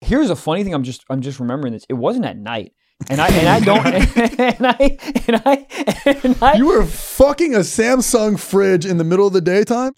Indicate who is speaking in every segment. Speaker 1: here's a funny thing. I'm just I'm just remembering this. It wasn't at night, and I and I don't and I and I and I.
Speaker 2: You were fucking a Samsung fridge in the middle of the daytime?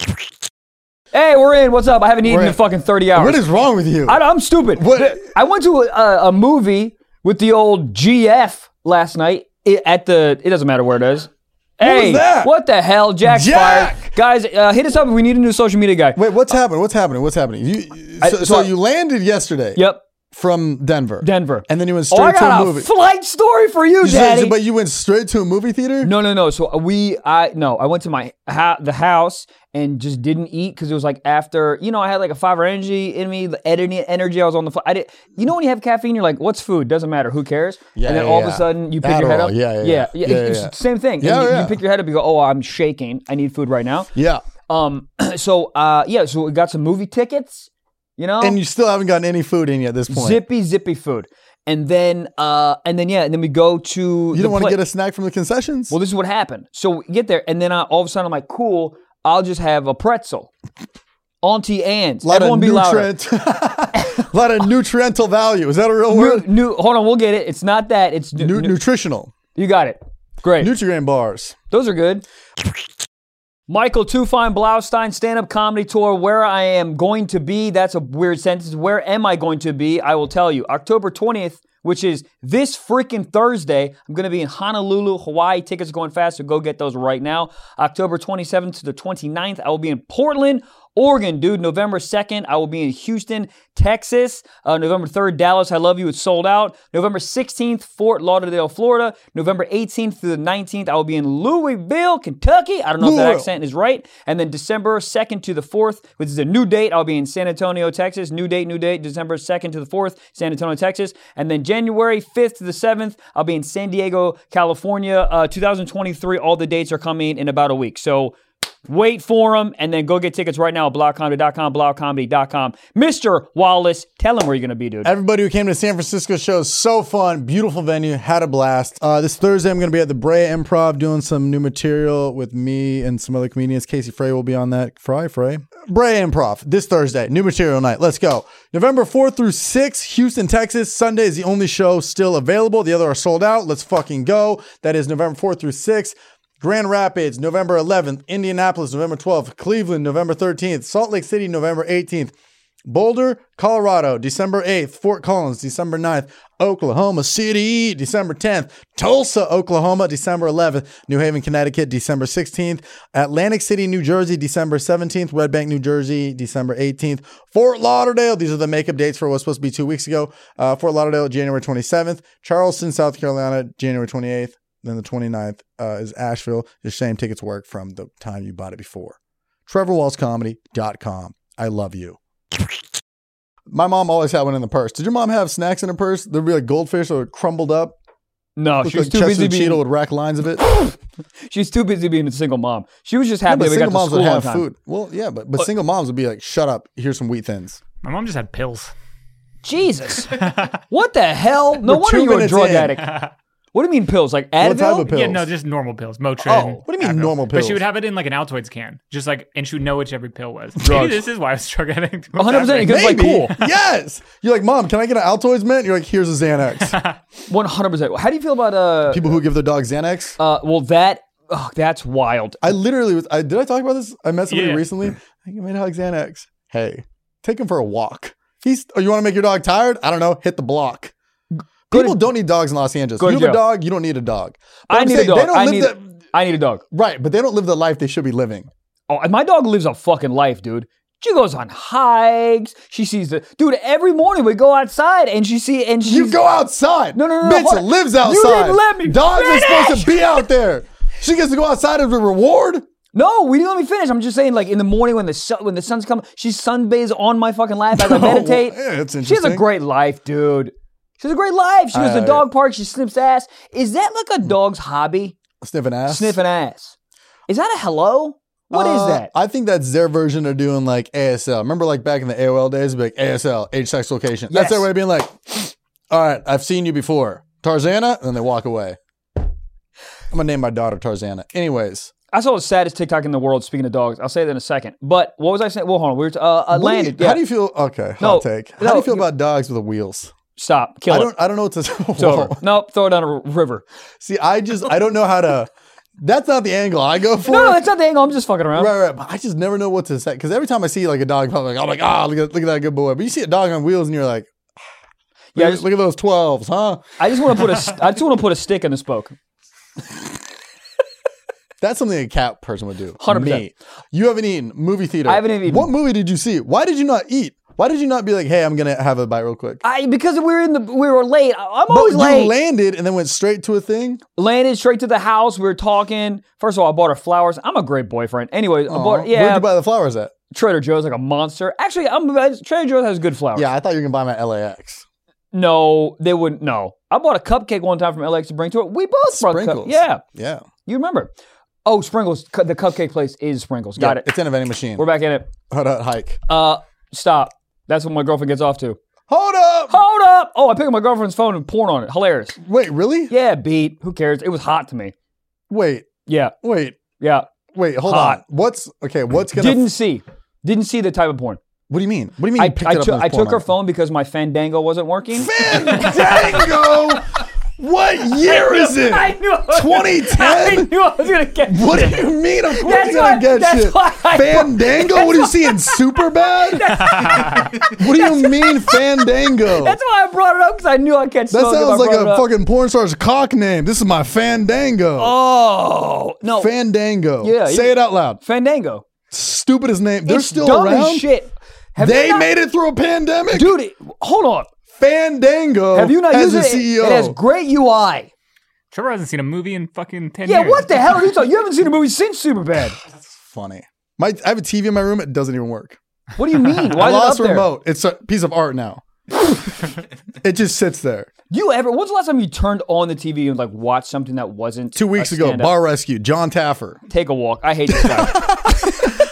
Speaker 1: hey, we're in. What's up? I haven't eaten
Speaker 2: We're
Speaker 1: in
Speaker 2: in.
Speaker 1: fucking thirty hours.
Speaker 2: What is wrong with you?
Speaker 1: I, I'm stupid.
Speaker 2: What-
Speaker 1: I went to a, a movie with the old GF last night i- at the. It doesn't matter where it is.
Speaker 2: was
Speaker 1: Hey,
Speaker 2: that?
Speaker 1: what the hell, Jack?
Speaker 2: Jack!
Speaker 1: Guys, uh, hit us up if we need a new social media guy.
Speaker 2: Wait, what's happening? What's happening? What's happening? You, so,
Speaker 1: I-
Speaker 2: so,
Speaker 1: so I-
Speaker 2: you landed yesterday
Speaker 1: Yep,
Speaker 2: from Denver.
Speaker 1: Denver.
Speaker 2: And then you went
Speaker 1: oh, I
Speaker 2: straight to
Speaker 1: got
Speaker 2: a
Speaker 1: a
Speaker 2: movie.
Speaker 1: flight story for you,
Speaker 2: So-
Speaker 1: Daddy.
Speaker 2: but you went straight to a movie theater?
Speaker 1: No, no, no. So uh, we, I no, I went to my ha- the house and just didn't eat because it was like after you know I had like a five hour energy in me, the editing energy. I was on the fly. I did. You know when you have caffeine, you're like, what's food? Doesn't matter. Who cares?
Speaker 2: Yeah,
Speaker 1: and then
Speaker 2: yeah,
Speaker 1: all of
Speaker 2: yeah.
Speaker 1: a sudden you pick your head
Speaker 2: Adderall.
Speaker 1: up.
Speaker 2: Yeah, yeah, yeah. Yeah,
Speaker 1: it's
Speaker 2: yeah.
Speaker 1: the same thing. And
Speaker 2: Yeah,
Speaker 1: you,
Speaker 2: yeah.
Speaker 1: you pick your head up. You go, oh, I'm shaking. I need food right now.
Speaker 2: Yeah.
Speaker 1: Um. So uh. Yeah. So we got some movie tickets. You know.
Speaker 2: And you still haven't gotten any food in you at this point.
Speaker 1: zippy zippy food. And then uh. And then yeah. And then we go to.
Speaker 2: you
Speaker 1: the
Speaker 2: don't want
Speaker 1: pla-
Speaker 2: to get a snack from the concessions?
Speaker 1: well, this is what happened. So we get there, and then I, all of a sudden I'm like, cool, I'll just have a pretzel. Auntie Anne's.
Speaker 2: lot
Speaker 1: Everyone
Speaker 2: of
Speaker 1: be louder.
Speaker 2: nutrient, a lot of nutriental value. Is that a real
Speaker 1: Nu-
Speaker 2: word?
Speaker 1: nu- hold on, we'll get it. It's not that. It's nu-
Speaker 2: Nu-
Speaker 1: nu-
Speaker 2: nutritional,
Speaker 1: you got it. Great.
Speaker 2: Nutrigrain bars.
Speaker 1: Those are good. Michael Tufine Blaustein stand up comedy tour. Where I am going to be. That's a weird sentence. Where am I going to be? I will tell you. October 20th, which is this freaking Thursday. I'm going to be in Honolulu, Hawaii. Tickets are going fast, so go get those right now. October 27th to the 29th, I will be in Portland, Oregon, dude. November 2nd, I will be in Houston, Texas. Uh, November 3rd, Dallas, I love you. It's sold out. November 16th, Fort Lauderdale, Florida. November 18th through the 19th, I will be in Louisville, Kentucky. I don't know if that
Speaker 2: Louisville.
Speaker 1: accent is right. And then December 2nd to the 4th, which is a new date, I'll be in San Antonio, Texas. New date, new date, December 2nd to the 4th, San Antonio, Texas. And then January 5th to the 7th, I'll be in San Diego, California. Uh, 2023, all the dates are coming in about a week. So, Wait for them and then go get tickets right now at blogcomedy.com, blogcomedy.com. Mr. Wallace, tell him where you're going to be, dude.
Speaker 2: Everybody who came to the San Francisco show, so fun, beautiful venue, had a blast. Uh, this Thursday, I'm going to be at the Brea Improv doing some new material with me and some other comedians. Casey Frey will be on that. Fry, Frey. Brea Improv this Thursday, new material night. Let's go. November 4th through 6th, Houston, Texas. Sunday is the only show still available. The other are sold out. Let's fucking go. That is November 4th through 6th. Grand Rapids, November 11th. Indianapolis, November 12th. Cleveland, November 13th. Salt Lake City, November 18th. Boulder, Colorado, December 8th. Fort Collins, December 9th. Oklahoma City, December 10th. Tulsa, Oklahoma, December 11th. New Haven, Connecticut, December 16th. Atlantic City, New Jersey, December 17th. Red Bank, New Jersey, December 18th. Fort Lauderdale, these are the makeup dates for what was supposed to be two weeks ago. Uh, Fort Lauderdale, January 27th. Charleston, South Carolina, January 28th. Then the 29th uh, is Asheville. Just same tickets work from the time you bought it before. TrevorWallsComedy.com. I love you. My mom always had one in the purse. Did your mom have snacks in her purse? There'd be like goldfish that were crumbled up.
Speaker 1: No,
Speaker 2: Looked
Speaker 1: she was
Speaker 2: like
Speaker 1: too busy
Speaker 2: Chester Cheeto
Speaker 1: being
Speaker 2: would rack lines of it.
Speaker 1: she's too busy being a single mom. She was just
Speaker 2: Yeah,
Speaker 1: happy
Speaker 2: but
Speaker 1: that we got
Speaker 2: single
Speaker 1: to
Speaker 2: moms
Speaker 1: school
Speaker 2: would
Speaker 1: on
Speaker 2: have
Speaker 1: time.
Speaker 2: food. Well, yeah, but, but single moms would be like, shut up, here's some wheat thins.
Speaker 3: My mom just had pills.
Speaker 1: Jesus, what the hell? No
Speaker 2: We're
Speaker 1: wonder
Speaker 2: two
Speaker 1: you were a
Speaker 2: minutes
Speaker 1: drug
Speaker 2: in.
Speaker 1: addict. What do you mean pills? Like Advil?
Speaker 2: What type of pills?
Speaker 3: Yeah, no, just normal pills, Motrin.
Speaker 2: Oh, what do you mean normal
Speaker 3: But
Speaker 2: pills?
Speaker 3: she would have it in like an Altoids can, just like, and she would know which every pill was. Maybe
Speaker 2: Drugs.
Speaker 3: this is why I was drug addict.
Speaker 1: 100%
Speaker 3: What's
Speaker 1: because- It's like
Speaker 2: Maybe.
Speaker 1: cool.
Speaker 2: yes. You're like, mom, can I get an Altoids mint? You're like, here's a Xanax.
Speaker 1: One hundred percent. How do you feel about uh?
Speaker 2: People who give their dog Xanax.
Speaker 1: uh well, that oh, that's wild.
Speaker 2: I literally was. I, did I talk about this? I met somebody
Speaker 3: Yeah.
Speaker 2: recently. I think I made dog Xanax. Hey, take him for a walk. He's. Oh, you want to make your dog tired? I don't know. Hit the block.
Speaker 1: to-
Speaker 2: People don't need dogs in Los Angeles.
Speaker 1: Go
Speaker 2: You
Speaker 1: to
Speaker 2: have a
Speaker 1: jail.
Speaker 2: dog. You don't need a dog. But
Speaker 1: I
Speaker 2: I'm
Speaker 1: need
Speaker 2: saying
Speaker 1: a
Speaker 2: They
Speaker 1: dog.
Speaker 2: don't
Speaker 1: I
Speaker 2: live
Speaker 1: need.
Speaker 2: the,
Speaker 1: I need a dog.
Speaker 2: right, but they don't live the life they should be living.
Speaker 1: Oh, and my dog lives a fucking life, dude. She goes on hikes. She sees the dude every morning. We go outside and she see and she.
Speaker 2: You go outside.
Speaker 1: No, no, no, no,
Speaker 2: Bitch
Speaker 1: hold on.
Speaker 2: lives
Speaker 1: You
Speaker 2: outside.
Speaker 1: didn't let me
Speaker 2: Dogs are
Speaker 1: finish!
Speaker 2: supposed to be out there. She gets to go outside as a reward.
Speaker 1: No, we didn't let me finish. I'm just saying, like in the morning when the sun, when the sun's coming, she sunbathes on my fucking lap as I meditate.
Speaker 2: Oh, yeah, that's
Speaker 1: she has a
Speaker 2: interesting.
Speaker 1: great life, dude. She has a great life. She goes to
Speaker 2: I-
Speaker 1: the dog park. She sniffs ass. Is that like a dog's hobby?
Speaker 2: Sniffing ass.
Speaker 1: Sniffing ass. Is that a hello? What is
Speaker 2: Uh,
Speaker 1: that?
Speaker 2: I think that's their version of doing like ASL. Remember, like back in the AOL days, it'd be like ASL, age, sex, location. That's
Speaker 1: Yes.
Speaker 2: their way of being like, all right, I've seen you before, Tarzana, and then they walk away. I'm gonna name my daughter Tarzana. Anyways,
Speaker 1: I saw the saddest TikTok in the world. Speaking of dogs, I'll say that in a second. But what was I saying? Well, hold on. We were t- uh, uh,
Speaker 2: What do you-
Speaker 1: landed. yeah.
Speaker 2: How do you feel? Okay, hot
Speaker 1: No,
Speaker 2: take. How
Speaker 1: no,
Speaker 2: do you feel
Speaker 1: you-
Speaker 2: about dogs with the wheels?
Speaker 1: Stop. Kill
Speaker 2: I
Speaker 1: it.
Speaker 2: don't. I don't know what to.
Speaker 1: it's over.
Speaker 2: Whoa.
Speaker 1: Nope. Throw it down a r- river.
Speaker 2: See, I just. I don't know how to. That's not the angle I go for.
Speaker 1: No, no, that's not the angle. I'm just fucking around.
Speaker 2: Right, right. But I just never know what to say because every time I see like a dog, I'm like, oh my god, look at look at that good boy. But you see a dog on wheels, and you're like,
Speaker 1: Yeah,
Speaker 2: yeah,
Speaker 1: I
Speaker 2: look,
Speaker 1: just-
Speaker 2: look at those twelves, huh?
Speaker 1: I just want to put a. st- I just want to put a stick in the spoke.
Speaker 2: That's something a cat person would do.
Speaker 1: 100%.
Speaker 2: Me. You haven't eaten movie theater.
Speaker 1: I haven't even eaten.
Speaker 2: What movie did you see? Why did you not eat? Why did you not be like, hey, I'm gonna have a bite real quick?
Speaker 1: I because we were in the we were late. I- I'm
Speaker 2: But
Speaker 1: always
Speaker 2: you
Speaker 1: late.
Speaker 2: landed and then went straight to a thing.
Speaker 1: Landed straight to the house. We were talking. First of all, I bought her flowers. I'm a great boyfriend. Anyways, I
Speaker 2: Aw,
Speaker 1: bought
Speaker 2: Where'd
Speaker 1: yeah.
Speaker 2: you buy the flowers at?
Speaker 1: Trader Joe's like a monster. Actually, I'm Trader Joe's has good flowers.
Speaker 2: Yeah, I thought you were gonna buy my LAX.
Speaker 1: No, they wouldn't. No, I bought a cupcake one time from LX to bring to it. We both brought
Speaker 2: Sprinkles.
Speaker 1: cup- Yeah,
Speaker 2: Yeah.
Speaker 1: you remember? Oh, Sprinkles. cu- The cupcake place is Sprinkles. Got
Speaker 2: Yeah,
Speaker 1: it.
Speaker 2: It's in a vending machine.
Speaker 1: We're back in it.
Speaker 2: Hold up, hike.
Speaker 1: Uh, stop. That's what my girlfriend gets off to.
Speaker 2: Hold up.
Speaker 1: Hold up. Oh, I picked up my girlfriend's phone and porn on it. Hilarious.
Speaker 2: Wait, really?
Speaker 1: Yeah, beat. Who cares? It was hot to me.
Speaker 2: Wait,
Speaker 1: Yeah,
Speaker 2: wait,
Speaker 1: yeah.
Speaker 2: wait. Hold
Speaker 1: Hot.
Speaker 2: on. What's okay? What's gonna?
Speaker 1: Didn't see. Didn't see the type of porn.
Speaker 2: what do you mean? What do you mean?
Speaker 1: I,
Speaker 2: you picked
Speaker 1: I,
Speaker 2: it up
Speaker 1: took-
Speaker 2: on
Speaker 1: I
Speaker 2: this porn
Speaker 1: took her
Speaker 2: magazine?
Speaker 1: phone because my Fandango wasn't working.
Speaker 2: Fandango! what year is it?
Speaker 1: I knew.
Speaker 2: 2010?
Speaker 1: I knew I was gonna get.
Speaker 2: What do you mean? Of course
Speaker 1: That's
Speaker 2: you gotta
Speaker 1: why-
Speaker 2: get
Speaker 1: that's
Speaker 2: shit.
Speaker 1: why I-
Speaker 2: Fandango? what are you seeing? Super bad? what do you mean, Fandango?
Speaker 1: That's why I brought it up because I knew I'd catch.
Speaker 2: that
Speaker 1: smoke if I
Speaker 2: sounds like
Speaker 1: brought it
Speaker 2: a
Speaker 1: up.
Speaker 2: fucking porn star's cock name. This is my Fandango.
Speaker 1: Oh no,
Speaker 2: Fandango.
Speaker 1: Yeah,
Speaker 2: Say
Speaker 1: you-
Speaker 2: it out loud.
Speaker 1: Fandango.
Speaker 2: Stupidest name. They're
Speaker 1: It's
Speaker 2: still
Speaker 1: dumb
Speaker 2: around.
Speaker 1: As shit. Have
Speaker 2: They
Speaker 1: you not-
Speaker 2: made it through a pandemic.
Speaker 1: dude. it- Hold on.
Speaker 2: Fandango.
Speaker 1: Have you not
Speaker 2: as
Speaker 1: used
Speaker 2: E a
Speaker 1: it?
Speaker 2: CEO.
Speaker 1: It has great UI.
Speaker 3: Trevor hasn't seen a movie in fucking ten
Speaker 1: Yeah,
Speaker 3: years.
Speaker 1: what the hell are you talking? You haven't seen a movie since Superbad.
Speaker 2: Funny. My, I have a TV in my room. It doesn't even work.
Speaker 1: What do you mean? Why
Speaker 2: I
Speaker 1: is it up
Speaker 2: lost
Speaker 1: there?
Speaker 2: remote. It's a piece of art now. it just sits there.
Speaker 1: You ever? When's the last time you turned on the TV and like watched something that wasn't
Speaker 2: Two weeks
Speaker 1: a
Speaker 2: ago,
Speaker 1: stand-up?
Speaker 2: Bar Rescue, John Taffer.
Speaker 1: Take a walk. I hate this guy.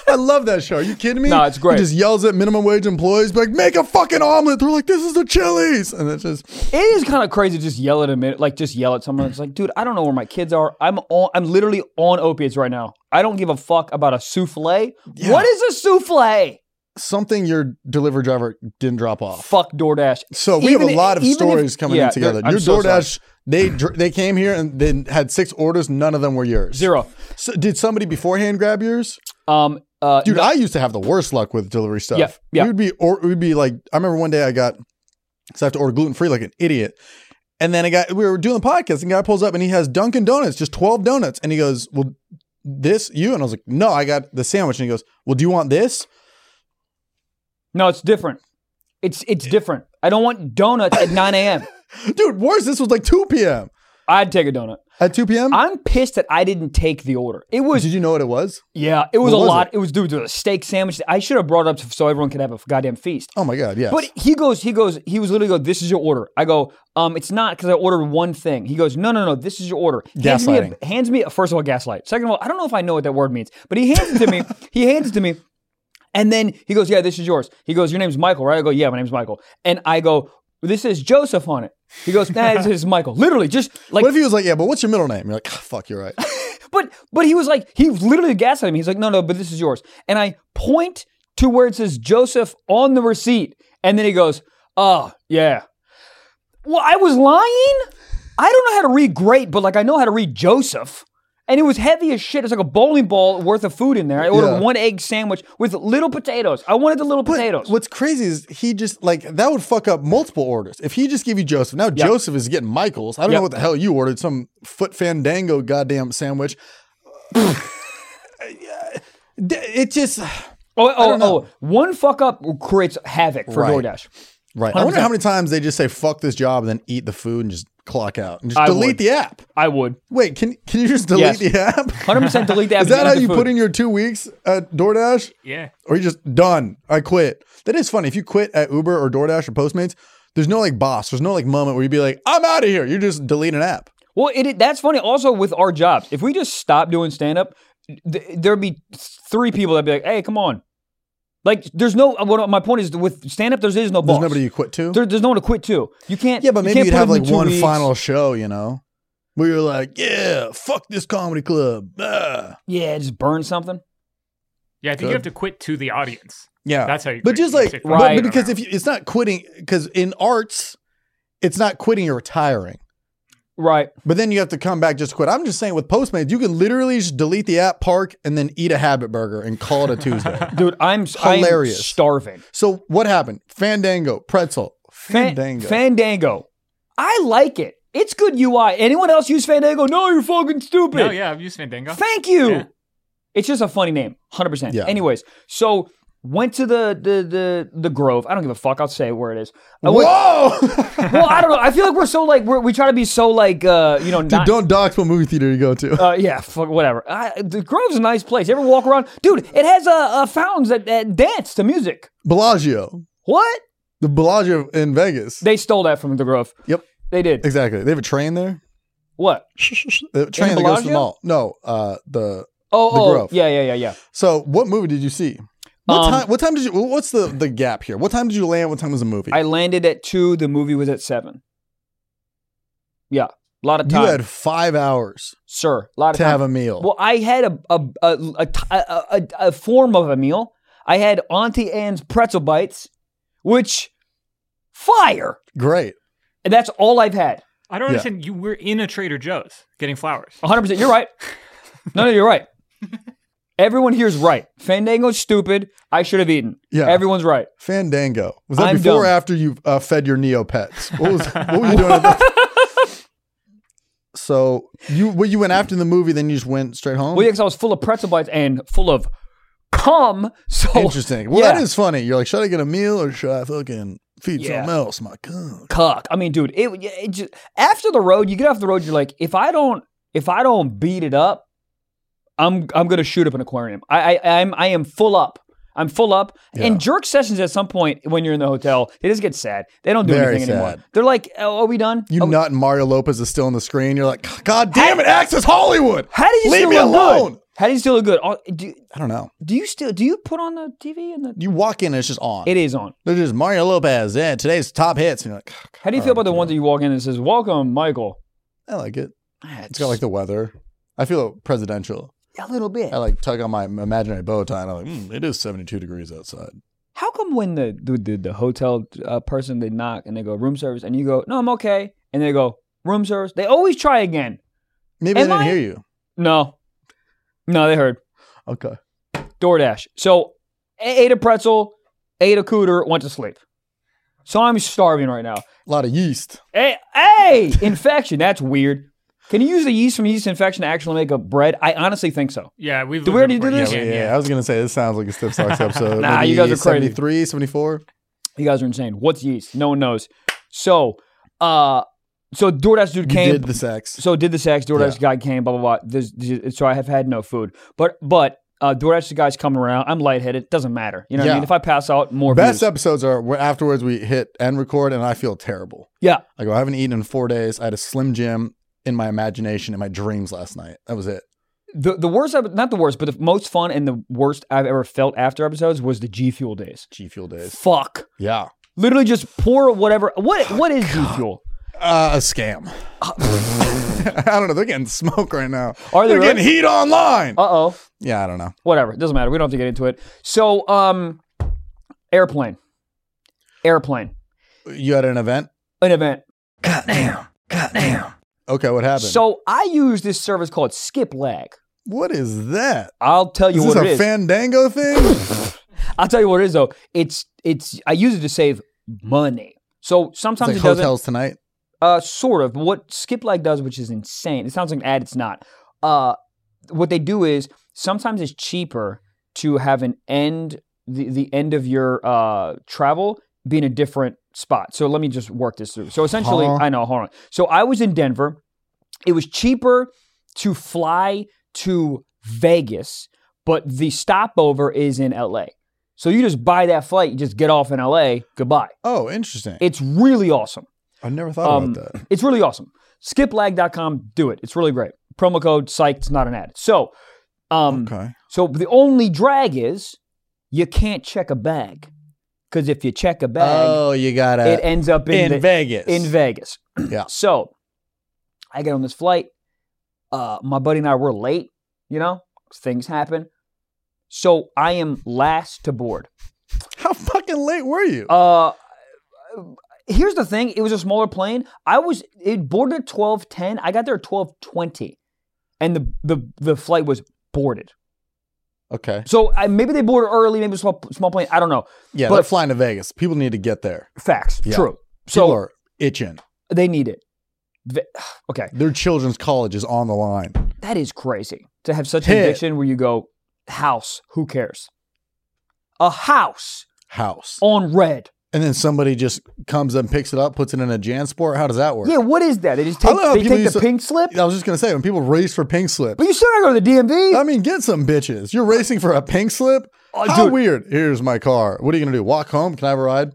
Speaker 2: I love that show. Are you kidding me?
Speaker 1: No, it's great.
Speaker 2: He just yells at minimum wage employees, like, make a fucking omelet. They're like, this is the Chili's. And it's just,
Speaker 1: it is kind of crazy. to Just yell at a minute, like just yell at someone. It's like, dude, I don't know where my kids are. I'm on. I'm literally on opiates right now. I don't give a fuck about a souffle.
Speaker 2: Yeah.
Speaker 1: What is a souffle?
Speaker 2: something your delivery driver didn't drop off.
Speaker 1: Fuck DoorDash.
Speaker 2: So we
Speaker 1: Even
Speaker 2: have a
Speaker 1: i-
Speaker 2: lot of
Speaker 1: even if-
Speaker 2: stories coming
Speaker 1: yeah,
Speaker 2: in together.
Speaker 1: I'm
Speaker 2: Your
Speaker 1: so sorry.
Speaker 2: DoorDash, they dr- they came here and then had six orders. None of them were yours.
Speaker 1: Zero.
Speaker 2: So did somebody beforehand grab yours?
Speaker 1: Um, uh,
Speaker 2: Dude, I used to have the worst luck with delivery stuff.
Speaker 1: Yeah, yeah.
Speaker 2: We'd be or we'd be like, I remember one day I got so I have to order gluten free like an idiot. And then a guy we were doing the podcast, and a guy pulls up and he has Dunkin' Donuts, just 12 donuts. And he goes, Well, this you? And I was like, No, I got the sandwich. And he goes, Well, do you want this?
Speaker 1: no, it's different. It's it's different. I don't want donuts at 9 a.m.
Speaker 2: Dude, worse, this was like 2 p.m.
Speaker 1: I'd take a donut.
Speaker 2: At 2 p.m.
Speaker 1: I'm pissed that I didn't take the order. It was
Speaker 2: Did you know what it was?
Speaker 1: yeah, it was
Speaker 2: What
Speaker 1: a
Speaker 2: was
Speaker 1: lot. It? was dude, there was a steak sandwich. I should have brought it up so everyone could have a goddamn feast.
Speaker 2: Oh my god, yes.
Speaker 1: But he goes, he goes, he was literally go, this is your order. I go, um, it's not because I ordered one thing. He goes, no, no, no, this is your order. Hands me a-
Speaker 2: Gaslighting.
Speaker 1: hands me, a, first of all, gaslight. Second of all, I don't know if I know what that word means, but he hands it to me. he hands it to me. And then he goes, yeah, this is yours. He goes, your name's Michael, right? I go, yeah, my name's Michael. And I go, this is Joseph on it. He goes, nah, this is Michael. Literally, just like
Speaker 2: what if he was like, Yeah, but what's your middle name? You're like, "Ah, fuck, you're right.
Speaker 1: but but he was like, he literally gaslit me. He's like, no, no, but this is yours. And I point to where it says Joseph on the receipt, and then he goes, oh yeah. Well, I was lying. I don't know how to read great, but like I know how to read Joseph. And it was heavy as shit. It's like a bowling ball worth of food in there. I ordered
Speaker 2: Yeah.
Speaker 1: one egg sandwich with little potatoes. I wanted the little potatoes.
Speaker 2: What's crazy is he just like that would fuck up multiple orders. If he just gave you Joseph, now Joseph is getting Michaels. I don't
Speaker 1: Yep.
Speaker 2: know what the hell you ordered, some foot fandango goddamn sandwich. D- it just
Speaker 1: oh, oh,
Speaker 2: don't know.
Speaker 1: oh, one fuck up creates havoc for
Speaker 2: Right.
Speaker 1: DoorDash.
Speaker 2: right. I wonder
Speaker 1: 100%.
Speaker 2: how many times they just say fuck this job and then eat the food and just clock out and just
Speaker 1: I
Speaker 2: delete
Speaker 1: would.
Speaker 2: the app.
Speaker 1: I would
Speaker 2: Wait, can can you just delete
Speaker 1: Yes.
Speaker 2: the app?
Speaker 1: 100% delete that.
Speaker 2: Is that how you put in your two weeks at DoorDash?
Speaker 3: Yeah.
Speaker 2: Or you just done. I quit. That is funny. If you quit at Uber or DoorDash or Postmates, there's no like boss. There's no like moment where you'd be like, I'm out of here. You just delete an app.
Speaker 1: Well, it, it- that's funny. Also, with our jobs, if we just stop doing stand up, th- there'd be three people that'd be like, "Hey, come on!" Like, there's no. What my point is, with stand up, there is no boss.
Speaker 2: There's nobody you quit to.
Speaker 1: There- there's no one to quit to. You can't.
Speaker 2: yeah, but
Speaker 1: you
Speaker 2: maybe
Speaker 1: can't
Speaker 2: you'd
Speaker 1: put
Speaker 2: have
Speaker 1: them in
Speaker 2: like
Speaker 1: two
Speaker 2: one
Speaker 1: weeks.
Speaker 2: final show, you know? We were like, yeah, fuck this comedy club. Ah.
Speaker 1: Yeah, just burn something.
Speaker 3: Yeah, I think
Speaker 2: Good.
Speaker 3: you have to quit to the audience.
Speaker 2: Yeah.
Speaker 3: That's how you.
Speaker 2: but
Speaker 3: quit.
Speaker 2: just
Speaker 3: You
Speaker 2: like,
Speaker 3: sit
Speaker 2: but-
Speaker 3: for a
Speaker 1: Right.
Speaker 2: but
Speaker 3: minute
Speaker 2: because if
Speaker 3: around.
Speaker 2: you, it's not quitting, because in arts, it's not quitting, you're retiring.
Speaker 1: Right.
Speaker 2: But then you have to come back just to quit. I'm just saying with Postmates, you can literally just delete the app, park, and then eat a habit burger and call it a Tuesday.
Speaker 1: Dude, I'm
Speaker 2: Hilarious.
Speaker 1: I'm starving.
Speaker 2: so what happened? Fandango, pretzel.
Speaker 1: Fan-
Speaker 2: Fandango.
Speaker 1: Fandango. I like it. It's good UI. Anyone else use Fandango? No, you're fucking stupid.
Speaker 3: no, yeah, I've used Fandango.
Speaker 1: Thank you.
Speaker 3: Yeah.
Speaker 1: It's just a funny name, hundred percent.
Speaker 2: Yeah.
Speaker 1: Anyways, so went to the the the the Grove. I don't give a fuck. I'll say where it is. I went-
Speaker 2: Whoa!
Speaker 1: well, I don't know. I feel like we're so like we're, we try to be so like uh you know
Speaker 2: Dude,
Speaker 1: not.
Speaker 2: don't dox what movie theater you go to.
Speaker 1: Uh, yeah, fuck, whatever. I, the Grove's a nice place. You ever walk around, dude? It has uh, uh fountains that, that dance to music.
Speaker 2: Bellagio.
Speaker 1: What?
Speaker 2: The Bellagio in Vegas.
Speaker 1: They stole that from the Grove.
Speaker 2: Yep.
Speaker 1: They did.
Speaker 2: Exactly. They have a train there.
Speaker 1: What?
Speaker 2: The train that goes to the
Speaker 1: Bellagio?
Speaker 2: mall. No, uh, the
Speaker 1: Oh,
Speaker 2: The
Speaker 1: oh,
Speaker 2: Grove.
Speaker 1: yeah, yeah, yeah, yeah.
Speaker 2: so what movie did you see? What
Speaker 1: Um,
Speaker 2: time? What time did you? What's the the gap here? What time did you land? What time was the movie?
Speaker 1: I landed at two. The movie was at seven. Yeah, a lot of
Speaker 2: you
Speaker 1: time,
Speaker 2: had five hours
Speaker 1: sir. A lot of
Speaker 2: to
Speaker 1: time.
Speaker 2: have a meal.
Speaker 1: well, I had a a a, a, t- a- a- a form of a meal. I had Auntie Anne's pretzel bites, which fire.
Speaker 2: Great.
Speaker 1: And that's all I've had.
Speaker 3: I don't
Speaker 2: Yeah. Oh.
Speaker 3: understand. You were in a Trader Joe's getting flowers.
Speaker 1: 100. percent You're right. No, no, you're right. Everyone here's right. Fandango's stupid. I should have eaten.
Speaker 2: Yeah.
Speaker 1: Everyone's right.
Speaker 2: Fandango. Was that
Speaker 1: I'm
Speaker 2: before or
Speaker 1: dumb.
Speaker 2: after you uh, fed your Neopets? What was what were you doing? At that? So you well, you went after the movie, then you just went straight home.
Speaker 1: Well, yeah, because I was full of pretzel bites and full of cum. So
Speaker 2: Interesting. Well, that
Speaker 1: oh, yeah.
Speaker 2: is funny. You're like, should I get a meal or should I fucking feed
Speaker 1: Yeah.
Speaker 2: something else? My God.
Speaker 1: cuck. I mean, dude, it, it just, after the road, you get off the road, you're like, if I don't, if I don't beat it up, I'm I'm gonna shoot up an aquarium. I, I I'm I am full up. I'm full up.
Speaker 2: Yeah.
Speaker 1: And jerk sessions at some point when you're in the hotel, it just gets sad. They don't do
Speaker 2: Very
Speaker 1: anything
Speaker 2: sad.
Speaker 1: anymore. They're like, oh, are we done?
Speaker 2: You
Speaker 1: Are we-
Speaker 2: nut and Mario Lopez is still on the screen. You're like, God damn it, Access Hollywood.
Speaker 1: how do you
Speaker 2: Leave
Speaker 1: still
Speaker 2: me
Speaker 1: look
Speaker 2: alone.
Speaker 1: good? How do you still look good? Oh, Do,
Speaker 2: I don't know.
Speaker 1: do you still do you put on the TV and the?
Speaker 2: You walk in and it's just on.
Speaker 1: It is on.
Speaker 2: They're just Mario Lopez. Yeah, today's top hits. And you're like,
Speaker 1: How do you feel about the ones that you walk in and it says "Welcome, Michael"?
Speaker 2: I like it.
Speaker 1: It's
Speaker 2: It's got like the weather. I feel presidential.
Speaker 1: a little bit.
Speaker 2: I like tug on my imaginary bow tie and I'm like, mm, it is 72 degrees outside.
Speaker 1: How come when the the, the, the hotel uh, person they knock and they go room service and you go no I'm okay and they go room service they always try again
Speaker 2: Maybe
Speaker 1: Am
Speaker 2: they didn't
Speaker 1: I-
Speaker 2: hear you.
Speaker 1: no no they heard
Speaker 2: Okay.
Speaker 1: DoorDash so a- ate a pretzel ate a cooter went to sleep so I'm starving right now
Speaker 2: A lot of yeast.
Speaker 1: hey hey infection that's weird can you use the yeast from yeast infection to actually make a bread I honestly think so
Speaker 3: Yeah, we've.
Speaker 1: Did we already
Speaker 3: lived in
Speaker 1: do
Speaker 3: Portland.
Speaker 1: this?
Speaker 2: Yeah,
Speaker 3: Yeah,
Speaker 2: I was going to say, this sounds like a Stiff Socks episode.
Speaker 1: Nah, you
Speaker 2: Maybe
Speaker 1: guys are crazy.
Speaker 2: 73, 74.
Speaker 1: you guys are insane what's yeast no one knows so uh so DoorDash dude
Speaker 2: You
Speaker 1: came
Speaker 2: did the sex.
Speaker 1: So did the sex. DoorDash guy came. Blah blah blah. This, this- so I have had no food. But but uh, DoorDash guy's coming around. I'm lightheaded. Doesn't matter. You know what
Speaker 2: Yeah.
Speaker 1: I mean? If I pass out, more
Speaker 2: Best
Speaker 1: views.
Speaker 2: episodes are where afterwards we hit and record, and I feel terrible.
Speaker 1: Yeah.
Speaker 2: I go, I haven't eaten in four days. I had a Slim Jim in my imagination, in my dreams last night. That was it.
Speaker 1: The the worst, ep- not the worst, but the most fun and the worst I've ever felt after episodes was the G Fuel days.
Speaker 2: G Fuel days.
Speaker 1: Fuck.
Speaker 2: Yeah.
Speaker 1: Literally just pour whatever. What
Speaker 2: Oh,
Speaker 1: what is G Fuel?
Speaker 2: Uh, a scam. I don't know. They're getting smoke right now.
Speaker 1: Are they
Speaker 2: They're
Speaker 1: really?
Speaker 2: getting heat online.
Speaker 1: Uh oh.
Speaker 2: yeah, I don't know.
Speaker 1: Whatever. It doesn't matter. We don't have to get into it. So um, airplane, airplane,
Speaker 2: You had an event?
Speaker 1: an event.
Speaker 2: Okay, what happened?
Speaker 1: So I use this service called Skip Lag.
Speaker 2: what is that?
Speaker 1: I'll tell you
Speaker 2: Is this
Speaker 1: what it
Speaker 2: a
Speaker 1: is.
Speaker 2: Fandango thing?
Speaker 1: I'll tell you what it is though. It's it's I use it to save money. So
Speaker 2: it's
Speaker 1: sometimes
Speaker 2: like
Speaker 1: it doesn't.
Speaker 2: hotels tonight.
Speaker 1: Uh, sort of. What Skip Leg does, which is insane. It sounds like an ad. It's not. Uh, what they do is sometimes it's cheaper to have an end the the end of your uh travel be in a different spot. So let me just work this through. So essentially,
Speaker 2: Huh.
Speaker 1: I know. Hold on. So I was in Denver. It was cheaper to fly to Vegas, but the stopover is in LA. So you just buy that flight, you just get off in LA, goodbye.
Speaker 2: Oh, interesting.
Speaker 1: It's really awesome.
Speaker 2: I never thought
Speaker 1: um,
Speaker 2: about that.
Speaker 1: It's really awesome. Skiplag.com, do it. It's really great. Promo code psyched, it's not an ad. So, um,
Speaker 2: okay.
Speaker 1: so the only drag is you can't check a bag because if you check a bag,
Speaker 2: oh, you got
Speaker 1: it
Speaker 2: to
Speaker 1: ends up in,
Speaker 2: in
Speaker 1: Ve-
Speaker 2: Vegas.
Speaker 1: in Vegas.
Speaker 2: Yeah.
Speaker 1: So I get on this flight. Uh, my buddy and I were late, you know, things happen. So I am last to board.
Speaker 2: How fucking late were you?
Speaker 1: Uh, here's the thing: it was a smaller plane. I was it boarded at twelve ten. I got there at twelve twenty, and the the the flight was boarded.
Speaker 2: okay.
Speaker 1: So I, maybe they boarded early. Maybe it was a small small plane. I don't know.
Speaker 2: Yeah,
Speaker 1: but-
Speaker 2: they're flying to Vegas. People need to get there.
Speaker 1: Facts.
Speaker 2: Yeah.
Speaker 1: True.
Speaker 2: People
Speaker 1: So
Speaker 2: are itching.
Speaker 1: they need it. Ve- Okay,
Speaker 2: Their children's college is on the line.
Speaker 1: that is crazy to have such
Speaker 2: Hit.
Speaker 1: an addiction where you go house. Who cares? A house
Speaker 2: House.
Speaker 1: on red.
Speaker 2: And then somebody just comes and picks it up, puts it in a JanSport. How does that work?
Speaker 1: Yeah, what is that? They just
Speaker 2: I
Speaker 1: take,
Speaker 2: love how
Speaker 1: they
Speaker 2: people
Speaker 1: take
Speaker 2: used
Speaker 1: the
Speaker 2: to-
Speaker 1: pink slip.
Speaker 2: I was just gonna say when people race for pink slips.
Speaker 1: But you still gotta go to the DMV.
Speaker 2: I mean, get some bitches. You're racing for a pink slip.
Speaker 1: Oh,
Speaker 2: How
Speaker 1: dude.
Speaker 2: weird. Here's my car. What are you gonna do? Walk home? Can I have a ride?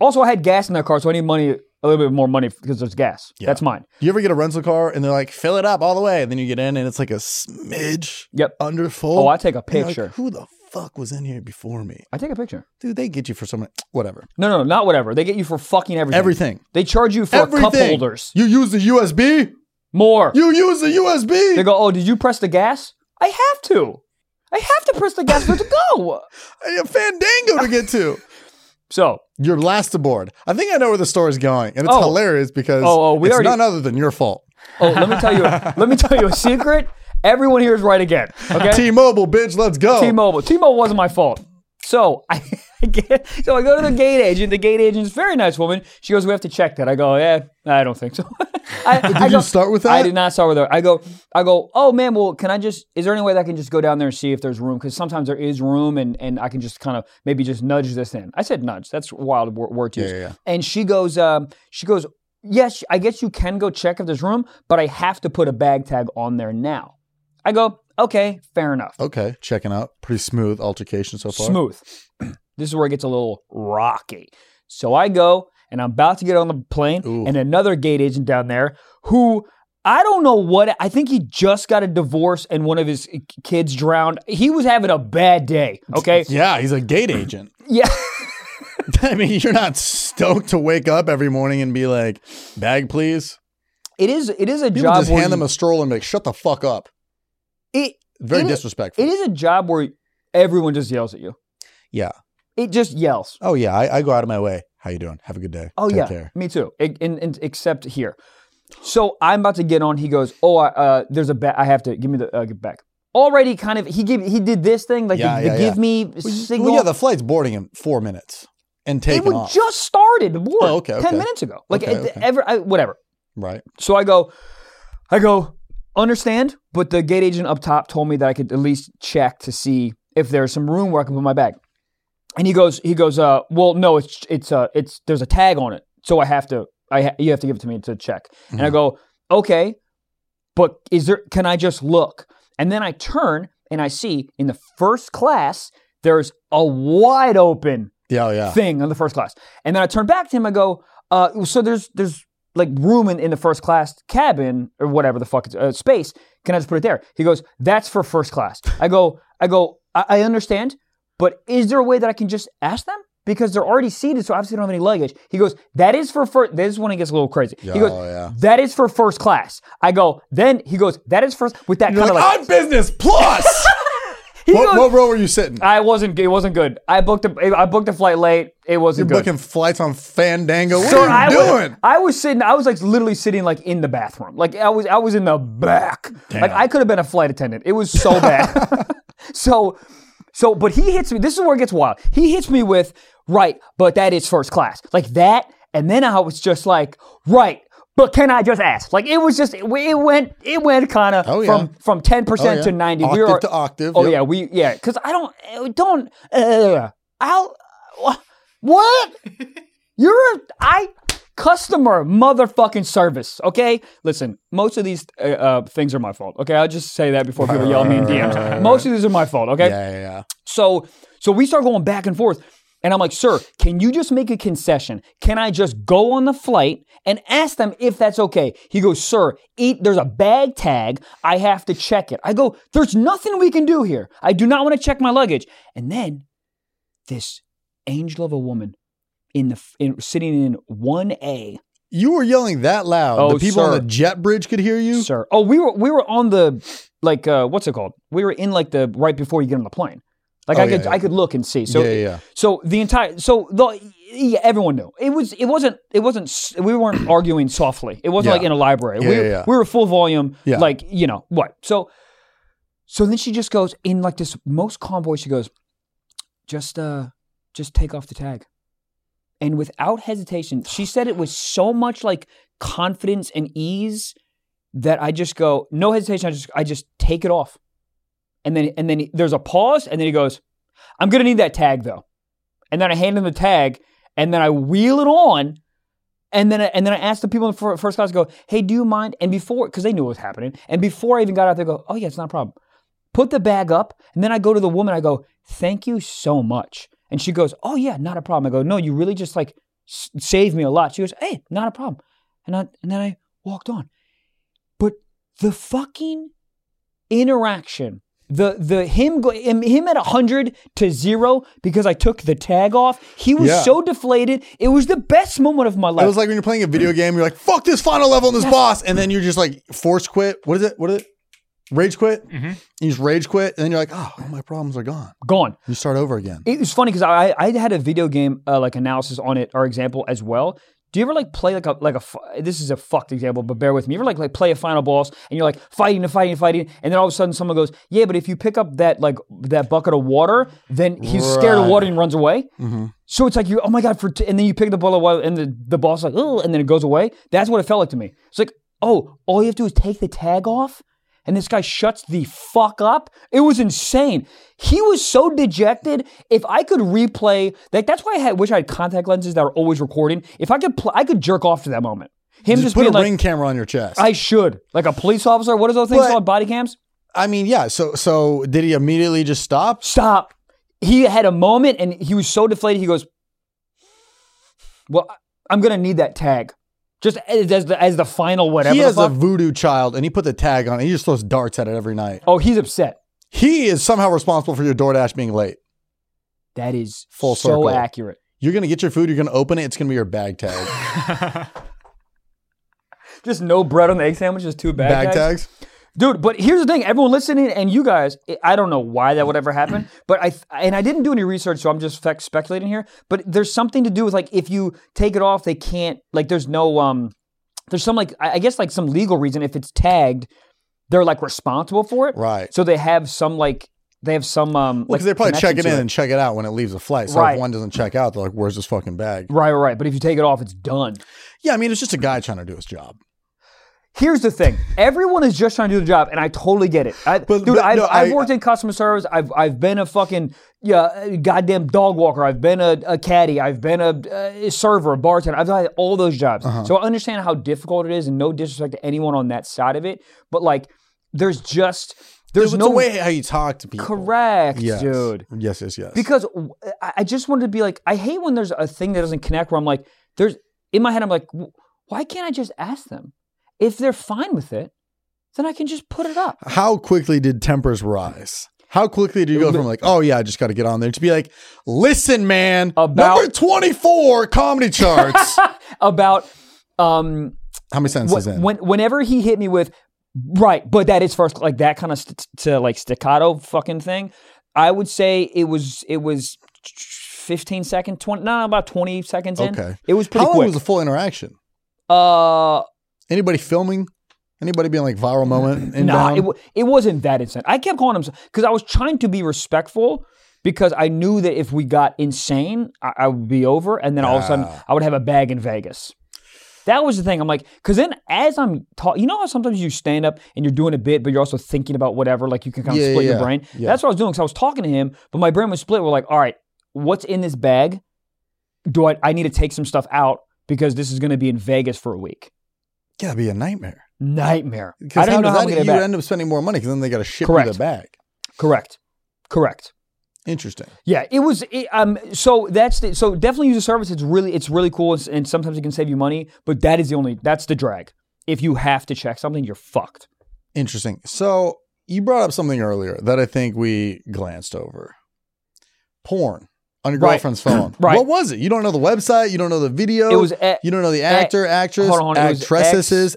Speaker 1: Also, I had gas in that car, so I need money, a little bit more money because there's gas.
Speaker 2: Yeah.
Speaker 1: That's mine.
Speaker 2: You ever get a rental car and they're like, fill it up all the way, and then you get in and it's like a smidge
Speaker 1: Yep.
Speaker 2: under full.
Speaker 1: Oh, I take a
Speaker 2: And you're like,
Speaker 1: picture.
Speaker 2: Who the fuck was in here before me?
Speaker 1: I take a picture.
Speaker 2: Dude, they get you for something. Whatever.
Speaker 1: No, no, no, not whatever. They get you for fucking everything.
Speaker 2: Everything.
Speaker 1: They charge you for cup
Speaker 2: Everything.
Speaker 1: holders.
Speaker 2: You use the USB.
Speaker 1: More.
Speaker 2: You use the USB.
Speaker 1: they go, oh, did you press the gas? I have to. I have to press the gas for it to go.
Speaker 2: I have Fandango to get to.
Speaker 1: So,
Speaker 2: You're last aboard. I think I know where the story's going, and it's
Speaker 1: Oh.
Speaker 2: hilarious because
Speaker 1: Oh, oh, we
Speaker 2: it's
Speaker 1: already-
Speaker 2: none other than your fault.
Speaker 1: oh, let me tell you, let me tell you a secret. Everyone here is right again. Okay.
Speaker 2: T-Mobile, bitch, let's go.
Speaker 1: T-Mobile. T-Mobile wasn't my fault. So I, I get, so I go to the gate agent. The gate agent's a very nice woman. She goes, "We have to check that." I go, "Yeah, I don't think so." I, did
Speaker 2: you start with
Speaker 1: I
Speaker 2: that?
Speaker 1: did not start with her. I go, I go. Oh man, well, can I just? Is there any way that I can just go down there and see if there's room? Because sometimes there is room, and and I can just kind of maybe just nudge this in. I said nudge. That's a wild wor- word to
Speaker 2: Yeah,
Speaker 1: use.
Speaker 2: yeah, yeah.
Speaker 1: And she goes, um, she goes, yes, I guess you can go check if there's room, but I have to put a bag tag on there now. I go, okay, fair enough.
Speaker 2: Okay, checking out. Pretty smooth altercation so far.
Speaker 1: Smooth. this is where it gets a little rocky. So I go and I'm about to get on the plane,
Speaker 2: Ooh.
Speaker 1: and another gate agent down there who I don't know what I think he just got a divorce and one of his kids drowned. He was having a bad day. Okay.
Speaker 2: Yeah, he's a gate agent.
Speaker 1: yeah.
Speaker 2: I mean, you're not stoked to wake up every morning and be like, bag, please.
Speaker 1: It is it is a
Speaker 2: People
Speaker 1: job
Speaker 2: just
Speaker 1: where
Speaker 2: hand them
Speaker 1: you-
Speaker 2: a stroller and be like, shut the fuck up.
Speaker 1: it,
Speaker 2: Very
Speaker 1: It is-
Speaker 2: disrespectful.
Speaker 1: it is a job where everyone just yells at you.
Speaker 2: Yeah.
Speaker 1: It just yells.
Speaker 2: Oh, yeah, I, I go out of my way. How you doing? Have a good day.
Speaker 1: Oh
Speaker 2: Take
Speaker 1: yeah,
Speaker 2: care.
Speaker 1: me too. I- in- in- except here, so I'm about to get on. He goes, "Oh, I, uh, there's a bet. I have to give me the uh, get back." Already, kind of. He gave. He did this thing like
Speaker 2: Yeah,
Speaker 1: the, the
Speaker 2: yeah,
Speaker 1: give
Speaker 2: yeah.
Speaker 1: me
Speaker 2: Well,
Speaker 1: signal.
Speaker 2: yeah, the flight's boarding in four minutes
Speaker 1: it
Speaker 2: and taking
Speaker 1: was
Speaker 2: off.
Speaker 1: just started. to board
Speaker 2: Oh, okay,
Speaker 1: ten
Speaker 2: okay.
Speaker 1: minutes ago. Like
Speaker 2: Okay,
Speaker 1: it,
Speaker 2: okay.
Speaker 1: ever, I, whatever.
Speaker 2: right.
Speaker 1: So I go, I go, understand. But the gate agent up top told me that I could at least check to see if there's some room where I can put my bag. And he goes, he goes, uh, well, no, it's it's uh, it's there's a tag on it, so I have to, I ha- you have to give it to me to check. And I
Speaker 2: Mhm.
Speaker 1: go, okay, but is there? Can I just look? And then I turn and I see in the first class there's a wide open
Speaker 2: Yeah, oh, yeah.
Speaker 1: thing on the first class. And then I turn back to him. I go, uh, so there's there's like room in, in the first class cabin or whatever the fuck it's, uh, space. Can I just put it there? He goes, that's for first class. I go, I go, I, I understand, but is there a way that I can just ask them? Because they're already seated, so obviously they don't have any luggage. He goes, that is for first. This is when it gets a little crazy.
Speaker 2: Yeah,
Speaker 1: he goes,
Speaker 2: oh, yeah.
Speaker 1: that is for first class. I go, then he goes, that is first with that
Speaker 2: You're
Speaker 1: kind
Speaker 2: like,
Speaker 1: of like.
Speaker 2: on business plus.
Speaker 1: he
Speaker 2: what,
Speaker 1: goes-
Speaker 2: what row were you sitting?
Speaker 1: I wasn't. It wasn't good. I booked a. I booked a flight late. It wasn't
Speaker 2: You're
Speaker 1: good.
Speaker 2: booking flights on Fandango. What
Speaker 1: So
Speaker 2: are
Speaker 1: I
Speaker 2: you
Speaker 1: was,
Speaker 2: doing?
Speaker 1: I was sitting. I was like literally sitting like in the bathroom. Like I was. I was in the back. Like I could have been a flight attendant. It was so bad. so, so. But he hits me. This is where it gets wild. He hits me with right, but that is first class. Like that, and then I was just like right. But can I just ask? Like it was just it, it went it went kind of
Speaker 2: Oh, yeah.
Speaker 1: from from ten percent
Speaker 2: Oh,
Speaker 1: to
Speaker 2: yeah.
Speaker 1: ninety.
Speaker 2: Octave
Speaker 1: we are
Speaker 2: to octave.
Speaker 1: oh
Speaker 2: yep.
Speaker 1: yeah we yeah because I don't uh, don't uh, I'll wha- what you're a I customer motherfucking service. Okay, listen, most of these uh, uh, things are my fault. Okay, I'll just say that before people yell at me in DMs. Most of these are my fault. Okay,
Speaker 2: Yeah, yeah, yeah.
Speaker 1: so so we start going back and forth. And I'm like, sir, can you just make a concession? Can I just go on the flight and ask them if that's okay? He goes, sir, eat, there's a bag tag. I have to check it. I go, there's nothing we can do here. I do not want to check my luggage. And then this angel of a woman in the in, sitting in 1A
Speaker 2: You were yelling that loud.
Speaker 1: Oh,
Speaker 2: the people on
Speaker 1: sir.
Speaker 2: the jet bridge could hear you.
Speaker 1: sir. Oh, we were we were on the like uh, what's it called? We were in like the right before you get on the plane. Like
Speaker 2: Oh,
Speaker 1: I
Speaker 2: yeah,
Speaker 1: could
Speaker 2: yeah.
Speaker 1: I could look and see. So
Speaker 2: yeah, yeah, yeah.
Speaker 1: so the entire so the yeah, everyone knew it was it wasn't it wasn't s- we weren't arguing softly. It wasn't
Speaker 2: Yeah.
Speaker 1: like in a library.
Speaker 2: Yeah,
Speaker 1: we,
Speaker 2: yeah, yeah.
Speaker 1: we were full volume.
Speaker 2: Yeah.
Speaker 1: Like you know what? So so then she just goes in like this most calm voice. She goes, just uh just take off the tag. And without hesitation, she said it with so much like confidence and ease that I just go, no hesitation, I just I just take it off. And then and then he- there's a pause and then he goes, I'm gonna need that tag though. And then I hand him the tag and then I wheel it on. And then, I, and then I asked the people in the fir- first class, I go, hey, do you mind? And before, because they knew what was happening. And before I even got out there, I go, oh, yeah, it's not a problem. Put the bag up. And then I go to the woman, I go, thank you so much. And she goes, oh, yeah, not a problem. I go, no, you really just like s- saved me a lot. She goes, hey, not a problem. And, I, and then I walked on. But the fucking interaction, the the him go, him, him at 100 to 0 because I took the tag off, he was
Speaker 2: Yeah.
Speaker 1: so deflated. It was the best moment of my life.
Speaker 2: It was like when you're playing a video game, you're like, fuck this final level and this boss. And then you're just like, force quit. What is it? What is it? Rage quit. You just rage quit. And then you're like, oh, all my problems are gone.
Speaker 1: gone.
Speaker 2: You start over again.
Speaker 1: It was funny because I I had a video game uh, like analysis on it or example as well. Do you ever like play like a like a fi- this is a fucked example, but bear with me. You ever like like play a final boss and you're like fighting and fighting and fighting, and then all of a sudden someone goes, "Yeah, but if you pick up that like that bucket of water, then he's scared of
Speaker 2: Right. Mm-hmm.
Speaker 1: water and runs away." So it's like you, oh my god, for t-, and then you pick the bullet while- and the, the boss like, oh, and then it goes away. That's what it felt like to me. It's like, oh, all you have to do is take the tag off, and this guy shuts the fuck up. It was insane. He was so dejected. If I could replay, like that's why I had, wish I had contact lenses that are always recording. If I could, pl- I could jerk off to that moment. Him
Speaker 2: Just,
Speaker 1: just,
Speaker 2: put a
Speaker 1: being like,
Speaker 2: ring camera on your chest.
Speaker 1: I should, like a police officer. What are those things
Speaker 2: But-
Speaker 1: called? Body cams.
Speaker 2: I mean, yeah. So, so did he immediately just stop?
Speaker 1: stop. He had a moment and he was so deflated. He goes, Well, I- I'm going to need that tag. Just as, as, the, as the final whatever.
Speaker 2: He
Speaker 1: the
Speaker 2: has a
Speaker 1: fuck.
Speaker 2: voodoo child and he put the tag on it. He just throws darts at it every night.
Speaker 1: oh, he's upset.
Speaker 2: He is somehow responsible for your DoorDash being late.
Speaker 1: That is
Speaker 2: Full
Speaker 1: so
Speaker 2: circle.
Speaker 1: accurate.
Speaker 2: You're going to get your food. You're going to open it. It's going to be your bag tag.
Speaker 1: Just no bread on the egg sandwich, just two bag,
Speaker 2: bag
Speaker 1: tags.
Speaker 2: tags?
Speaker 1: Dude, but here's the thing everyone listening and you guys, I- I don't know why that would ever happen, but I, and I didn't do any research, so I'm just spec- speculating here. But there's something to do with like if you take it off, they can't, like, there's no, um, there's some like, I I guess like some legal reason if it's tagged, they're like responsible for it.
Speaker 2: Right.
Speaker 1: So they have some like they have some um like
Speaker 2: Because they probably check it
Speaker 1: connection
Speaker 2: in
Speaker 1: to
Speaker 2: and check it out when it leaves the flight. So
Speaker 1: Right.
Speaker 2: if one doesn't check out, they're like, where's this fucking bag?
Speaker 1: Right, right, right. But if you take it off, it's done.
Speaker 2: Yeah, I mean, it's just a guy trying to do his job.
Speaker 1: Here's the thing: everyone is just trying to do the job, and I totally get it. I,
Speaker 2: But-
Speaker 1: dude,
Speaker 2: but
Speaker 1: I've,
Speaker 2: no, I-
Speaker 1: I've worked in customer service. I've I've been a fucking yeah, goddamn dog walker. I've been a, a caddy. I've been a, uh server, a bartender. I've had all those jobs,
Speaker 2: Uh-huh.
Speaker 1: so I understand how difficult it is, and no disrespect to anyone on that side of it. But like, there's just there's
Speaker 2: It's
Speaker 1: no
Speaker 2: the way how you talk to people.
Speaker 1: correct,
Speaker 2: Yes.
Speaker 1: dude.
Speaker 2: Yes, yes, yes.
Speaker 1: Because w- I I just wanted to be like, I hate when there's a thing that doesn't connect where I'm like, there's, in my head, I'm like, "W- why can't I just ask them? If they're fine with it, then I can just put it up.
Speaker 2: how quickly did tempers rise? How quickly do you go from like, oh yeah, I just got to get on there to be like, listen, man,
Speaker 1: About-
Speaker 2: number 24 comedy charts?
Speaker 1: About, um,
Speaker 2: how many sentences
Speaker 1: wh-
Speaker 2: in?
Speaker 1: when, whenever he hit me with, right, but that is first, like that kind of st- to like staccato fucking thing, I would say it was, it was 15 seconds, 20, no, about 20 seconds in.
Speaker 2: Okay.
Speaker 1: It was pretty
Speaker 2: how long
Speaker 1: quick.
Speaker 2: was the full interaction?
Speaker 1: uh,
Speaker 2: Anybody filming? Anybody being like viral moment?
Speaker 1: Nah,
Speaker 2: inbound?
Speaker 1: it, w- it wasn't that insane. I kept calling him because I was trying to be respectful because I knew that if we got insane, I, I would be over, and then all of a sudden
Speaker 2: Ah.
Speaker 1: I would have a bag in Vegas. That was the thing. I'm like, because then as I'm talking, you know how sometimes you stand up and you're doing a bit, but you're also thinking about whatever, like you can kind of
Speaker 2: Yeah,
Speaker 1: split
Speaker 2: yeah,
Speaker 1: your brain.
Speaker 2: yeah.
Speaker 1: That's what I was doing because I was talking to him, but my brain was split. We're like, all right, what's in this bag? Do I, I need to take some stuff out because this is going to be in Vegas for a week?
Speaker 2: Gotta be a nightmare.
Speaker 1: Nightmare. I
Speaker 2: Because
Speaker 1: don't
Speaker 2: how
Speaker 1: even know
Speaker 2: does
Speaker 1: how I'm going
Speaker 2: that,
Speaker 1: to
Speaker 2: you
Speaker 1: get it back.
Speaker 2: end up spending more money because then they got to ship you
Speaker 1: Correct.
Speaker 2: the bag.
Speaker 1: Correct. Correct.
Speaker 2: Interesting.
Speaker 1: Yeah, it was. It, um, so that's the, so definitely use a service. It's really it's really cool, and, and sometimes it can save you money. But that is the only that's the drag. If you have to check something, you're fucked.
Speaker 2: Interesting. So you brought up something earlier that I think we glanced over. Porn. on your
Speaker 1: Right.
Speaker 2: girlfriend's phone.
Speaker 1: Right.
Speaker 2: What was it? You don't know the website. You don't know the video.
Speaker 1: It was a-
Speaker 2: you don't know the actor, actress,
Speaker 1: hold on, it was
Speaker 2: actresses,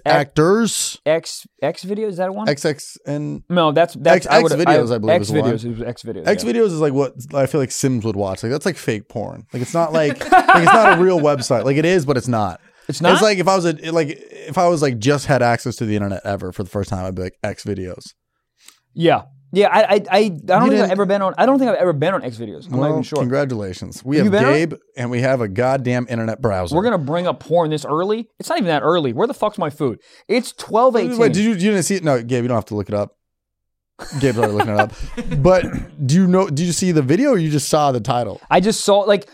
Speaker 1: X- X-
Speaker 2: actors.
Speaker 1: X X video is that one?
Speaker 2: XX and
Speaker 1: no, that's that's
Speaker 2: X-
Speaker 1: I would-
Speaker 2: Xvideos, I believe,
Speaker 1: X
Speaker 2: is one.
Speaker 1: videos. It was X videos.
Speaker 2: X videos is like what I feel like Sims would watch. Like that's like fake porn. Like it's not like, like it's not a real website. Like it is, but it's not.
Speaker 1: It's not?
Speaker 2: It's like if I was a like if I was like just had access to the internet ever for the first time, I'd be like X videos.
Speaker 1: Yeah. Yeah, I, I, I, I don't think I've
Speaker 2: didn't-
Speaker 1: ever been on. I don't think I've ever been on X videos. I'm not
Speaker 2: Well,
Speaker 1: even sure.
Speaker 2: congratulations. We
Speaker 1: Have
Speaker 2: have
Speaker 1: you been on it?
Speaker 2: Gabe and we have a goddamn internet browser.
Speaker 1: We're gonna bring up porn this early. It's not even that early. Where the fuck's my food? It's twelve eighteen.
Speaker 2: Wait, did you you didn't see it? No, Gabe, you don't have to look it up. Gabe's already looking it up. But do you know? Did you see the video? or You just saw the title.
Speaker 1: I just saw like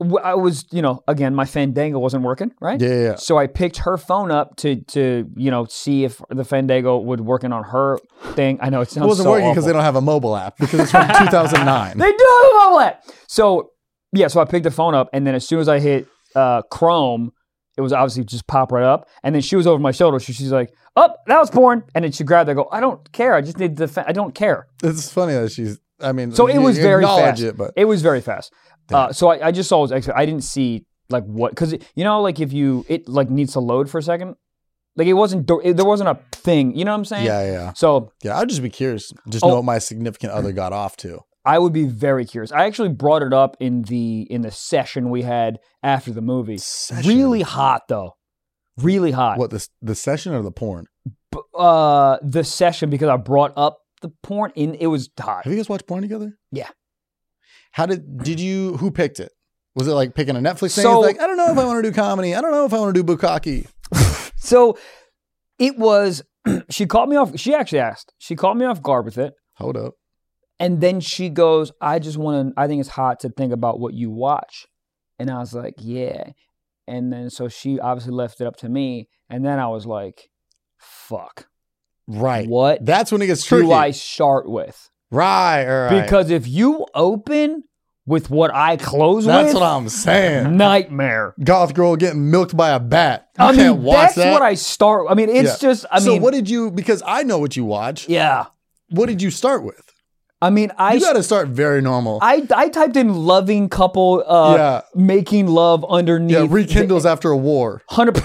Speaker 1: w- I was, you know, again my Fandango wasn't working, right?
Speaker 2: Yeah, yeah, yeah.
Speaker 1: So I picked her phone up to to you know see if the Fandango would working on her thing. I know it sounds
Speaker 2: It wasn't
Speaker 1: so
Speaker 2: working because
Speaker 1: awful.
Speaker 2: they don't have a mobile app because it's from 2009.
Speaker 1: They do have a mobile app. So yeah, so I picked the phone up, and then as soon as I hit uh, Chrome, it was obviously just pop right up. And then she was over my shoulder, so she's like, "Up, oh, that was porn." And then she grabbed. it. I go, "I don't care. I just need the. Fa- I don't care."
Speaker 2: It's funny that she's. I mean,
Speaker 1: So it
Speaker 2: you-
Speaker 1: was
Speaker 2: you
Speaker 1: very
Speaker 2: acknowledge
Speaker 1: fast.
Speaker 2: it, but
Speaker 1: was very fast. Uh, so I, I just saw it was extra. I didn't see like what because you know like if you it like needs to load for a second, like it wasn't do- it, there wasn't a thing. You know what I'm
Speaker 2: yeah,
Speaker 1: saying?
Speaker 2: yeah, yeah.
Speaker 1: So
Speaker 2: yeah. I'd just be curious, just
Speaker 1: Oh.
Speaker 2: know what my significant other got off to.
Speaker 1: I would be very curious. I actually brought it up in the in the session we had after the movie.
Speaker 2: Session.
Speaker 1: Really hot though. Really hot.
Speaker 2: What the the session or the porn?
Speaker 1: B- uh the session because I brought up the porn in it was hot.
Speaker 2: Have you guys watched porn together?
Speaker 1: Yeah.
Speaker 2: How did did you? Who picked it? Was it like picking a Netflix thing?
Speaker 1: So-
Speaker 2: It's like I don't know if I want to do comedy. I don't know if I want to do bukkake.
Speaker 1: So it was she caught me off she actually asked. She caught me off guard with it.
Speaker 2: Hold up.
Speaker 1: And then she goes, I just want to, I think it's hot to think about what you watch. And I was like, yeah. And then so she obviously left it up to me. And then I was like, fuck.
Speaker 2: Right.
Speaker 1: What
Speaker 2: That's when it gets tricky.
Speaker 1: do I start with?
Speaker 2: Right. all right.
Speaker 1: Because if you open with what I close
Speaker 2: that's
Speaker 1: with,
Speaker 2: what I'm saying.
Speaker 1: nightmare.
Speaker 2: Goth girl getting milked by a bat. You
Speaker 1: I mean,
Speaker 2: can't watch
Speaker 1: that's
Speaker 2: that.
Speaker 1: what I start. I mean, it's
Speaker 2: Yeah.
Speaker 1: just, I
Speaker 2: so
Speaker 1: mean,
Speaker 2: what did you? Because I know what you watch.
Speaker 1: yeah.
Speaker 2: What did you start with?
Speaker 1: I mean, I,
Speaker 2: You got to start very normal.
Speaker 1: I, I typed in loving couple, uh,
Speaker 2: yeah.
Speaker 1: making love underneath.
Speaker 2: Yeah, rekindles after a war.
Speaker 1: Hundred.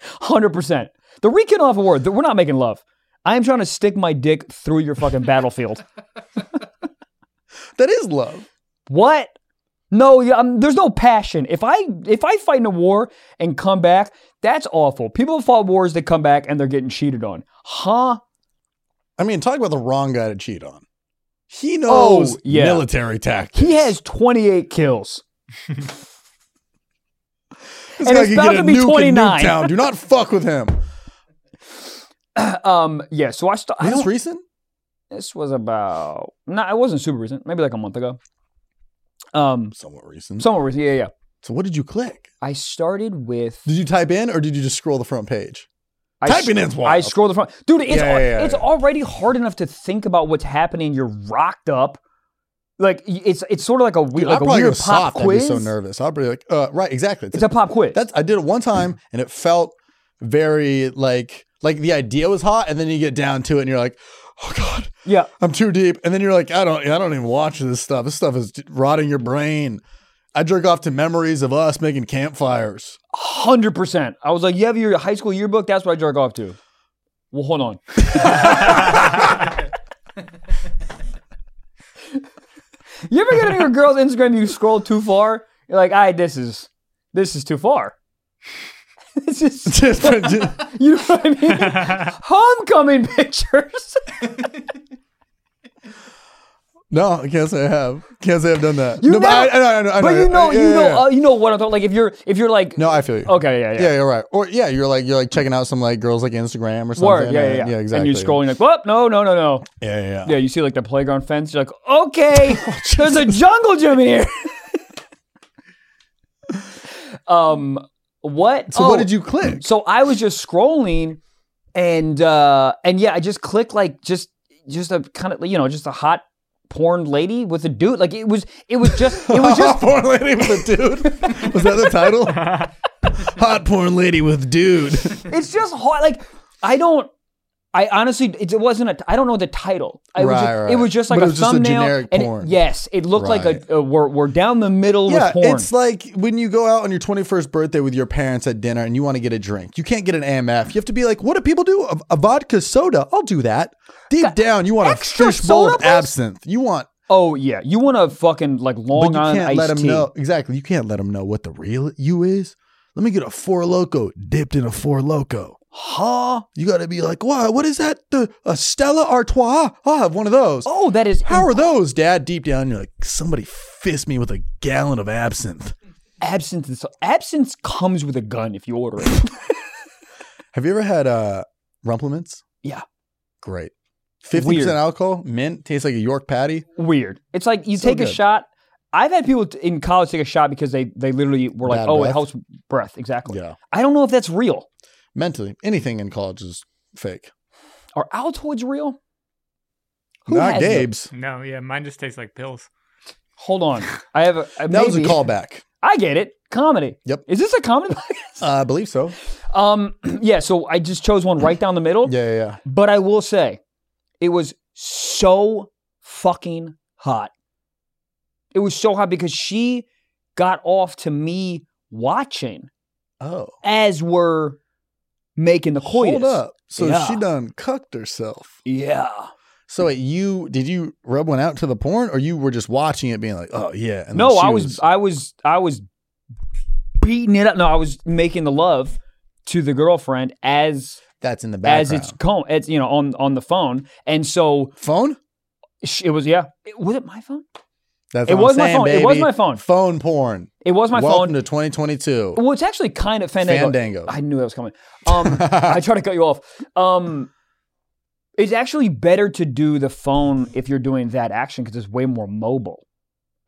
Speaker 1: Hundred percent. The rekindle off award. that We're not making love. I am trying to stick my dick through your fucking battlefield.
Speaker 2: That is love.
Speaker 1: What? No, yeah, um, there's no passion. If I if I fight in a war and come back, that's awful. People have fought wars, they come back and they're getting cheated on. Huh?
Speaker 2: I mean, talk about the wrong guy to cheat on. He knows
Speaker 1: Oh, yeah.
Speaker 2: military tactics.
Speaker 1: He has 28 kills.
Speaker 2: This
Speaker 1: and
Speaker 2: guy
Speaker 1: it's
Speaker 2: could
Speaker 1: about
Speaker 2: get
Speaker 1: to
Speaker 2: a
Speaker 1: be
Speaker 2: nuke in
Speaker 1: 29.
Speaker 2: Nuketown. Do not fuck with him.
Speaker 1: Um, yeah. So I st- I
Speaker 2: Is
Speaker 1: don't
Speaker 2: this recent?
Speaker 1: This was about. No, it wasn't super recent. Maybe like a month ago. Um,
Speaker 2: Somewhat recent. So,
Speaker 1: somewhere. recent. Yeah, yeah.
Speaker 2: what did you click?
Speaker 1: I started with.
Speaker 2: Did you type in or did you just scroll the front page?
Speaker 1: I
Speaker 2: Typing in's wild.
Speaker 1: I scroll the front, dude. It's
Speaker 2: Yeah, yeah, yeah,
Speaker 1: it's
Speaker 2: yeah.
Speaker 1: already hard enough to think about what's happening. You're rocked up, like y- it's it's sort of like a we-
Speaker 2: Dude,
Speaker 1: like
Speaker 2: I'd
Speaker 1: a
Speaker 2: probably go
Speaker 1: weird pop
Speaker 2: soft. I'd be
Speaker 1: quiz.
Speaker 2: so nervous. I'd be like, uh, right, exactly.
Speaker 1: It's a pop quiz.
Speaker 2: That's I did it one time and it felt very like like the idea was hot, and then you get down to it and you're like, oh god,
Speaker 1: yeah,
Speaker 2: I'm too deep. And then you're like, I don't, I don't even watch this stuff. This stuff is rotting your brain. I jerk off to memories of us making campfires.
Speaker 1: hundred percent. I was like, you have your high school yearbook. That's what I jerk off to. Well, hold on. you ever get on your girl's Instagram? You scroll too far. You're like, I this is this is too far. this is
Speaker 2: Just- just-
Speaker 1: you know what I mean. Homecoming pictures.
Speaker 2: no, I can't say I have. Can't say I've done that.
Speaker 1: You
Speaker 2: no, but I,
Speaker 1: never-
Speaker 2: I know, I know, I
Speaker 1: But you know,
Speaker 2: Yeah,
Speaker 1: you
Speaker 2: yeah,
Speaker 1: know,
Speaker 2: yeah.
Speaker 1: Uh, you know what I'm talking. Like if you're, if you're like,
Speaker 2: no, I feel you.
Speaker 1: okay, yeah, yeah,
Speaker 2: Yeah, you're right. Or yeah, you're like you're like checking out some like girls like Instagram or something.
Speaker 1: Word, yeah, yeah,
Speaker 2: and-
Speaker 1: yeah,
Speaker 2: exactly.
Speaker 1: And you're scrolling like, whoop, no, no, no, no.
Speaker 2: Yeah, yeah, yeah.
Speaker 1: Yeah, you see like the playground fence. You're like, okay, there's a jungle gym here. um, what?
Speaker 2: So
Speaker 1: oh,
Speaker 2: what did you click?
Speaker 1: So I was just scrolling, and uh and yeah, I just clicked like just just a kind of you know just a hot porn lady with a dude. Like it was it was just it was just
Speaker 2: porn lady with a dude. Was that the title? Hot porn lady with dude.
Speaker 1: it's just hard. Like I don't. I honestly, it it wasn't a. I don't know the title. I was
Speaker 2: Right,
Speaker 1: just,
Speaker 2: right.
Speaker 1: It was just like
Speaker 2: But it
Speaker 1: a
Speaker 2: was just a
Speaker 1: thumbnail.
Speaker 2: generic
Speaker 1: and it-
Speaker 2: porn.
Speaker 1: yes, it looked like
Speaker 2: Right.
Speaker 1: a, a we're, we're down the middle
Speaker 2: Yeah,
Speaker 1: with porn.
Speaker 2: it's like when you go out on your 21st birthday with your parents at dinner and you want to get a drink. You can't get an AMF. You have to be like, what do people do? A, a vodka soda. I'll do that. Deep down, you want a
Speaker 1: extra
Speaker 2: fish bowl
Speaker 1: soda,
Speaker 2: of
Speaker 1: please?
Speaker 2: absinthe. You want,
Speaker 1: oh yeah, you want a fucking like
Speaker 2: but
Speaker 1: Long
Speaker 2: you
Speaker 1: Island
Speaker 2: can't let
Speaker 1: iced
Speaker 2: them
Speaker 1: tea?
Speaker 2: know. Exactly. You can't let them know what the real you is. Let me get a Four Loco dipped in a Four Loco.
Speaker 1: Huh?
Speaker 2: You got to be like, wow, what is that? The, a Stella Artois? I'll have one of those.
Speaker 1: Oh, that is
Speaker 2: How are those, Dad? Deep down, you're like, somebody fist me with a gallon of absinthe.
Speaker 1: absinthe. and so- Absinthe comes with a gun if you order it.
Speaker 2: Have you ever had uh rumplements?
Speaker 1: Yeah.
Speaker 2: Great. 50%
Speaker 1: Weird.
Speaker 2: alcohol, mint, tastes like a York patty.
Speaker 1: Weird. It's like you
Speaker 2: So
Speaker 1: take a
Speaker 2: good.
Speaker 1: shot. I've had people t- in college take a shot because they they literally were like,
Speaker 2: Bad
Speaker 1: "Oh, it
Speaker 2: breath?
Speaker 1: helps breath." Exactly.
Speaker 2: Yeah.
Speaker 1: I don't know if that's real.
Speaker 2: Mentally, anything in college is fake.
Speaker 1: Are Altoids real?
Speaker 2: Not
Speaker 1: has the-
Speaker 2: Gabe's.
Speaker 3: No, yeah, mine just tastes like pills.
Speaker 1: Hold on. I have a. I-
Speaker 2: That was a
Speaker 1: maybe-
Speaker 2: callback.
Speaker 1: I get it. Comedy.
Speaker 2: Yep.
Speaker 1: Is this a comedy? podcast?
Speaker 2: Uh, I believe so.
Speaker 1: um. Yeah. So I just chose one right down the middle.
Speaker 2: Yeah, yeah, yeah.
Speaker 1: But I will say, it was so fucking hot. It was so hot because she got off to me watching
Speaker 2: Oh.
Speaker 1: as we're making the coitus.
Speaker 2: Hold up. So
Speaker 1: Yeah.
Speaker 2: she done cucked herself.
Speaker 1: Yeah.
Speaker 2: So wait, you did you rub one out to the porn or you were just watching it being like, oh yeah. and then
Speaker 1: no,
Speaker 2: she
Speaker 1: I was, uh, I was, I was beating it up. No, I was making the love to the girlfriend as
Speaker 2: that's in the
Speaker 1: as
Speaker 2: background.
Speaker 1: it's going, it's you know on on the phone, and so
Speaker 2: phone?
Speaker 1: sh- it was yeah. It, was it my phone?
Speaker 2: That's
Speaker 1: It
Speaker 2: what I'm
Speaker 1: was my
Speaker 2: saying,
Speaker 1: phone. It was
Speaker 2: baby.
Speaker 1: my phone.
Speaker 2: Phone porn.
Speaker 1: It was my
Speaker 2: Welcome
Speaker 1: phone.
Speaker 2: to 2022.
Speaker 1: Well, it's actually kind of Fandango.
Speaker 2: Fandango.
Speaker 1: I knew that was coming. Um, I tried to cut you off. Um, it's actually better to do the phone if you're doing that action because it's way more mobile.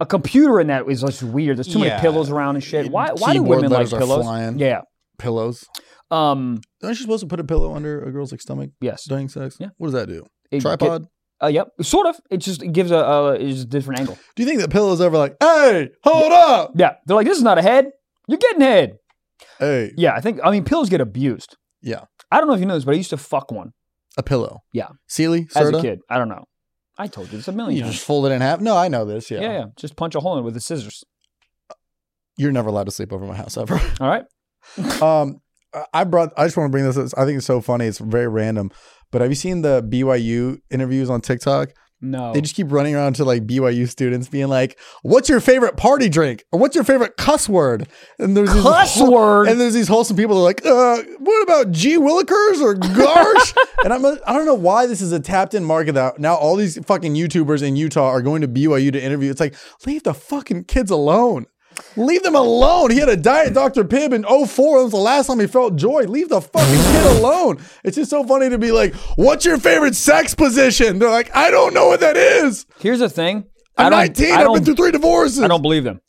Speaker 1: A computer in that is just weird. There's too
Speaker 2: Yeah.
Speaker 1: many pillows around and shit. Why? Why do
Speaker 2: Keyboard
Speaker 1: women like
Speaker 2: letters are
Speaker 1: pillows?
Speaker 2: flying.
Speaker 1: Yeah.
Speaker 2: pillows.
Speaker 1: Um.
Speaker 2: Aren't you supposed to put a pillow under a girl's like stomach
Speaker 1: Yes.
Speaker 2: during sex?
Speaker 1: Yeah.
Speaker 2: What does that do?
Speaker 1: It
Speaker 2: Tripod?
Speaker 1: get- uh, yep. Sort of. It just it gives a uh, it's a different angle.
Speaker 2: do you think that pillow's ever like, hey, hold up?
Speaker 1: Yeah. They're like, this is not a head. You're getting head.
Speaker 2: Hey,
Speaker 1: Yeah, I think I mean pillows get abused.
Speaker 2: Yeah.
Speaker 1: I don't know if you know this, but I used to fuck one
Speaker 2: a pillow.
Speaker 1: Yeah.
Speaker 2: Sealy,
Speaker 1: as
Speaker 2: Serta?
Speaker 1: a kid. I don't know. I told you this a million
Speaker 2: You
Speaker 1: times.
Speaker 2: just fold it in half. No, I know this. Yeah.
Speaker 1: yeah. yeah, Just punch a hole in it with the scissors.
Speaker 2: You're never allowed to sleep over my house ever.
Speaker 1: All right.
Speaker 2: um, I- I brought, I just want to bring this up. I think it's so funny. It's very random. But have you seen the BYU interviews on TikTok?
Speaker 1: No.
Speaker 2: They just keep running around to like BYU students being like, what's your favorite party drink? Or what's your favorite cuss word? And there's
Speaker 1: Cuss
Speaker 2: these whole-
Speaker 1: word.
Speaker 2: And there's these wholesome people that are like, uh, what about G Willikers or Garsh? and I'm, I don't know why this is a tapped in market that now all these fucking YouTubers in Utah are going to BYU to interview. It's like, leave the fucking kids alone. Leave them alone. He had a diet Dr. Pibb in 04. That was the last time he felt joy. Leave the fucking kid alone. It's just so funny to be like, what's your favorite sex position? They're like, I don't know what that is.
Speaker 1: Here's the thing.
Speaker 2: I'm
Speaker 1: I am
Speaker 2: 19.
Speaker 1: I
Speaker 2: I've
Speaker 1: don't,
Speaker 2: been through three divorces.
Speaker 1: I don't believe them.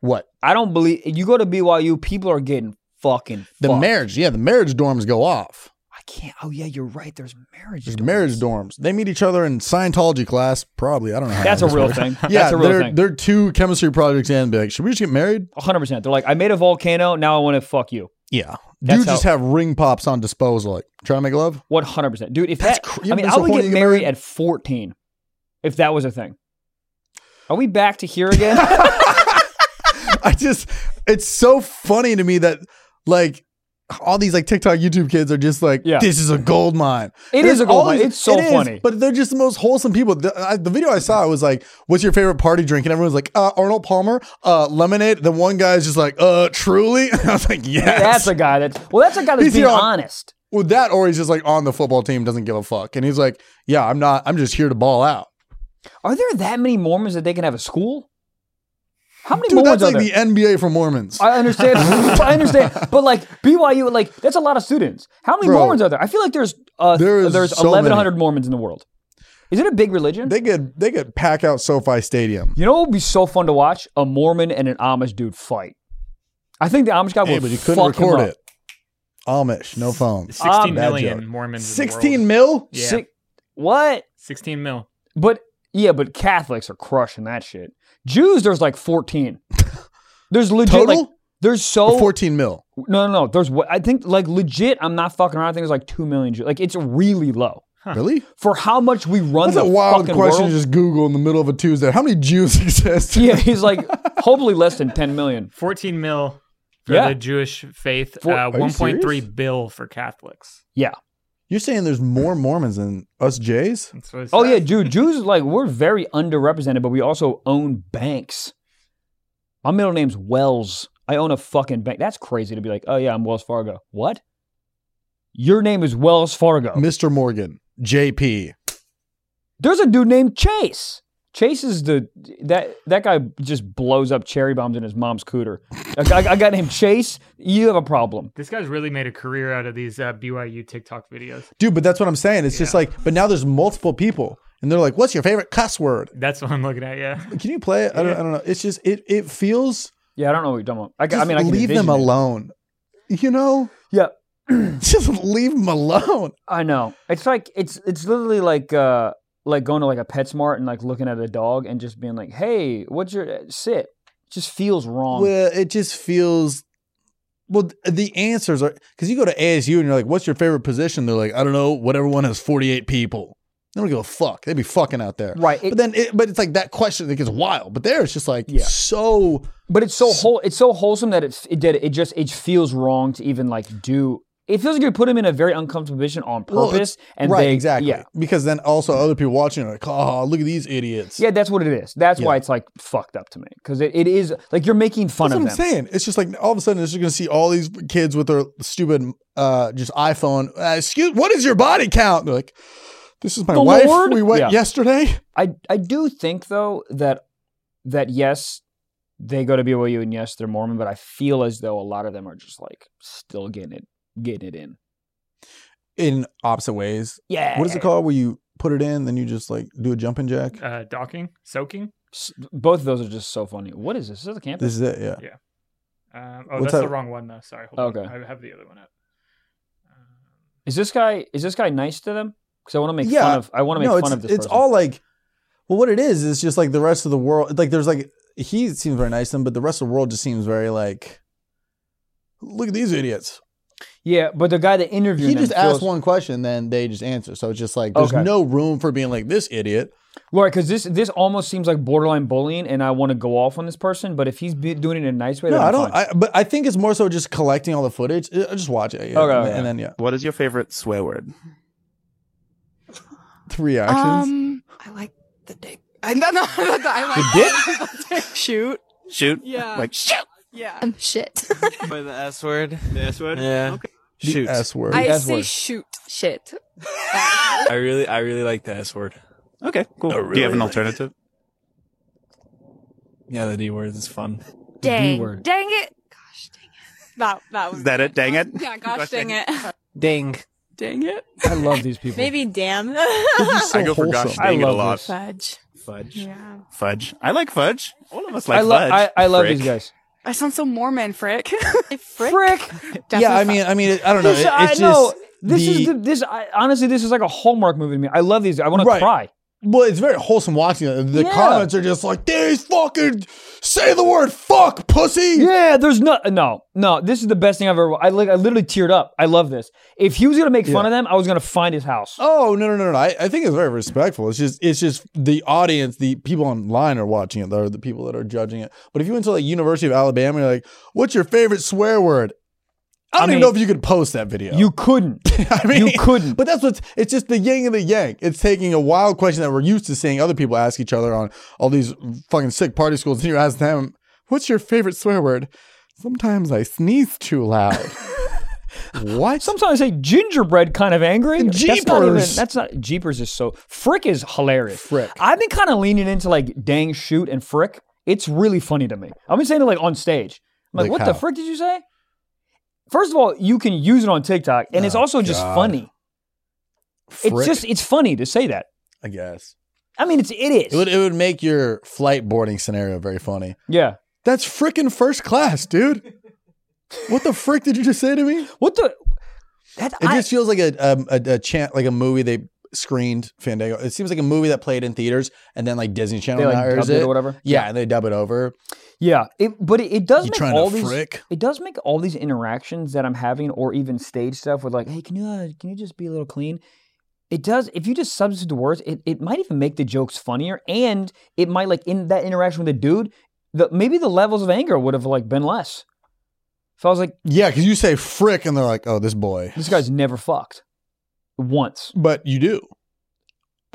Speaker 2: what?
Speaker 1: I don't believe you go to BYU, people are getting fucking
Speaker 2: The
Speaker 1: fucked.
Speaker 2: marriage. Yeah, the marriage dorms go off.
Speaker 1: I can't oh yeah, you're right. There's marriage.
Speaker 2: There's
Speaker 1: dorms.
Speaker 2: marriage dorms. They meet each other in Scientology class, probably. I don't know. How
Speaker 1: That's a
Speaker 2: this
Speaker 1: real
Speaker 2: works.
Speaker 1: thing.
Speaker 2: Yeah,
Speaker 1: That's a real
Speaker 2: they're,
Speaker 1: thing.
Speaker 2: they're two chemistry projects in. Be like, should we just get married?
Speaker 1: hundred percent. They're like, I made a volcano, now I want to fuck you.
Speaker 2: Yeah.
Speaker 1: That's
Speaker 2: Dudes just have ring pops on disposal. Like, trying to make love?
Speaker 1: One hundred percent. Dude, if
Speaker 2: That's
Speaker 1: that
Speaker 2: cr-
Speaker 1: I
Speaker 2: you've
Speaker 1: mean,
Speaker 2: been
Speaker 1: I
Speaker 2: so
Speaker 1: would
Speaker 2: horny
Speaker 1: get
Speaker 2: you get
Speaker 1: married
Speaker 2: married?
Speaker 1: at fourteen if that was a thing. Are we back to here again?
Speaker 2: I just, it's so funny to me that, like, all these like TikTok YouTube kids are just like,
Speaker 1: Yeah.
Speaker 2: this is a gold mine.
Speaker 1: It
Speaker 2: There's
Speaker 1: is a gold
Speaker 2: all
Speaker 1: mine.
Speaker 2: these-
Speaker 1: It's so
Speaker 2: it is,
Speaker 1: funny.
Speaker 2: but they're just the most wholesome people. The, I, the video I saw was like, "What's your favorite party drink?" And everyone's like, uh, "Arnold Palmer, uh, lemonade." The one guy's just like, "Uh, truly." I was like, "Yes."
Speaker 1: That's a guy that. Well, that's a guy that's
Speaker 2: He's
Speaker 1: being
Speaker 2: here on-
Speaker 1: honest.
Speaker 2: Well, that or he's just like on the football team, doesn't give a fuck, and he's like, "Yeah, I'm not. I'm just here to ball out."
Speaker 1: Are there that many Mormons that they can have a school? How many
Speaker 2: Dude,
Speaker 1: Mormons
Speaker 2: that's
Speaker 1: are
Speaker 2: like
Speaker 1: there?
Speaker 2: the NBA for Mormons.
Speaker 1: I understand. I understand. But like BYU, like that's a lot of students. How many
Speaker 2: Bro.
Speaker 1: Mormons are there? I feel like there's uh,
Speaker 2: There is
Speaker 1: there's
Speaker 2: so
Speaker 1: 1100 Mormons in the world. Is it a big religion?
Speaker 2: they could they could pack out SoFi Stadium.
Speaker 1: you know, what would be so fun to watch a Mormon and an Amish dude fight. I think the Amish guy
Speaker 2: Hey,
Speaker 1: would
Speaker 2: but you
Speaker 1: fuck
Speaker 2: couldn't record
Speaker 1: him up.
Speaker 2: it. Amish, no phone.
Speaker 3: Sixteen million
Speaker 2: bad joke.
Speaker 3: Mormons. Ah, In
Speaker 2: Sixteen
Speaker 3: the
Speaker 2: mil.
Speaker 3: world. Yeah.
Speaker 1: Sick. What?
Speaker 3: Sixteen mil.
Speaker 1: But yeah, but Catholics are crushing that shit. Jews, there's like oh. 14. There's legit
Speaker 2: Total?
Speaker 1: like there's so
Speaker 2: Fourteen mil.
Speaker 1: No, no, no. There's wa- I think like legit. I'm not fucking around. I think there's like two million. Jews. Like it's really low
Speaker 2: Really?
Speaker 1: for how much we run.
Speaker 2: That's
Speaker 1: the
Speaker 2: a wild
Speaker 1: fucking
Speaker 2: question
Speaker 1: world.
Speaker 2: to just Google in the middle of a Tuesday. How many Jews exist?
Speaker 1: yeah, he's like hopefully less than 10 million.
Speaker 3: 14 mil for
Speaker 1: Yeah.
Speaker 3: the Jewish faith,
Speaker 1: For-
Speaker 3: uh,
Speaker 2: you
Speaker 3: 1.3
Speaker 2: serious?
Speaker 3: bill for Catholics.
Speaker 1: Yeah.
Speaker 2: You're saying there's more Mormons than us Jays?
Speaker 3: That's what it
Speaker 1: Oh
Speaker 3: says.
Speaker 1: yeah, dude. Jews like we're very underrepresented, but we also own banks. My middle name's Wells. I own a fucking bank. That's crazy to be like, oh yeah, I'm Wells Fargo. What? Your name is Wells Fargo.
Speaker 2: Mr. Morgan, JP.
Speaker 1: There's a dude named Chase. Chase is the that that guy just blows up cherry bombs in his mom's cooter. I, I- I got named Chase. You have a problem.
Speaker 3: This guy's really made a career out of these uh, BYU TikTok videos.
Speaker 2: Dude, but that's what I'm saying. It's just like, but now there's multiple people. And they're like, what's your favorite cuss word?
Speaker 3: That's what I'm looking at. Yeah.
Speaker 2: Can you play it? I don't, I don't know. It's just, it, it feels,
Speaker 1: Yeah, I don't know what you're talking about. I, ca- I
Speaker 2: just
Speaker 1: mean, I can
Speaker 2: leave them
Speaker 1: envision it.
Speaker 2: alone. You know?
Speaker 1: Yeah,
Speaker 2: Just leave them alone.
Speaker 1: I know. It's like it's it's literally like uh like going to like a PetSmart and like looking at a dog and just being like, "Hey, what's your uh, sit?" It just feels wrong.
Speaker 2: Well, it just feels. Well, th- the answers are because you go to ASU and you're like, "What's your favorite position?" They're like, "I don't know. Whatever one has 48 people." They don't give a fuck. They'd be fucking out there,
Speaker 1: Right, it-
Speaker 2: but then, it, but it's like that question that gets wild. But there, it's just like
Speaker 1: Yeah.
Speaker 2: so.
Speaker 1: but it's so whole. It's so wholesome that it's it, that it just it feels wrong to even like do. It feels like you put them in a very uncomfortable position on
Speaker 2: Well, oh,
Speaker 1: purpose,
Speaker 2: it's-
Speaker 1: and
Speaker 2: right,
Speaker 1: they
Speaker 2: exactly.
Speaker 1: yeah.
Speaker 2: Because then also other people watching are like, "Oh, look at these idiots."
Speaker 1: Yeah, that's what it is. That's why
Speaker 2: Yeah.
Speaker 1: it's like fucked up to me because it, it is like you're making fun
Speaker 2: That's
Speaker 1: of
Speaker 2: what I'm
Speaker 1: them.
Speaker 2: saying. It's just like all of a sudden, it's just gonna see all these kids with their stupid, uh, just iPhone. Uh, excuse, what is your body count? They're like, "This is my
Speaker 1: The
Speaker 2: wife.
Speaker 1: Lord?"
Speaker 2: We went
Speaker 1: Yeah.
Speaker 2: yesterday."
Speaker 1: I I do think though that that yes they go to BYU and yes they're Mormon, but I feel as though a lot of them are just like still getting it getting it in.
Speaker 2: in opposite ways.
Speaker 1: Yeah.
Speaker 2: What is it called where you put it in, then you just like do a jumping jack?
Speaker 3: Uh, docking, soaking.
Speaker 1: S- Both of those are just so funny. What is this? Is this a campus?
Speaker 2: This is it, yeah.
Speaker 3: Um, oh,
Speaker 2: What's
Speaker 3: that's
Speaker 2: that? Oh,
Speaker 3: the wrong one though. Sorry. Hold
Speaker 1: Okay.
Speaker 3: On. I have the other one up.
Speaker 1: Is this guy is this guy nice to them? Because I want to make
Speaker 2: Yeah.
Speaker 1: fun of I want to make
Speaker 2: no,
Speaker 1: fun
Speaker 2: it's,
Speaker 1: of this.
Speaker 2: it's
Speaker 1: person.
Speaker 2: all like, well, what it is is just like the rest of the world. Like there's like he seems very nice to him, but the rest of the world just seems very like, look at these idiots.
Speaker 1: yeah, but the guy that interviewed
Speaker 2: He
Speaker 1: them
Speaker 2: just asked
Speaker 1: feels-
Speaker 2: one question, then they just answer. So it's just like there's
Speaker 1: Okay.
Speaker 2: no room for being like this idiot.
Speaker 1: Right, because this this almost seems like borderline bullying, and I want to go off on this person. But if he's be- doing it in a nice way,
Speaker 2: No,
Speaker 1: then
Speaker 2: I
Speaker 1: I'm
Speaker 2: don't.
Speaker 1: fine.
Speaker 2: I, but I think it's more so just collecting all the footage. I just watch it, yeah,
Speaker 1: Okay,
Speaker 2: and,
Speaker 1: okay.
Speaker 2: and then yeah,
Speaker 4: What is your favorite swear word?
Speaker 2: three actions.
Speaker 5: Um, I like the dick. I, no, no, no, no, I like the dick. Shoot.
Speaker 4: Shoot.
Speaker 5: Yeah.
Speaker 4: Like shoot.
Speaker 5: Yeah. Um, shit.
Speaker 6: By the S word. The S word.
Speaker 7: Yeah.
Speaker 6: Okay.
Speaker 2: the
Speaker 7: Shoot.
Speaker 2: S word.
Speaker 5: I
Speaker 1: S
Speaker 5: say
Speaker 1: word.
Speaker 5: shoot. Shit.
Speaker 7: I really, I really like the S word.
Speaker 4: Okay. Cool.
Speaker 6: Oh,
Speaker 4: Do you have an alternative?
Speaker 7: Yeah, the D word is fun.
Speaker 1: word.
Speaker 5: Dang. Dang it. Gosh dang it. That that
Speaker 4: Is
Speaker 5: was.
Speaker 4: that it? Dang it.
Speaker 5: Yeah. Gosh, dang, it.
Speaker 7: Ding.
Speaker 5: Dang it.
Speaker 1: I love these people.
Speaker 5: Maybe damn.
Speaker 2: So
Speaker 4: I go for gosh
Speaker 2: wholesome.
Speaker 1: I
Speaker 4: dang it a
Speaker 1: love
Speaker 4: lot.
Speaker 1: this.
Speaker 5: Fudge.
Speaker 4: Fudge.
Speaker 5: Yeah.
Speaker 4: Fudge. I like fudge. All of us like
Speaker 1: I love
Speaker 4: fudge.
Speaker 1: I, I love
Speaker 4: Frick.
Speaker 1: these guys.
Speaker 5: I sound so Mormon, frick. frick.
Speaker 2: yeah, I mean, I mean, it- I don't know.
Speaker 1: This,
Speaker 2: It-
Speaker 1: I
Speaker 2: it's
Speaker 1: know.
Speaker 2: just
Speaker 1: This
Speaker 2: the-
Speaker 1: is the, this. I, honestly, this is like a Hallmark movie to me. I love these. I want
Speaker 2: Right.
Speaker 1: to cry.
Speaker 2: Well, it's very wholesome watching it. The
Speaker 1: Yeah.
Speaker 2: comments are just like, these fucking say the word fuck, pussy.
Speaker 1: Yeah, there's no, no, no. This is the best thing I've ever. I like. I literally teared up. I love this. If he was gonna make fun
Speaker 2: Yeah.
Speaker 1: of them, I was gonna find his house.
Speaker 2: Oh no no no no! I, I think it's very respectful. It's just it's just the audience, the people online are watching it, or the people that are judging it. But if you went to like University of Alabama, you're like, "What's your favorite swear word?" I don't
Speaker 1: I
Speaker 2: even
Speaker 1: mean,
Speaker 2: know if you could post that video.
Speaker 1: You couldn't.
Speaker 2: I mean,
Speaker 1: you couldn't.
Speaker 2: But that's what's it's just the yin and the yang. It's taking a wild question that we're used to seeing other people ask each other on all these fucking sick party schools, and you ask them, "What's your favorite swear word?" Sometimes I sneeze too loud. what?
Speaker 1: Sometimes I say gingerbread kind of angry. That's not even.
Speaker 2: Jeepers.
Speaker 1: That's not jeepers. Is so frick is hilarious.
Speaker 2: Frick.
Speaker 1: I've been kind of leaning into like dang shoot and frick. It's really funny to me. I've been saying it like on stage. I'm like,
Speaker 2: Like
Speaker 1: what
Speaker 2: how?
Speaker 1: the frick did you say? First of all, you can use it on TikTok, and it's
Speaker 2: Oh,
Speaker 1: also just
Speaker 2: God.
Speaker 1: funny. It's
Speaker 2: Frick,
Speaker 1: just it's funny to say that.
Speaker 2: I guess
Speaker 1: I mean, it's it is.
Speaker 2: it would it would make your flight boarding scenario very funny.
Speaker 1: yeah.
Speaker 2: That's freaking first class, dude. What the frick did you just say to me?
Speaker 1: What the? That
Speaker 2: It
Speaker 1: I,
Speaker 2: just feels like a um, a, a chant, like a movie they screened Fandango. It seems like a movie that played in theaters and then like Disney Channel
Speaker 1: they like
Speaker 2: now airs
Speaker 1: dubbed it
Speaker 2: it.
Speaker 1: or whatever.
Speaker 2: Yeah, and they dub it over.
Speaker 1: Yeah, it, but it, it does
Speaker 2: You
Speaker 1: make
Speaker 2: trying to
Speaker 1: all these.
Speaker 2: frick?
Speaker 1: It does make all these interactions that I'm having, or even stage stuff with like, hey, can you uh, can you just be a little clean? It does. If you just substitute the words, it, it might even make the jokes funnier, and it might like in that interaction with the dude, the maybe the levels of anger would have like been less. If I was like,
Speaker 2: Yeah, because you say frick and they're like, oh, this boy.
Speaker 1: this guy's never fucked once.
Speaker 2: But you do.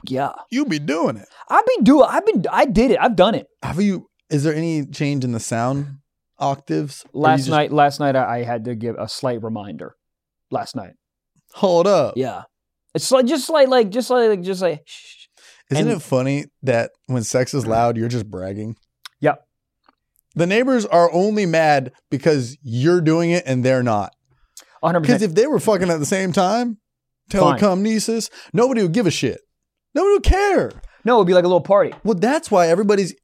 Speaker 1: Yeah,
Speaker 2: You be doing it.
Speaker 1: I've been doing. I've been. I did it. I've done it.
Speaker 2: Have you? Is there any change in the sound octaves? Or you
Speaker 1: Last
Speaker 2: just-
Speaker 1: night. Last night I, I had to give a slight reminder. Last night.
Speaker 2: Hold up.
Speaker 1: Yeah. It's like just like like just like like just like shh.
Speaker 2: Isn't
Speaker 1: And-
Speaker 2: it funny that when sex is loud, you're just bragging?
Speaker 1: Yeah.
Speaker 2: The neighbors are only mad because you're doing it and they're not.
Speaker 1: 100
Speaker 2: Because
Speaker 1: percent
Speaker 2: if they were fucking at the same time,
Speaker 1: Fine.
Speaker 2: telecomnesis, nobody would give a shit. Nobody would care.
Speaker 1: No, it'd be like a little party.
Speaker 2: Well, that's why everybody's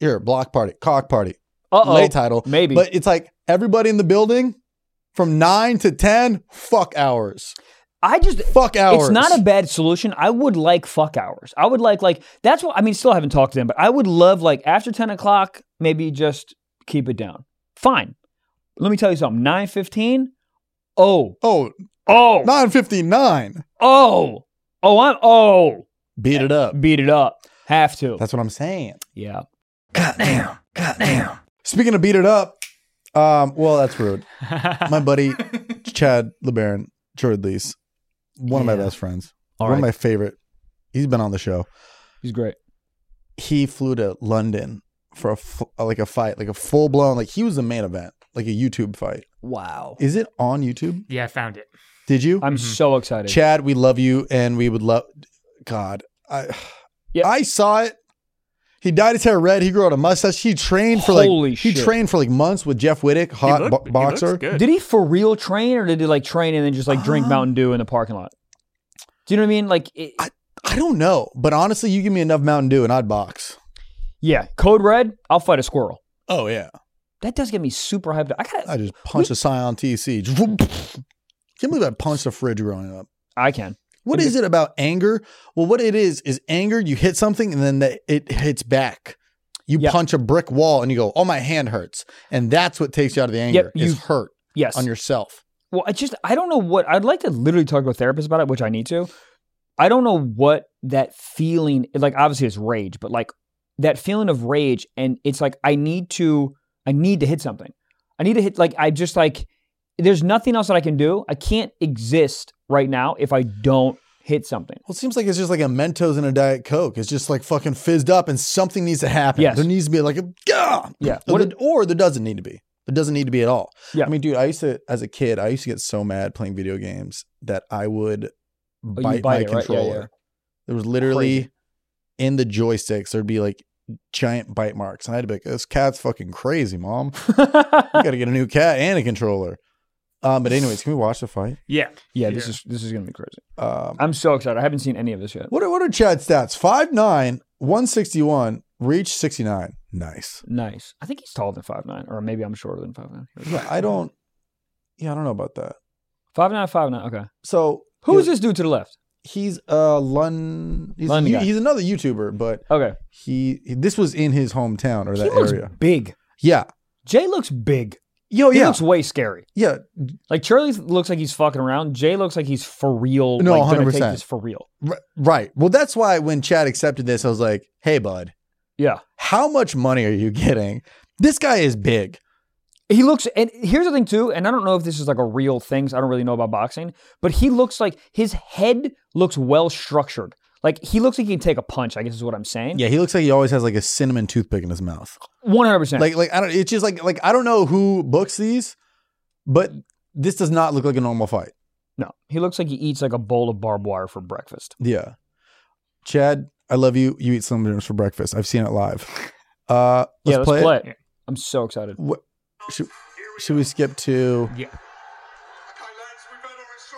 Speaker 2: here. Block party, cock party,
Speaker 1: Uh oh.
Speaker 2: lay title.
Speaker 1: Maybe.
Speaker 2: But it's like everybody in the building from nine to ten. Fuck hours.
Speaker 1: I just
Speaker 2: Fuck hours.
Speaker 1: it's not a bad solution. I would like fuck hours. I would like like that's what I mean, still haven't talked to them, but I would love like after 10 o'clock, maybe just keep it down. Fine. Let me tell you something. 915. Oh.
Speaker 2: oh
Speaker 1: Oh.
Speaker 2: nine fifty nine.
Speaker 1: oh. Oh, I'm oh.
Speaker 2: Beat it up.
Speaker 1: Beat it up. Have to.
Speaker 2: That's what I'm saying.
Speaker 1: yeah.
Speaker 2: Speaking of beat it up, um, well, that's rude.
Speaker 3: Uh,
Speaker 2: My buddy Chad LeBaron, Jordan Lees, one of
Speaker 1: Yeah.
Speaker 2: my best friends,
Speaker 1: All
Speaker 2: one of
Speaker 1: right.
Speaker 2: my favorite. He's been on the show.
Speaker 1: He's great.
Speaker 2: he flew to London for a f- uh, like a fight, like a full blown like he was the main event, like a YouTube fight.
Speaker 1: Wow.
Speaker 2: Is it Mm-hmm. on YouTube?
Speaker 3: yeah, I found it.
Speaker 2: Did you?
Speaker 1: I'm so excited.
Speaker 2: Chad, we love you and we would love God. I
Speaker 1: Yeah.
Speaker 2: I saw it. He dyed his hair red. He grew out a mustache. He trained for
Speaker 1: Holy
Speaker 2: like he
Speaker 1: shit.
Speaker 2: trained for like months with Jeff Whittick,
Speaker 4: He
Speaker 2: hot
Speaker 4: looked-
Speaker 2: bo-
Speaker 4: he looks
Speaker 2: boxer.
Speaker 4: good.
Speaker 1: Did he for real train, or did he like train and then just like drink Mountain Dew in the parking lot? Do you know what I mean? Like, it,
Speaker 2: Uh-huh. I don't know, but honestly, you give me enough Mountain Dew and I'd box.
Speaker 1: yeah, code red. I'll fight a squirrel.
Speaker 2: Oh yeah,
Speaker 1: That does get me super hyped. up. I got.
Speaker 2: I
Speaker 1: to
Speaker 2: just punched a Scion TC. Can't believe I punched a fridge growing up.
Speaker 1: I can.
Speaker 2: What is it about anger? Well, what it is is anger. You hit something and then the, it hits back. You
Speaker 1: Yeah.
Speaker 2: punch a brick wall and you go, "Oh, my hand hurts," and that's what takes you out of the anger.
Speaker 1: you-
Speaker 2: is hurt
Speaker 1: Yes.
Speaker 2: on yourself.
Speaker 1: well, I just I don't know what I'd like to literally talk to a therapist about it, which I need to. I don't know what that feeling like. Obviously, it's rage, but like that feeling of rage, and it's like I need to. I need to hit something. I need to hit like I just like. There's nothing else that I can do. I can't exist right now if I don't hit something.
Speaker 2: Well, it seems like it's just like a Mentos and a Diet Coke. It's just like fucking fizzed up, and something needs to happen.
Speaker 1: Yes.
Speaker 2: There needs to be like a gah!
Speaker 1: Yeah.
Speaker 2: Or,
Speaker 1: What
Speaker 2: there, or there doesn't need to be. There doesn't need to be at all.
Speaker 1: Yeah.
Speaker 2: I mean, dude, I used to as a kid, I used to get so mad playing video games that I would
Speaker 1: you
Speaker 2: bite,
Speaker 1: bite Oh, it,
Speaker 2: my
Speaker 1: right? Yeah,
Speaker 2: controller.
Speaker 1: yeah.
Speaker 2: There was literally
Speaker 1: Crazy.
Speaker 2: in the joysticks, there'd be like giant bite marks. And I'd be like, this cat's fucking crazy, mom. You gotta get a new cat and a controller. Um, but anyways, can we watch the fight?
Speaker 3: Yeah.
Speaker 1: yeah, this
Speaker 3: Yeah.
Speaker 1: is this is gonna be crazy.
Speaker 2: Um,
Speaker 1: I'm so excited. I haven't seen any of this yet.
Speaker 2: what are what are Chad's stats? 5'9, 161, reach 69. Nice.
Speaker 1: Nice. I think he's taller than five nine, or maybe I'm shorter than five nine.
Speaker 2: Yeah, I don't yeah, I don't know about that.
Speaker 1: Five nine, five nine. Okay.
Speaker 2: So
Speaker 1: Who is
Speaker 2: you know,
Speaker 1: this dude to the left?
Speaker 2: He's uh Lun he's, a
Speaker 1: London
Speaker 2: you-
Speaker 1: guy.
Speaker 2: he's another YouTuber, but
Speaker 1: Okay.
Speaker 2: he this was in his hometown or
Speaker 1: he
Speaker 2: that
Speaker 1: looks
Speaker 2: area.
Speaker 1: big.
Speaker 2: Yeah.
Speaker 1: Jay looks big.
Speaker 2: Yo,
Speaker 1: He
Speaker 2: yeah.
Speaker 1: looks way scary.
Speaker 2: yeah.
Speaker 1: Like Charlie looks like he's fucking around. Jay looks like he's for real.
Speaker 2: No,
Speaker 1: like, gonna
Speaker 2: 100%.
Speaker 1: Take this for real.
Speaker 2: R- right. Well, that's why when Chad accepted this, I was like, hey, bud,
Speaker 1: Yeah.
Speaker 2: how much money are you getting? This guy is big.
Speaker 1: He looks, and here's the thing too, and I don't know if this is like a real thing. So I don't really know about boxing, but he looks like his head looks well structured. Like he looks like he can take a punch. I guess is what I'm saying.
Speaker 2: Yeah, he looks like he always has like a cinnamon toothpick in his mouth.
Speaker 1: one hundred percent.
Speaker 2: Like, like I don't. It's just like, like I don't know who books these, but this does not look like a normal fight.
Speaker 1: No, he looks like he eats like a bowl of barbed wire for breakfast.
Speaker 2: Yeah, Chad, I love you. You eat cinnamon for breakfast. I've seen it live. Uh, let's
Speaker 1: yeah, let's play,
Speaker 2: it.
Speaker 1: it. I'm so excited.
Speaker 2: What, should, should we skip to?
Speaker 3: Yeah.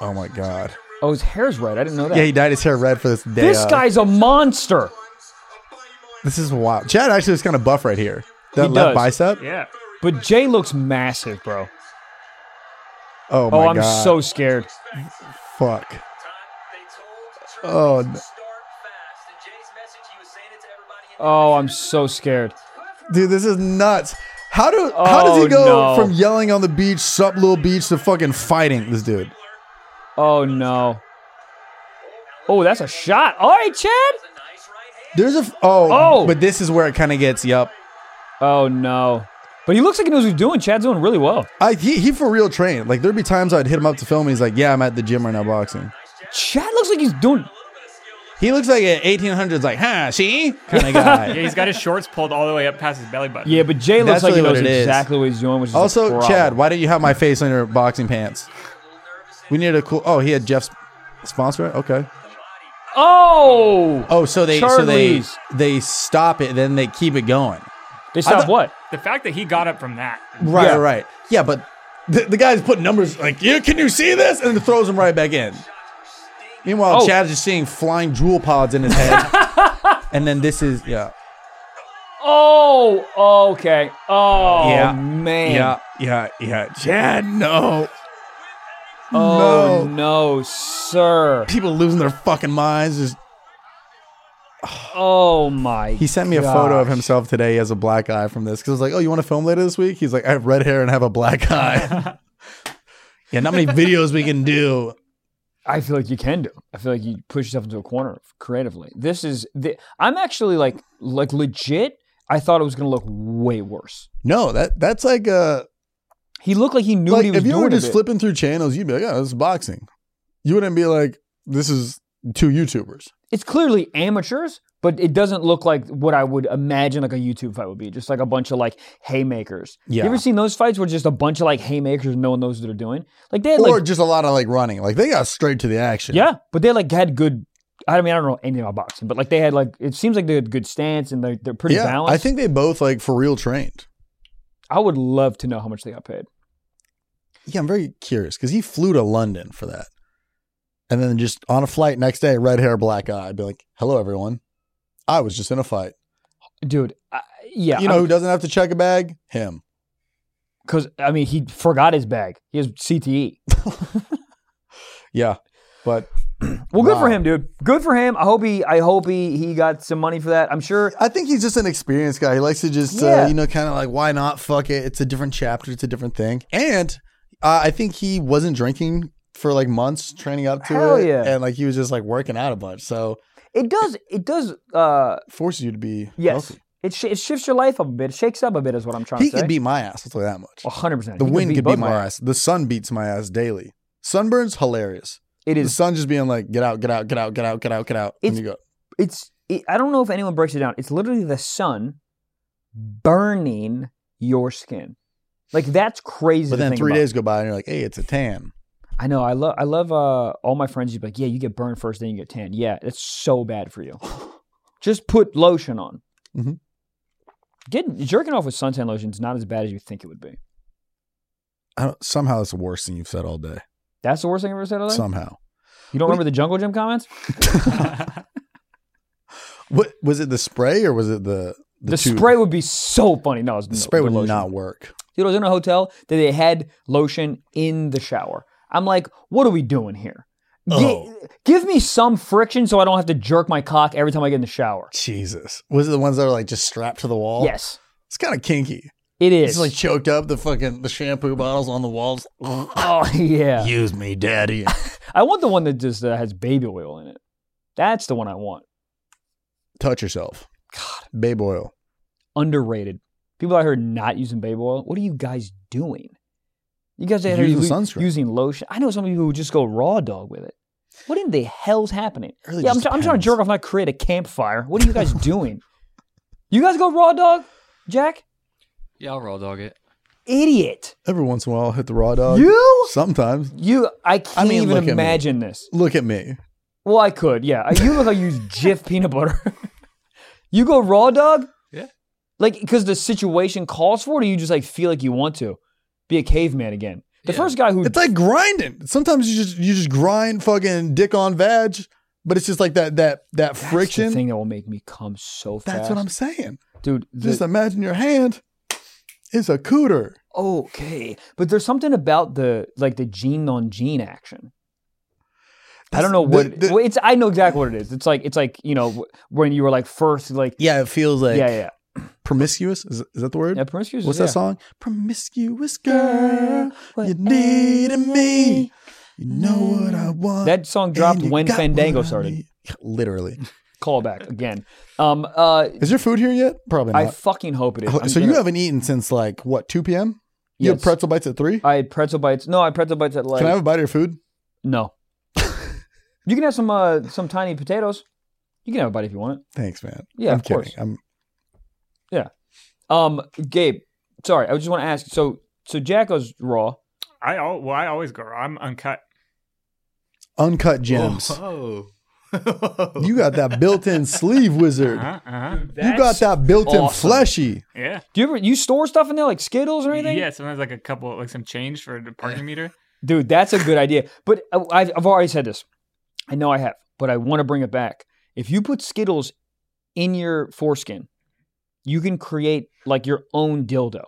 Speaker 2: Oh my god.
Speaker 1: Oh, his hair's red. I didn't know that.
Speaker 2: Yeah, he dyed his hair red for this day.
Speaker 1: this
Speaker 2: of.
Speaker 1: guy's a monster.
Speaker 2: This is wild. Chad actually is kind of buff right here. That
Speaker 1: He does.
Speaker 2: left bicep.
Speaker 3: Yeah.
Speaker 1: But Jay looks massive, bro.
Speaker 2: Oh my
Speaker 1: Oh, I'm
Speaker 2: god.
Speaker 1: so scared.
Speaker 2: fuck. Oh, no.
Speaker 1: Oh, I'm so scared.
Speaker 2: dude, this is nuts. How do how does
Speaker 1: Oh,
Speaker 2: he go
Speaker 1: no.
Speaker 2: from yelling on the beach, sup little beach, to fucking fighting this dude?
Speaker 1: Oh no. Oh, that's a shot. All right, Chad.
Speaker 2: There's a f- oh,
Speaker 1: Oh!
Speaker 2: but this is where it kind of gets. Yup,
Speaker 1: Oh no. But he looks like he knows what he's doing. Chad's doing really well.
Speaker 2: I he, he for real trained. Like there'd be times I'd hit him up to film. And he's like, yeah, I'm at the gym right now boxing.
Speaker 1: Chad looks like he's doing.
Speaker 2: He looks like an 1800s like, huh, see, kind of guy.
Speaker 3: Yeah, he's got his shorts pulled all the way up past his belly button.
Speaker 1: Yeah, but Jay looks
Speaker 2: That's
Speaker 1: like he
Speaker 2: really
Speaker 1: knows
Speaker 2: what it is.
Speaker 1: exactly what he's doing. Which is a
Speaker 2: Also,
Speaker 1: problem.
Speaker 2: Chad, why didn't you have my face on your boxing pants? We needed a cool. Oh, he had Jeff's sponsor. Okay.
Speaker 1: Oh,
Speaker 2: Oh, so they so they
Speaker 1: Charlie's.
Speaker 2: they stop it, then they keep it going.
Speaker 1: they stopped
Speaker 2: thought-
Speaker 1: what?
Speaker 3: The fact that he got up from that.
Speaker 2: Right,
Speaker 1: Yeah.
Speaker 2: right. Yeah, but the, the guy's putting numbers like, yeah, can you see this? And it throws him right back in. Meanwhile,
Speaker 1: Oh.
Speaker 2: Chad's just seeing flying jewel pods in his head. and then this is yeah,
Speaker 1: Oh, okay. Oh
Speaker 2: Yeah.
Speaker 1: man.
Speaker 2: yeah, yeah. Chad, no.
Speaker 1: Oh no. sir.
Speaker 2: People losing their fucking minds. Just
Speaker 1: Oh my.
Speaker 2: He sent me a photo of himself today. He has a black eye from this because I was like, "Oh, you want to film later this week?" He's like, "I have red hair and have a black eye." yeah, not many videos we can do.
Speaker 1: I feel like you can do. I feel like you push yourself into a corner creatively. This is the, I'm actually like like legit. I thought it was gonna look way worse.
Speaker 2: No, that that's like uh
Speaker 1: He looked like he knew what
Speaker 2: like
Speaker 1: he was
Speaker 2: if you
Speaker 1: doing.
Speaker 2: were
Speaker 1: a
Speaker 2: just
Speaker 1: bit.
Speaker 2: flipping through channels, you'd be like, "Oh, this is boxing." You wouldn't be like, "This is two YouTubers."
Speaker 1: it's clearly amateurs, but it doesn't look like what I would imagine like a YouTube fight would be. Just like a bunch of like haymakers.
Speaker 2: Yeah.
Speaker 1: You ever seen those fights where just a bunch of like haymakers, no one knows what they're doing? Like they had
Speaker 2: or
Speaker 1: like
Speaker 2: just a lot of like running. Like they got straight to the action.
Speaker 1: yeah, but they like had good. I mean, I don't know anything about boxing, but like they had like it seems like they had good stance and they're they're pretty
Speaker 2: yeah.
Speaker 1: balanced.
Speaker 2: I think they both like for real trained.
Speaker 1: I would love to know how much they got paid.
Speaker 2: Yeah, I'm very curious because he flew to London for that. And then just on a flight next day, red hair, black eye, I'd be like, hello, everyone. I was just in a fight.
Speaker 1: dude. I, yeah,
Speaker 2: you know who doesn't have to check a bag? Him.
Speaker 1: because I mean, he forgot his bag. He has E. CTE.
Speaker 2: Yeah. But
Speaker 1: Well, good for
Speaker 2: Wow.
Speaker 1: him, dude. Good for him. I hope he. I hope he. He got some money for that. I'm sure.
Speaker 2: I think he's just an experienced guy. He likes to just, uh,
Speaker 1: Yeah.
Speaker 2: you know, kind of like, why not? Fuck it. It's a different chapter. It's a different thing. And uh, I think he wasn't drinking for like months training up to
Speaker 1: Hell
Speaker 2: it.
Speaker 1: yeah.
Speaker 2: And like he was just like working out a bunch. So
Speaker 1: It does. It does. Uh,
Speaker 2: forces you to be
Speaker 1: yes.
Speaker 2: healthy.
Speaker 1: It, sh- it shifts your life up a bit. It shakes up a bit. Is what I'm trying
Speaker 2: He
Speaker 1: to say. Oh,
Speaker 2: could beat my ass. I'll tell you that much.
Speaker 1: 100. percent
Speaker 2: The wind could beat my ass. The sun beats my ass daily. Sunburns hilarious.
Speaker 1: It
Speaker 2: The
Speaker 1: is.
Speaker 2: sun just being like, get out, get out, get out, get out, get out, get out. And
Speaker 1: It's-
Speaker 2: you go,
Speaker 1: It's. It, I don't know if anyone breaks it down. It's literally the sun burning your skin. Like that's crazy.
Speaker 2: but
Speaker 1: to
Speaker 2: then
Speaker 1: think
Speaker 2: three
Speaker 1: about.
Speaker 2: days go by and you're like, hey, it's a tan.
Speaker 1: I know. I love. I love. Uh, all my friends. You'd be like, yeah, you get burned first, then you get tan. Yeah, that's so bad for you. Just put lotion on.
Speaker 2: Mhm.
Speaker 1: Getting jerking off with suntan lotion is not as bad as you think it would be.
Speaker 2: I don't, somehow it's the worst thing you've said all day.
Speaker 1: That's the worst thing I've ever said. Today?
Speaker 2: Somehow.
Speaker 1: you don't remember the jungle gym comments?
Speaker 2: What was it the spray or was it the
Speaker 1: The,
Speaker 2: tube?
Speaker 1: spray would be so funny. No, it was
Speaker 2: the
Speaker 1: no-
Speaker 2: spray
Speaker 1: the
Speaker 2: would
Speaker 1: lotion.
Speaker 2: not work.
Speaker 1: Dude, I was in a hotel that they had lotion in the shower. I'm like, what are we doing here? Gi-
Speaker 2: Oh.
Speaker 1: Give me some friction so I don't have to jerk my cock every time I get in the shower.
Speaker 2: Jesus. Was it the ones that are like just strapped to the wall?
Speaker 1: Yes,
Speaker 2: It's kind of kinky.
Speaker 1: it is.
Speaker 2: It's like choked up the fucking the shampoo bottles on the walls.
Speaker 1: oh yeah.
Speaker 2: Use me, daddy.
Speaker 1: I want the one that just uh, has baby oil in it. That's the one I want.
Speaker 2: Touch yourself. God. Babe oil.
Speaker 1: Underrated. People out here not using baby oil. What are you guys doing? You guys out here
Speaker 2: Using
Speaker 1: lo-
Speaker 2: sunscreen.
Speaker 1: using lotion. I know some people who just go raw dog with it. What in the hell's happening?
Speaker 2: Really
Speaker 1: yeah, I'm,
Speaker 2: just
Speaker 1: try- I'm trying to
Speaker 2: depends.
Speaker 1: jerk off, not create a campfire. What are you guys doing? You guys go raw dog, Jack?
Speaker 6: Yeah, I'll raw dog it.
Speaker 1: Idiot.
Speaker 2: Every once in a while I'll hit the raw dog.
Speaker 1: You?
Speaker 2: Sometimes.
Speaker 1: You, I can't
Speaker 2: mean, look at
Speaker 1: even
Speaker 2: me.
Speaker 1: imagine this.
Speaker 2: Look at me.
Speaker 1: Well, I could, yeah. You look like you use Jif peanut butter. you go raw dog?
Speaker 6: Yeah.
Speaker 1: Like, because the situation calls for it, or you just like feel like you want to be a caveman again? The
Speaker 6: Yeah.
Speaker 1: first guy who.
Speaker 2: It's like grinding. Sometimes you just you just grind fucking dick on vag, but it's just like that that that
Speaker 1: that's
Speaker 2: friction.
Speaker 1: The thing that will make me come so fast.
Speaker 2: That's what I'm saying.
Speaker 1: Dude, the-
Speaker 2: Just imagine your hand is a cooter.
Speaker 1: okay. But there's something about the, like, the gene on gene action. I don't know
Speaker 2: That's-
Speaker 1: what
Speaker 2: the- the-
Speaker 1: well, it's. I know exactly what it is. It's like it's like you know wh- when you were like first like
Speaker 2: Yeah, it feels like
Speaker 1: yeah yeah
Speaker 2: promiscuous. Is, is that the word?
Speaker 1: Yeah, promiscuous.
Speaker 2: What's
Speaker 1: yeah.
Speaker 2: that song? Promiscuous girl, you needed me. You know what I want.
Speaker 1: Mm. That song dropped
Speaker 2: and you
Speaker 1: when
Speaker 2: got
Speaker 1: Fandango
Speaker 2: what I
Speaker 1: started.
Speaker 2: need. Literally.
Speaker 1: Callback again. Um, uh,
Speaker 2: Is your food here yet? Probably
Speaker 1: I
Speaker 2: not. Oh,
Speaker 1: fucking hope it is. I'm
Speaker 2: so you
Speaker 1: gonna-
Speaker 2: haven't eaten since like what 2 p.m. You had
Speaker 1: Yes.
Speaker 2: pretzel bites at three.
Speaker 1: I had pretzel bites. No, I had pretzel bites at like.
Speaker 2: Can I have a bite of your food?
Speaker 1: no. you can have some uh, some tiny potatoes. You can have a bite if you want
Speaker 2: Thanks, man.
Speaker 1: Yeah,
Speaker 2: I'm
Speaker 1: of
Speaker 2: kidding.
Speaker 1: course.
Speaker 2: I'm
Speaker 1: it. Um, Gabe, sorry, I just want to ask. So, so Jacko's raw.
Speaker 3: I al- well, I always go. I'm uncut.
Speaker 2: uncut gems.
Speaker 8: Oh.
Speaker 2: You got that built-in sleeve wizard.
Speaker 3: Uh-huh, uh-huh.
Speaker 2: You got that built-in
Speaker 1: awesome.
Speaker 2: fleshy.
Speaker 3: Yeah.
Speaker 1: Do you ever you store stuff in there like Skittles or anything?
Speaker 3: Yeah. Sometimes like a couple, like some change for the parking meter.
Speaker 1: dude, that's a good idea. But I- I've, I've already said this. I know I have, but I want to bring it back. If you put Skittles in your foreskin, you can create like your own dildo.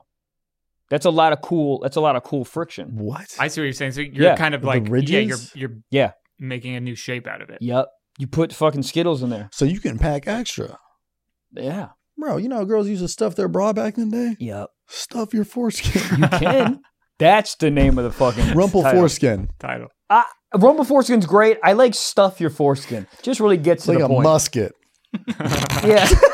Speaker 1: That's a lot of cool. That's a lot of cool friction.
Speaker 2: What?
Speaker 3: I see what you're saying. So you're
Speaker 1: Yeah.
Speaker 3: kind of
Speaker 2: The
Speaker 3: like yeah, you're
Speaker 2: ridges?
Speaker 3: you're
Speaker 1: Yeah.
Speaker 3: making a new shape out of it.
Speaker 1: Yep. You put fucking Skittles in there.
Speaker 2: so you can pack extra.
Speaker 1: Yeah.
Speaker 2: Bro, you know how girls used to stuff their bra back in the day?
Speaker 1: Yep.
Speaker 2: Stuff your foreskin.
Speaker 1: You can. that's the name of the fucking
Speaker 2: Rumple
Speaker 1: title.
Speaker 2: foreskin.
Speaker 3: Title.
Speaker 1: Rumple foreskin's great. I like stuff your foreskin. Just really gets
Speaker 2: It's
Speaker 1: to
Speaker 2: like
Speaker 1: the
Speaker 2: a
Speaker 1: point.
Speaker 2: musket.
Speaker 1: Yeah.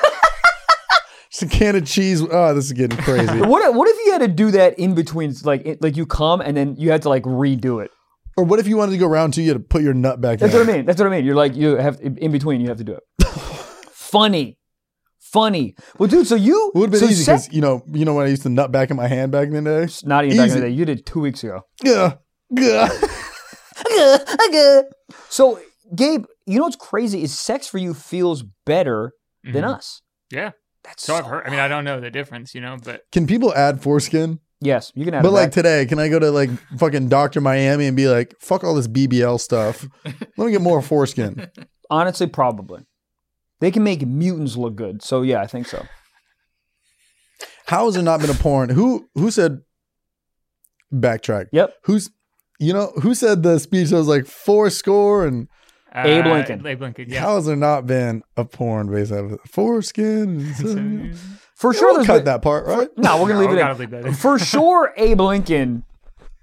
Speaker 2: It's a can of cheese. Oh, this is getting crazy.
Speaker 1: what if- what if you had to do that in between like it, like you come and then you had to like redo it?
Speaker 2: or what if you wanted to go round two, you had to put your nut back
Speaker 1: That's
Speaker 2: in?
Speaker 1: what I mean. That's what I mean. You're like you have in between. You have to do it. Funny, funny. Well, dude. So you
Speaker 2: It would have been
Speaker 1: so
Speaker 2: easy
Speaker 1: sex-
Speaker 2: because you know, you know when I used to nut back in my hand back in the day.
Speaker 1: not even back in
Speaker 2: easy.
Speaker 1: the day. You did two weeks ago.
Speaker 2: Yeah, yeah.
Speaker 1: So Gabe, you know what's crazy is sex for you feels better than
Speaker 3: Mhm.
Speaker 1: us.
Speaker 3: Yeah.
Speaker 1: That's
Speaker 3: So I've heard. I mean, I don't know the difference, you know, but
Speaker 2: Can people add foreskin?
Speaker 1: Yes, you can have.
Speaker 2: But
Speaker 1: it
Speaker 2: like
Speaker 1: back.
Speaker 2: today, can I go to like fucking Doctor Miami and be like, fuck all this BBL stuff? Let me get more foreskin.
Speaker 1: honestly, probably they can make mutants look good. So yeah, I think so.
Speaker 2: How has there not been a porn? Who who said? Backtrack.
Speaker 1: Yep.
Speaker 2: Who's you know who said the speech that was like four score and
Speaker 3: uh,
Speaker 1: Abe Lincoln.
Speaker 3: Abe Lincoln. Yeah.
Speaker 2: How has there not been a porn based out of foreskin? And
Speaker 1: For
Speaker 2: sure,
Speaker 1: sure,
Speaker 2: we'll
Speaker 1: there's
Speaker 2: cut
Speaker 1: been-
Speaker 2: that part, right?
Speaker 1: No, we're gonna leave it. in.
Speaker 3: No, we mm, oh, gotta leave that in.
Speaker 1: For sure, Abe Lincoln.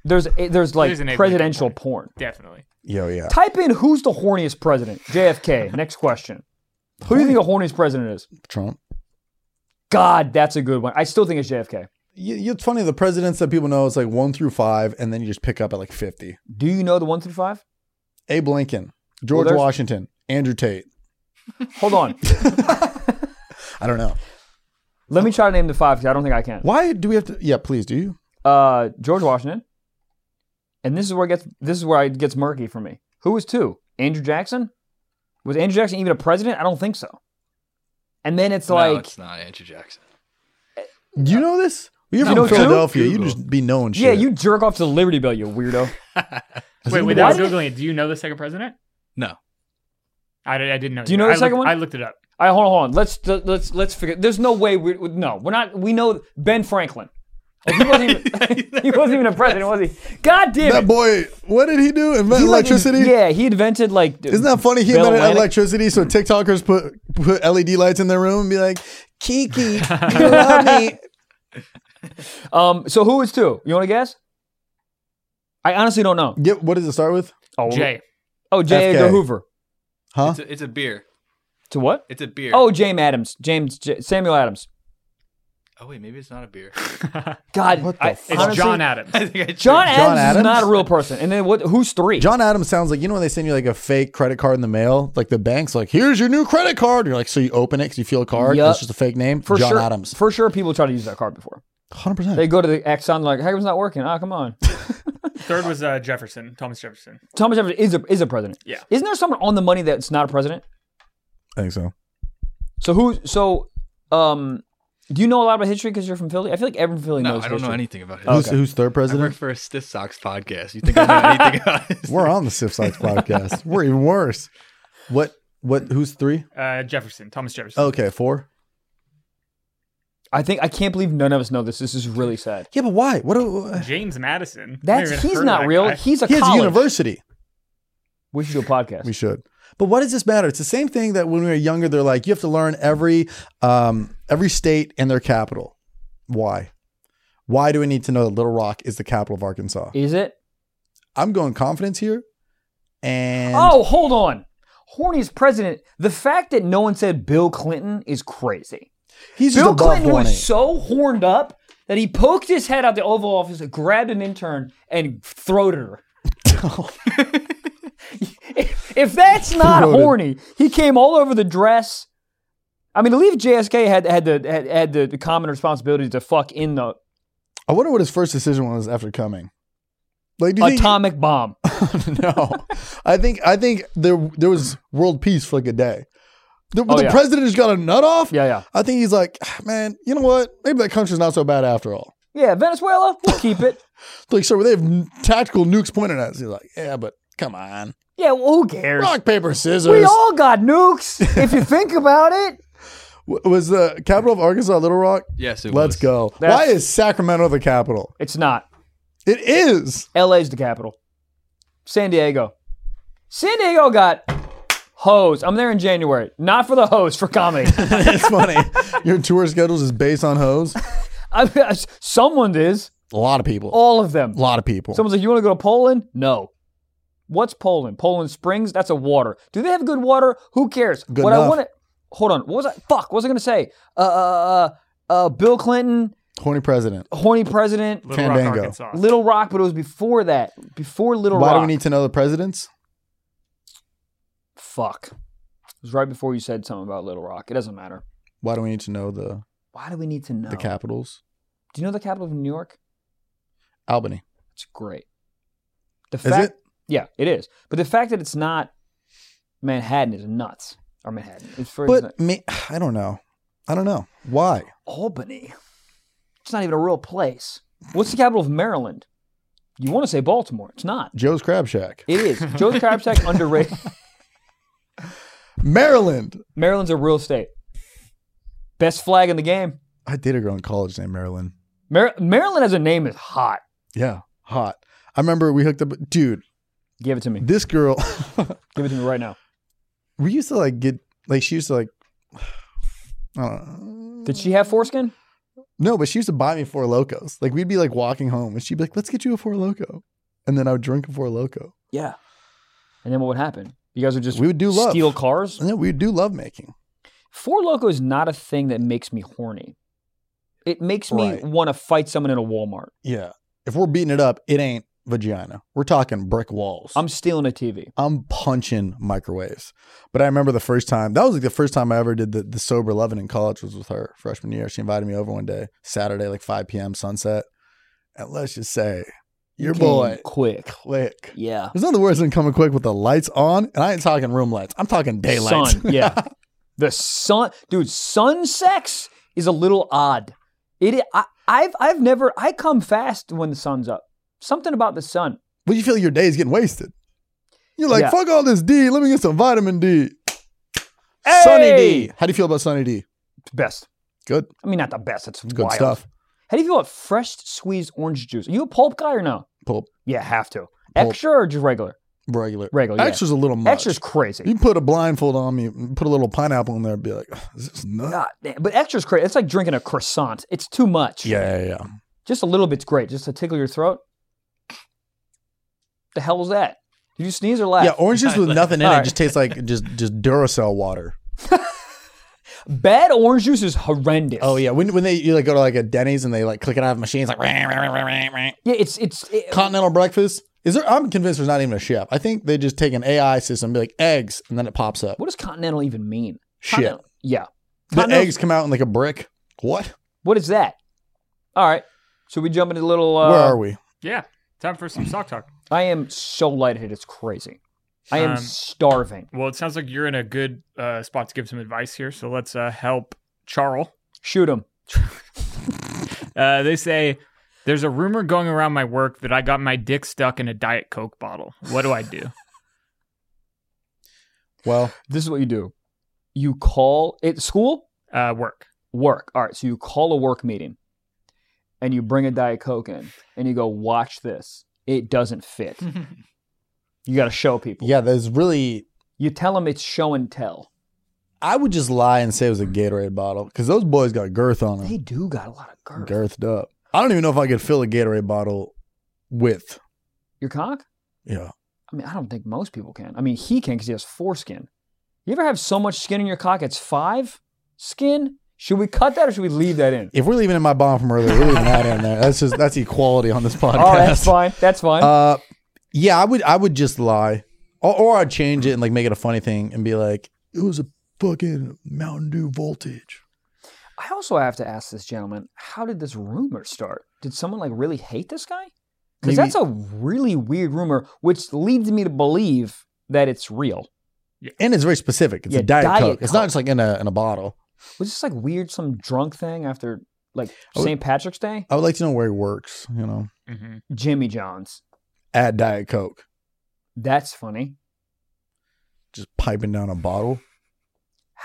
Speaker 1: There's there's like
Speaker 3: There's an Abe Lincoln
Speaker 1: presidential porn.
Speaker 3: Definitely.
Speaker 2: Yo, yeah.
Speaker 1: Type in who's the horniest president. JFK. Next question. Who do you think the horniest president is?
Speaker 2: Trump.
Speaker 1: God, that's a good one. I still think it's JFK.
Speaker 2: You, you- it's funny the presidents that people know it's like one through five, and then you just pick up at like fifty.
Speaker 1: Do you know the one through five?
Speaker 2: Abe Lincoln, George
Speaker 1: there's-
Speaker 2: Washington, Andrew Tate.
Speaker 1: Hold on.
Speaker 2: I don't know.
Speaker 1: Let me try to name the five because I don't think I can.
Speaker 2: Why do we have to? Yeah, please do you?
Speaker 1: Uh, George Washington. And this is where it gets this is where it gets murky for me. Who was two? Andrew Jackson? Was Andrew Jackson even a president? I don't think so. And then it's
Speaker 6: no,
Speaker 1: like
Speaker 6: it's not Andrew Jackson.
Speaker 2: You know this? You're
Speaker 1: You
Speaker 2: from
Speaker 1: know too?
Speaker 2: Philadelphia. You
Speaker 6: Google.
Speaker 2: just be knowing shit.
Speaker 1: Yeah, you jerk off to the Liberty Bell, you weirdo.
Speaker 3: Wait,
Speaker 2: it
Speaker 3: without
Speaker 1: What?
Speaker 3: googling it, do you know the second president?
Speaker 6: No.
Speaker 3: I, di- I didn't know.
Speaker 1: Do you know
Speaker 3: either.
Speaker 1: the
Speaker 3: I
Speaker 1: second
Speaker 3: looked-
Speaker 1: one?
Speaker 3: I looked it up.
Speaker 1: I hold on, hold on. Let's let's let's figure. There's no way we no. We're not. We know Ben Franklin. Like, he, wasn't even, he wasn't even a president, was he? God damn
Speaker 2: That
Speaker 1: it!
Speaker 2: boy. What did he do? Invent
Speaker 1: He, like,
Speaker 2: electricity?
Speaker 1: yeah, he invented like.
Speaker 2: Isn't that funny? He
Speaker 1: Bell
Speaker 2: invented
Speaker 1: Atlantic.
Speaker 2: electricity, so TikTokers put put LED lights in their room and be like, "Kiki, you love me."
Speaker 1: Um. So who is two? You want to guess? I honestly don't know.
Speaker 2: Yeah, what does it start with?
Speaker 1: Oh,
Speaker 3: Jay.
Speaker 1: Oh, J. Edgar
Speaker 2: FK.
Speaker 1: Hoover.
Speaker 2: Huh?
Speaker 6: It's a, it's a beer.
Speaker 1: To what?
Speaker 6: It's a beer.
Speaker 1: Oh, James Adams. James J- Samuel Adams.
Speaker 6: Oh, wait, maybe it's not a beer.
Speaker 1: God,
Speaker 2: What the
Speaker 1: I,
Speaker 2: fuck?
Speaker 3: It's
Speaker 1: Oh, honestly-
Speaker 3: John Adams.
Speaker 6: I think I
Speaker 1: John
Speaker 2: John
Speaker 1: Adams, is
Speaker 2: Adams?
Speaker 1: not a real person. And then what? Who's three?
Speaker 2: John Adams sounds like you know when they send you like a fake credit card in the mail, like the bank's like, "Here's your new credit card." You're like, so you open it because you feel a card.
Speaker 1: Yup.
Speaker 2: It's just a fake name.
Speaker 1: for
Speaker 2: John
Speaker 1: sure.
Speaker 2: Adams,
Speaker 1: For sure, people try to use that card before.
Speaker 2: hundred percent.
Speaker 1: They go to the Exxon, like, hey, it's not working. Ah, come on.
Speaker 3: Third was uh, Jefferson, Thomas Jefferson.
Speaker 1: Thomas Jefferson is a is a president.
Speaker 3: Yeah.
Speaker 1: Isn't there someone on the money that's not a president?
Speaker 2: I think so.
Speaker 1: So who? So, um, do you know a lot about history because you're from Philly? I feel like everyone from Philly
Speaker 6: No,
Speaker 1: knows.
Speaker 6: I don't know
Speaker 1: history.
Speaker 6: anything about it.
Speaker 2: Who's, who's third
Speaker 6: I work
Speaker 2: president?
Speaker 6: for a Stiff Socks podcast. You think I know anything about it?
Speaker 2: We're on the Sif Socks podcast. We're even worse. What? What? Who's three?
Speaker 3: Uh, Jefferson, Thomas Jefferson.
Speaker 2: Okay, four.
Speaker 1: I think I can't believe none of us know this. This is really sad.
Speaker 2: Yeah, but why? What?
Speaker 1: Oh.
Speaker 2: do-
Speaker 3: James Madison. I haven't
Speaker 1: That's
Speaker 3: even
Speaker 1: he's
Speaker 3: heard of
Speaker 1: not
Speaker 3: that
Speaker 1: real.
Speaker 3: guy.
Speaker 1: He's a
Speaker 2: he has a
Speaker 1: college.
Speaker 2: university.
Speaker 1: We should do a podcast.
Speaker 2: We should. But what does this matter? It's the same thing that when we were younger, they're like, you have to learn every um, every state and their capital. Why? Why do we need to know that Little Rock is the capital of Arkansas?
Speaker 1: Is it?
Speaker 2: I'm going confidence here. And
Speaker 1: oh, hold on. Horny's president. The fact that no one said Bill Clinton is crazy.
Speaker 2: he's just
Speaker 1: Bill
Speaker 2: above
Speaker 1: Clinton
Speaker 2: horny.
Speaker 1: was so horned up that he poked his head out the Oval Office, grabbed an intern, and throated her. if, if that's not
Speaker 2: Throated.
Speaker 1: horny, he came all over the dress. I mean, I believe JSK had had the had, had the, the common responsibility to fuck in the
Speaker 2: I wonder what his first decision was after coming. Like, do you think-
Speaker 1: atomic bomb.
Speaker 2: no, I think I think there there was world peace for like a day. The, but
Speaker 1: Oh,
Speaker 2: the
Speaker 1: yeah.
Speaker 2: president just got a nut off.
Speaker 1: Yeah, yeah,
Speaker 2: I think he's like, "Ah, man, you know what? Maybe that country's not so bad after all.
Speaker 1: yeah. Venezuela, we'll keep it.
Speaker 2: Like, sir, they have n- tactical nukes pointed at us. He's like, yeah, but come on,
Speaker 1: Yeah, well, who cares?
Speaker 2: rock paper scissors.
Speaker 1: We all got nukes. if you think about it,
Speaker 2: W- was the capital of Arkansas Little Rock?
Speaker 6: Yes, it
Speaker 2: Let's
Speaker 6: was.
Speaker 2: go.
Speaker 1: That's-
Speaker 2: Why is Sacramento the capital?
Speaker 1: it's not.
Speaker 2: It is.
Speaker 1: LA's the capital. San Diego. San Diego got hosed. I'm there in January. Not for the host, for comedy.
Speaker 2: it's funny. Your tour schedules is based on hoes.
Speaker 1: I- Someone is.
Speaker 2: A lot of people.
Speaker 1: All of them.
Speaker 2: A lot of people.
Speaker 1: Someone's like, you want to go to Poland? No. What's Poland? Poland Springs? That's a water. Do they have good water? Who cares?
Speaker 2: Good
Speaker 1: what I
Speaker 2: enough.
Speaker 1: want to. Hold on. What was I? Fuck. What was I going to say? Uh, uh, uh, uh, Bill Clinton,
Speaker 2: Horny president.
Speaker 1: horny president,
Speaker 3: Little Rock,
Speaker 2: Fandango.
Speaker 3: Arkansas.
Speaker 1: Little Rock, but it was before that. Before Little
Speaker 2: Why
Speaker 1: Rock.
Speaker 2: do we need to know the presidents?
Speaker 1: Fuck. It was right before you said something about Little Rock. It doesn't matter.
Speaker 2: Why do we need to know the
Speaker 1: Why do we need to know?
Speaker 2: the capitals?
Speaker 1: Do you know the capital of New York?
Speaker 2: Albany.
Speaker 1: It's great. The
Speaker 2: Is
Speaker 1: fact,
Speaker 2: it?
Speaker 1: yeah, it is. But the fact that it's not Manhattan is nuts. Or Manhattan. It's for
Speaker 2: But me, I don't know. I don't know why.
Speaker 1: Albany. It's not even a real place. What's the capital of Maryland? You want to say Baltimore? It's not.
Speaker 2: Joe's Crab Shack,
Speaker 1: It is. Joe Krabstack underrated.
Speaker 2: Maryland.
Speaker 1: Maryland's a real state. Best flag in the game.
Speaker 2: I dated a girl in college named Maryland.
Speaker 1: Mar- Maryland as a name is hot.
Speaker 2: Yeah, hot. I remember we hooked up, dude.
Speaker 1: Give it to me.
Speaker 2: This girl,
Speaker 1: Give it to me right now.
Speaker 2: we used to like get like she used to like. I don't know.
Speaker 1: Did she have foreskin?
Speaker 2: No, but she used to buy me four locos. Like we'd be like walking home, and she'd be like, "Let's get you a four loco," and then I would drink a four loco.
Speaker 1: Yeah. And then what would happen? You guys would just
Speaker 2: We would do love.
Speaker 1: steal cars.
Speaker 2: And then we would do love making.
Speaker 1: Four Loco is not a thing that makes me horny. It makes me
Speaker 2: Right.
Speaker 1: want to fight someone in a Walmart.
Speaker 2: Yeah. If we're beating it up, it ain't vagina. We're talking brick walls.
Speaker 1: I'm stealing a TV.
Speaker 2: I'm punching microwaves. But I remember the first time, that was like the first time I ever did the, the sober loving in college was with her freshman year. She invited me over one day, Saturday, like 5 p.m. sunset. And let's just say, your
Speaker 1: Came
Speaker 2: boy,
Speaker 1: quick.
Speaker 2: click.
Speaker 1: Yeah.
Speaker 2: There's nothing worse than coming quick with the lights on. And I ain't talking room lights, I'm talking daylight.
Speaker 1: Sun. Yeah. the sun, dude. Sun sex is a little odd. It. I, I've I've never. I come fast when the sun's up. Something about the sun.
Speaker 2: but you feel your day is getting wasted. You're like,
Speaker 1: Yeah.
Speaker 2: fuck all this D. Let me get some vitamin D. Sunny D.
Speaker 1: Hey!
Speaker 2: How do you feel about Sunny D?
Speaker 1: Best.
Speaker 2: Good.
Speaker 1: I mean, not the best. It's
Speaker 2: Good
Speaker 1: wild.
Speaker 2: stuff.
Speaker 1: How do you feel about fresh squeezed orange juice? Are you a pulp guy or no?
Speaker 2: Pulp.
Speaker 1: Yeah, have to. Extra or just regular?
Speaker 2: Regular.
Speaker 1: Regular. Yeah.
Speaker 2: Extra's a little much.
Speaker 1: Extra's crazy.
Speaker 2: You put a blindfold on me, put a little pineapple in there, and be like, "Ugh, is this nut?
Speaker 1: God damn. Ah, But extra's crazy. It's like drinking a croissant. It's too much.
Speaker 2: Yeah, yeah, yeah.
Speaker 1: Just a little bit's great. Just to tickle your throat. The hell was that? Did you sneeze or laugh?
Speaker 2: Yeah, orange juice with nothing in
Speaker 1: All
Speaker 2: it
Speaker 1: right.
Speaker 2: just tastes like just just Duracell water.
Speaker 1: Bad orange juice is horrendous.
Speaker 2: Oh yeah, when when they you like go to like a Denny's and they like click it out of machines like "Rah, rah, rah, rah, rah."
Speaker 1: Yeah, it's it's it-
Speaker 2: continental breakfast. Is there? I'm convinced there's not even a chef. I think they just take an AI system, be like eggs, and then it pops up.
Speaker 1: what does continental even mean?
Speaker 2: Shit,
Speaker 1: Continental- Yeah.
Speaker 2: the
Speaker 1: Continental-
Speaker 2: eggs come out in like a brick. What?
Speaker 1: What is that? All right. Should we jump into a little uh
Speaker 2: Where are we?
Speaker 3: Yeah. Time for some sock talk.
Speaker 1: I am so lightheaded, it's crazy. I am
Speaker 3: Um,
Speaker 1: starving.
Speaker 3: Well, it sounds like you're in a good uh, spot to give some advice here. So let's uh, help Charles.
Speaker 1: Shoot him.
Speaker 3: Uh, they say there's a rumor going around my work that I got my dick stuck in a Diet Coke bottle. What do I do?
Speaker 2: Well,
Speaker 1: This is what you do. You call at school,
Speaker 3: Uh, work.
Speaker 1: work. All right, so you call a work meeting and you bring a Diet Coke in and you go,
Speaker 3: Hmm.
Speaker 1: Mm-hmm. watch this. It doesn't fit. you got to show people.
Speaker 2: yeah, there's really
Speaker 1: You tell them it's show and tell.
Speaker 2: I would just lie and say it was a Gatorade bottle because those boys got girth on them,
Speaker 1: They do got a lot of girth.
Speaker 2: girthed up. I don't even know if I could fill a Gatorade bottle with.
Speaker 1: Your cock?
Speaker 2: Yeah,
Speaker 1: I mean, I don't think most people can. I mean, he can because he has foreskin. You ever have so much skin in your cock? It's five skin. Should we cut that or should we leave that in?
Speaker 2: if we're leaving in my bomb from earlier, we're leaving that in there. That's just that's equality on this podcast.
Speaker 1: Oh, that's fine. That's fine.
Speaker 2: Uh, yeah, I would I would just lie, or, or I'd change it and like make it a funny thing and be like, it was a fucking Mountain Dew voltage.
Speaker 1: I also have to ask this gentleman, how did this rumor start? Did someone like really hate this guy? Because
Speaker 2: Maybe-
Speaker 1: that's a really weird rumor, which leads me to believe that it's real.
Speaker 2: And it's very specific. It's
Speaker 1: Yeah,
Speaker 2: a diet,
Speaker 1: Diet
Speaker 2: coke. It's not
Speaker 1: Coke.
Speaker 2: just like in a in a bottle.
Speaker 1: Was this like weird, some drunk thing after like
Speaker 2: I would-
Speaker 1: St. Patrick's Day?
Speaker 2: I would like to know where he works. You know,
Speaker 3: Mm-hmm.
Speaker 1: Jimmy John's.
Speaker 2: at diet coke,
Speaker 1: That's funny.
Speaker 2: just piping down a bottle.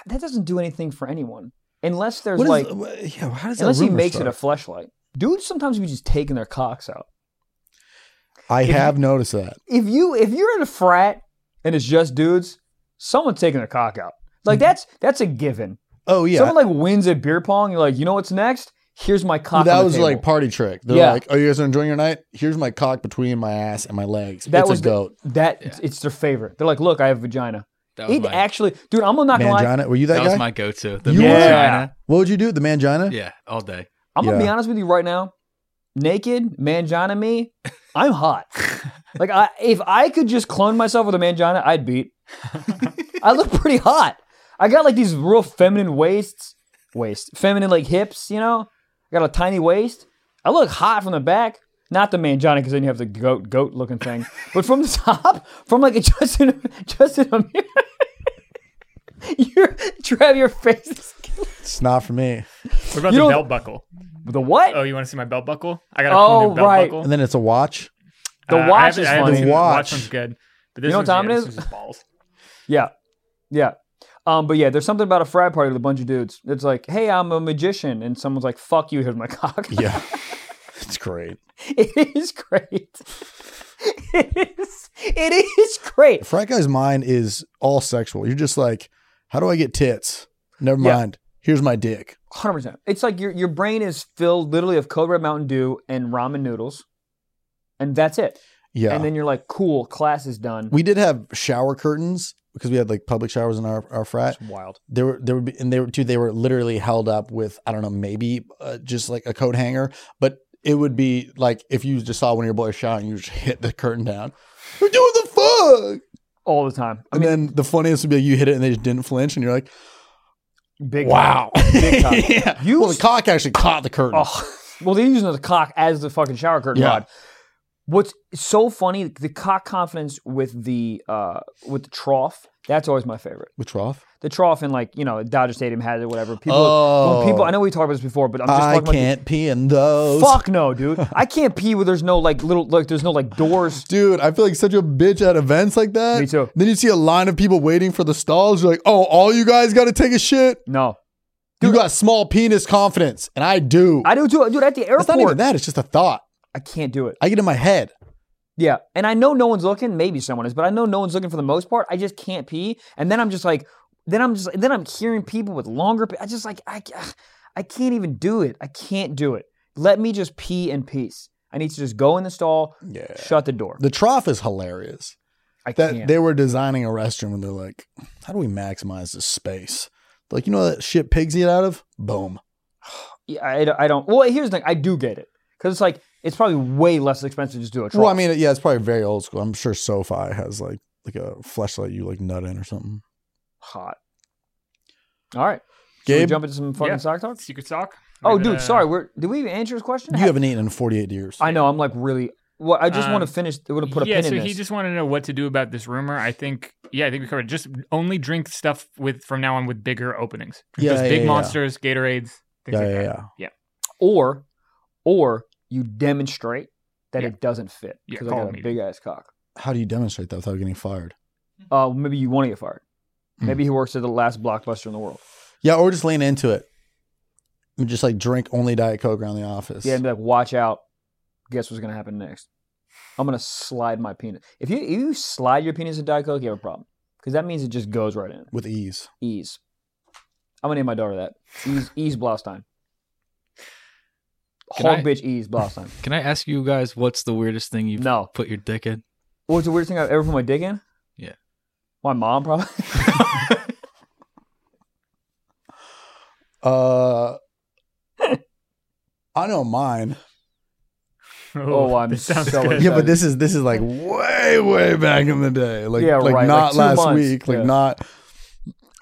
Speaker 1: That doesn't do anything for anyone unless there's
Speaker 2: What is-
Speaker 1: like
Speaker 2: what- yeah, how does that
Speaker 1: unless he
Speaker 2: rumor
Speaker 1: makes it a
Speaker 2: start?
Speaker 1: fleshlight. Dudes sometimes be just taking their cocks out.
Speaker 2: I have noticed that.
Speaker 1: if you if you're in a frat and it's just dudes, someone's taking their cock out. Like
Speaker 2: Mm-hmm.
Speaker 1: that's that's a given.
Speaker 2: Oh yeah,
Speaker 1: Someone like wins at beer pong. You're like, you know what's next? Here's my cock. on
Speaker 2: that
Speaker 1: the
Speaker 2: was
Speaker 1: table."
Speaker 2: like party trick. They're
Speaker 1: Yeah.
Speaker 2: like, "Oh, you guys are enjoying your night? Here's my cock between my ass and my legs.
Speaker 1: That
Speaker 2: it's
Speaker 1: was
Speaker 2: a
Speaker 1: the-
Speaker 2: goat."
Speaker 1: that. It's, it's their favorite. They're like, look, I have a vagina.
Speaker 6: That was
Speaker 1: It
Speaker 6: my,
Speaker 1: actually, dude, I'm not gonna lie.
Speaker 2: Mangina? Were you that,
Speaker 6: that
Speaker 2: guy?
Speaker 6: was my go-to. The
Speaker 2: You
Speaker 6: yeah.
Speaker 2: were?
Speaker 6: Vagina.
Speaker 2: What would you do? The mangina?
Speaker 6: Yeah, all day.
Speaker 1: I'm gonna be
Speaker 2: Yeah.
Speaker 1: honest with you right now. Naked mangina me, I'm hot. like I, if I could just clone myself with a mangina, I'd beat. I look pretty hot. I got like these real feminine waists, waist, feminine like hips. You know, I got a tiny waist. I look hot from the back. Not the mangina, because then you have the goat, goat looking thing. But from the top, from like just in, just in a mirror, your Trav, your face. is-
Speaker 2: It's not for me.
Speaker 3: What about
Speaker 1: You
Speaker 3: the
Speaker 1: don't-
Speaker 3: belt buckle?
Speaker 1: The what?
Speaker 3: Oh, you want to see my belt buckle? I got a
Speaker 1: Oh,
Speaker 3: cool new belt
Speaker 1: right.
Speaker 3: buckle. Uh,
Speaker 2: And then it's a watch.
Speaker 1: The
Speaker 3: I
Speaker 1: watch
Speaker 3: haven't-
Speaker 1: is
Speaker 3: I haven't
Speaker 1: funny.
Speaker 3: seen it. The
Speaker 2: Watch.
Speaker 3: watch one's good. But this
Speaker 1: You know what
Speaker 3: one's,
Speaker 1: time
Speaker 3: yeah,
Speaker 1: it
Speaker 3: this
Speaker 1: is?
Speaker 3: one's balls.
Speaker 1: Yeah. Yeah. Um, but yeah, there's something about a frat party with a bunch of dudes. It's like, hey, I'm a magician, and someone's like, "Fuck you, here's my cock."
Speaker 2: Yeah, it's great.
Speaker 1: it is great. it is. It is great.
Speaker 2: The frat guy's mind is all sexual. You're just like, how do I get tits? Never
Speaker 1: Yeah.
Speaker 2: mind. Here's my dick.
Speaker 1: Hundred percent. It's like your your brain is filled literally of Code Red Mountain Dew and ramen noodles, and that's it.
Speaker 2: Yeah.
Speaker 1: And then you're like, "Cool, class is done."
Speaker 2: we did have shower curtains because we had like public showers in our, our frat.
Speaker 1: it's wild.
Speaker 2: There were there would be and they were dude, they were literally held up with I don't know maybe uh, just like a coat hanger, but it would be like if you just saw one of your boys showering, you just hit the curtain down. We're doing the fuck.
Speaker 1: All the time. I
Speaker 2: And
Speaker 1: mean,
Speaker 2: then the funniest would be like you hit it and they just didn't flinch, and you're like,
Speaker 1: big
Speaker 2: wow.
Speaker 1: time. Big time.
Speaker 2: yeah.
Speaker 1: You
Speaker 2: well, the cock actually caught the curtain.
Speaker 1: Oh, well, they're using the cock as the fucking shower curtain
Speaker 2: Yeah.
Speaker 1: rod. What's so funny? The cock confidence with the uh with the trough. That's always my favorite.
Speaker 2: With trough?
Speaker 1: The trough in like you know Dodger Stadium has it, whatever. People,
Speaker 2: Oh.
Speaker 1: when people. I know we talked about this before, but I'm just
Speaker 2: I
Speaker 1: talking about.
Speaker 2: can't pee in
Speaker 1: the-
Speaker 2: those.
Speaker 1: Fuck no, dude! I can't pee where there's no like little like there's no like doors.
Speaker 2: Dude, I feel like such a bitch at events like that.
Speaker 1: Me too.
Speaker 2: Then you see a line of people waiting for the stalls. You're like, oh, all you guys got to take a shit.
Speaker 1: No,
Speaker 2: you got small penis confidence, and I do.
Speaker 1: I do too, dude. At the
Speaker 2: it's not even
Speaker 1: airport,
Speaker 2: that. It's just a thought.
Speaker 1: I can't do it.
Speaker 2: I get in my head.
Speaker 1: Yeah, and I know no one's looking. Maybe someone is, but I know no one's looking for the most part. I just can't pee, and then I'm just like, then I'm just, then I'm hearing people with longer. pe- I just like, I, ugh, I can't even do it. I can't do it. Let me just pee in peace. I need to just go in the stall,
Speaker 2: Yeah.
Speaker 1: shut the door.
Speaker 2: The trough is hilarious.
Speaker 1: I
Speaker 2: That
Speaker 1: can't.
Speaker 2: they were designing a restroom, and they're like, how do we maximize this space? They're Like, you know that shit pigs eat out of? Boom.
Speaker 1: Yeah, I, don't- I don't. Well, here's the thing. I do get it because it's like it's probably way less expensive to just do a trough.
Speaker 2: Well, I mean, yeah, it's probably very old school. I'm sure SoFi has like like a fleshlight you like nut in or something.
Speaker 1: hot. All right, Should we
Speaker 2: Gabe,
Speaker 1: jump into some fucking
Speaker 3: Yeah.
Speaker 1: sock talk.
Speaker 3: Secret sock.
Speaker 1: Oh,
Speaker 3: Maybe
Speaker 1: dude,
Speaker 3: the-
Speaker 1: sorry. We're, did we even answer his question?
Speaker 2: you haven't eaten in 48 years.
Speaker 1: I know. I'm like really. Well, I just want
Speaker 3: Um,
Speaker 1: to finish. I want to put a
Speaker 3: yeah,
Speaker 1: pin
Speaker 3: so
Speaker 1: in this.
Speaker 3: he just wanted to know what to do about this rumor. I think, yeah, I think we covered. it. Just only drink stuff with from now on with bigger openings. Drink
Speaker 2: Yeah,
Speaker 3: those
Speaker 2: yeah,
Speaker 3: big
Speaker 2: yeah.
Speaker 3: monsters, Gatorades, things
Speaker 2: yeah,
Speaker 3: like
Speaker 2: yeah,
Speaker 3: that.
Speaker 2: yeah.
Speaker 1: or or you demonstrate that
Speaker 3: Yeah.
Speaker 1: it doesn't fit
Speaker 3: Yeah,
Speaker 1: because I
Speaker 3: call
Speaker 1: got
Speaker 3: it
Speaker 1: a
Speaker 3: meeting. Mm-hmm.
Speaker 1: big ass cock.
Speaker 2: How do you demonstrate that without getting fired?
Speaker 1: Uh, maybe you want to get fired.
Speaker 2: Mm.
Speaker 1: Maybe he works at the last blockbuster in the world.
Speaker 2: Yeah, or just lean into it. And just like drink only Diet Coke around the office.
Speaker 1: Yeah, and be like, watch out. Guess what's gonna happen next? I'm gonna slide my penis. If you if you slide your penis in Diet Coke, you have a problem. because that means it just goes right in.
Speaker 2: with ease.
Speaker 1: Ease. I'm gonna name my daughter that. Ease, Ease Blaustein.
Speaker 6: Can
Speaker 1: Hog
Speaker 6: I-
Speaker 1: bitch Ease Blaustein.
Speaker 6: Can I ask you guys what's the weirdest thing you've
Speaker 1: No.
Speaker 6: put your dick in?
Speaker 1: What's the weirdest thing I've ever put my dick in?
Speaker 6: Yeah.
Speaker 1: My mom probably.
Speaker 2: Uh, I know mine.
Speaker 1: Oh, I'm
Speaker 3: this sounds
Speaker 1: so
Speaker 3: good.
Speaker 2: Yeah, but this is this is like way way back in the day. Like
Speaker 1: Yeah,
Speaker 2: like
Speaker 1: right, like
Speaker 2: not
Speaker 1: two
Speaker 2: last
Speaker 1: months.
Speaker 2: week. Like
Speaker 1: Yeah.
Speaker 2: not.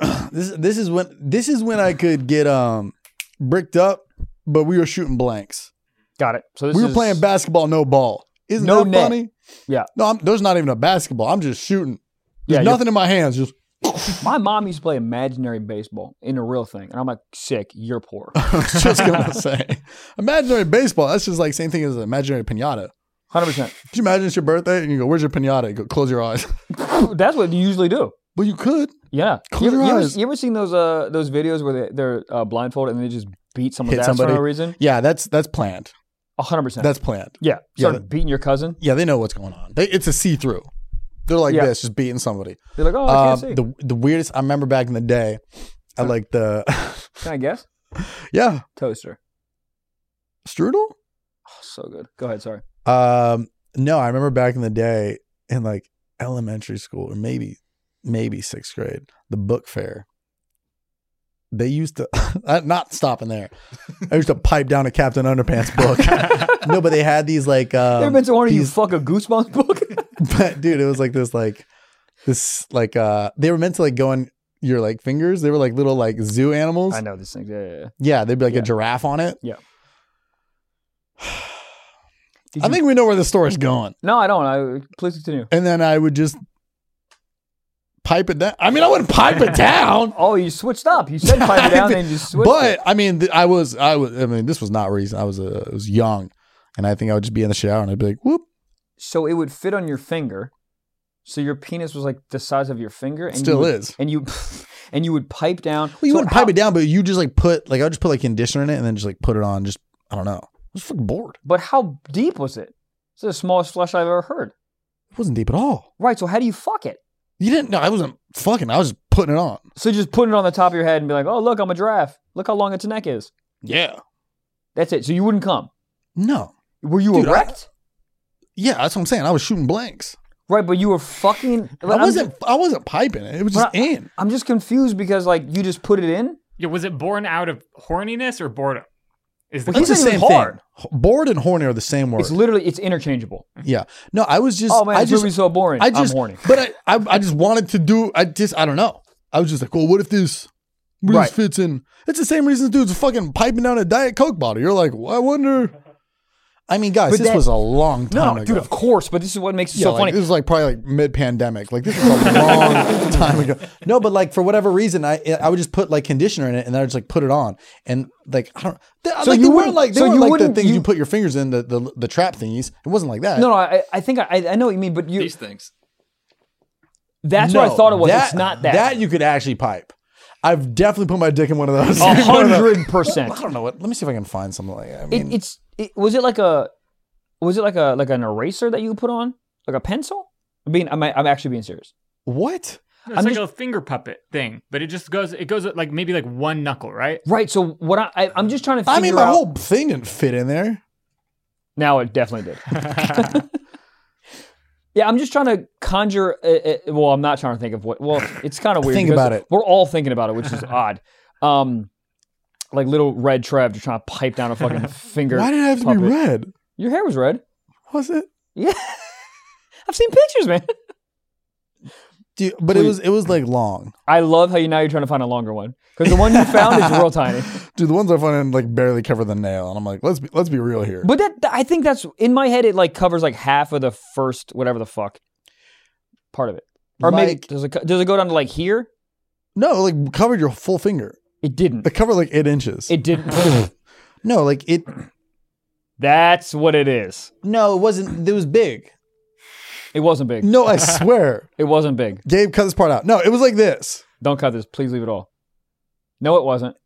Speaker 2: This this is when this is when I could get um bricked up, but we were shooting blanks.
Speaker 1: Got it. So this
Speaker 2: we were
Speaker 1: is-
Speaker 2: playing basketball, no ball. Isn't
Speaker 1: No
Speaker 2: that
Speaker 1: net.
Speaker 2: funny?
Speaker 1: Yeah.
Speaker 2: No, I'm, there's not even a basketball. I'm just shooting. There's
Speaker 1: Yeah, you're-
Speaker 2: nothing in my hands. Just
Speaker 1: My mom used to play imaginary baseball in a real thing, and I'm like, sick. You're poor.
Speaker 2: I was just gonna say, imaginary baseball. That's just like same thing as an imaginary pinata.
Speaker 1: Hundred percent.
Speaker 2: Could you imagine it's your birthday and you go, "Where's your pinata?" You go, close your eyes.
Speaker 1: That's what you usually do.
Speaker 2: well, you could
Speaker 1: Yeah.
Speaker 2: Close
Speaker 1: you,
Speaker 2: your
Speaker 1: you
Speaker 2: eyes.
Speaker 1: Ever, you ever seen those uh those videos where they, they're uh, blindfolded and they just beat someone's
Speaker 2: Hit
Speaker 1: ass
Speaker 2: somebody.
Speaker 1: for no reason?
Speaker 2: Yeah, that's that's planned.
Speaker 1: hundred percent.
Speaker 2: That's planned.
Speaker 1: yeah.
Speaker 2: yeah,
Speaker 1: Start
Speaker 2: that-
Speaker 1: beating your cousin.
Speaker 2: Yeah, they know what's going on. They, it's a see through. They're like
Speaker 1: Yeah.
Speaker 2: this, just beating somebody.
Speaker 1: They're like, oh, I can't
Speaker 2: Um,
Speaker 1: see.
Speaker 2: the the weirdest I remember back in the day, I like the
Speaker 1: Can I guess?
Speaker 2: yeah
Speaker 1: Toaster.
Speaker 2: strudel.
Speaker 1: Oh, so good. Go ahead. Sorry.
Speaker 2: Um, no, I remember back in the day in like elementary school or maybe maybe sixth grade, the book fair. They used to I'm not stopping there. I used to pipe down a Captain Underpants book. no, but they had these like um,
Speaker 1: ever been to one of you
Speaker 2: these-
Speaker 1: fuck a goosebumps book?
Speaker 2: but dude, it was like this like this like uh they were meant to like go on your like fingers. They were like little like zoo animals.
Speaker 1: I know these things. Yeah, yeah, yeah.
Speaker 2: Yeah, they'd be like
Speaker 1: Yeah.
Speaker 2: a giraffe on it.
Speaker 1: Yeah. Did
Speaker 2: I
Speaker 1: you-
Speaker 2: think we know where the story's going.
Speaker 1: No, I don't. I please continue.
Speaker 2: And then I would just pipe it down. I mean, I wouldn't pipe it down.
Speaker 1: Oh, you switched up. You said pipe it down, then you switched.
Speaker 2: but
Speaker 1: it.
Speaker 2: I mean, th- I was, I was, I mean, this was not recent. I was, uh, I was young, and I think I would just be in the shower and I'd be like, "Whoop!"
Speaker 1: so it would fit on your finger. So your penis was like the size of your finger, and you
Speaker 2: Still
Speaker 1: would-
Speaker 2: is.
Speaker 1: And you, and you would pipe down.
Speaker 2: Well, you
Speaker 1: So
Speaker 2: wouldn't
Speaker 1: how-
Speaker 2: pipe it down, but you just like put, like, I would just put like conditioner in it and then just like put it on. Just, I don't know. I was fucking bored.
Speaker 1: But how deep was it? It's the smallest flush I've ever heard.
Speaker 2: It wasn't deep at all.
Speaker 1: Right. So how do you fuck it?
Speaker 2: You didn't know. I wasn't fucking. I was just putting it on.
Speaker 1: So just put it on the top of your head and be like, "Oh, look, I'm a giraffe. Look how long its neck is."
Speaker 2: Yeah.
Speaker 1: That's it. So you wouldn't come.
Speaker 2: No.
Speaker 1: Were you
Speaker 2: Dude, I-
Speaker 1: erect?
Speaker 2: Yeah, that's what I'm saying. I was shooting blanks.
Speaker 1: right, but you were fucking.
Speaker 2: I wasn't. I wasn't piping it. It was just
Speaker 1: But I-
Speaker 2: in.
Speaker 1: I'm just confused because like you just put it in.
Speaker 3: Yeah, was it born out of horniness or boredom? Is the
Speaker 1: Well, he
Speaker 2: It's the
Speaker 1: said it
Speaker 2: same
Speaker 1: was
Speaker 2: thing.
Speaker 1: hard.
Speaker 2: H- Bored and horny are the same word.
Speaker 1: It's literally it's interchangeable.
Speaker 2: yeah. No, I was just.
Speaker 1: oh man,
Speaker 2: I
Speaker 1: this
Speaker 2: just.
Speaker 1: movie's so boring.
Speaker 2: I just.
Speaker 1: am horny.
Speaker 2: But I, I. I just wanted to do. I just. I don't know. I was just like, well, what if this? What if
Speaker 1: Right.
Speaker 2: this fits in? It's the same reason dudes are fucking piping down a diet coke bottle. You're like, well, I wonder. I mean, guys,
Speaker 1: But
Speaker 2: this
Speaker 1: that-
Speaker 2: was a long
Speaker 1: No,
Speaker 2: time ago.
Speaker 1: dude, of course. But this is what makes it
Speaker 2: Oh Yeah,
Speaker 1: so
Speaker 2: like,
Speaker 1: funny.
Speaker 2: This is like probably like mid pandemic. Like this is a long time ago. No, but like for whatever reason, I I would just put like conditioner in it, and I would just like put it on, and like I don't. They,
Speaker 1: So
Speaker 2: like,
Speaker 1: you
Speaker 2: they weren't
Speaker 1: wouldn't-
Speaker 2: like they
Speaker 1: so
Speaker 2: weren't
Speaker 1: you
Speaker 2: like the
Speaker 1: wouldn't-
Speaker 2: things you,
Speaker 1: you-
Speaker 2: put your fingers in the, the the trap thingies. It wasn't like that.
Speaker 1: no, no, I, I think I, I know what you mean, but you,
Speaker 6: These things.
Speaker 1: that's what I thought it was. it's not that.
Speaker 2: That you could actually pipe. I've definitely put my dick in one of those.
Speaker 1: A hundred percent.
Speaker 2: I don't know what. Let me see if I can find something like that. I mean,
Speaker 1: Oh. It, it's it, was it like a was it like a like an eraser that you put on like a pencil? I'm being I'm, I'm actually being serious.
Speaker 2: what?
Speaker 3: No, it's
Speaker 1: I'm
Speaker 3: like a finger puppet thing, but it just goes. It goes like maybe like one knuckle, right?
Speaker 1: Right. So what I, I I'm just trying to. Figure
Speaker 2: I mean, my
Speaker 1: out-
Speaker 2: whole thing didn't fit in there.
Speaker 1: Now it definitely did. yeah, I'm just trying to conjure. Uh, uh, well, I'm not trying to think of what. Well, it's kind of weird.
Speaker 2: Think
Speaker 1: because
Speaker 2: about it.
Speaker 1: We're all thinking about it, which is odd. Um, like little red Trev, just trying to pipe down a fucking finger.
Speaker 2: Why did it have to
Speaker 1: puppet.
Speaker 2: be red?
Speaker 1: Your hair was red.
Speaker 2: Was it?
Speaker 1: Yeah, I've seen pictures, man.
Speaker 2: Dude, but it
Speaker 1: Please.
Speaker 2: was it was like long.
Speaker 1: I love how you now you're trying to find a longer one because the one you found is real tiny.
Speaker 2: Dude, the ones I find like barely cover the nail, and I'm like, let's be let's be real here.
Speaker 1: But that I think that's in my head. It like covers like half of the first whatever the fuck part of it, or maybe
Speaker 2: Like-
Speaker 1: does it co- does it go down to like here?
Speaker 2: no, like covered your full finger.
Speaker 1: It didn't.
Speaker 2: It covered like eight inches.
Speaker 1: It didn't.
Speaker 2: no, like it.
Speaker 1: That's what it is.
Speaker 2: No, it wasn't. It was big.
Speaker 1: It wasn't big.
Speaker 2: No, I swear.
Speaker 1: It wasn't big.
Speaker 2: Gabe, cut this part out. No, it was like this,
Speaker 1: Don't cut this. Please leave it all. No, it wasn't.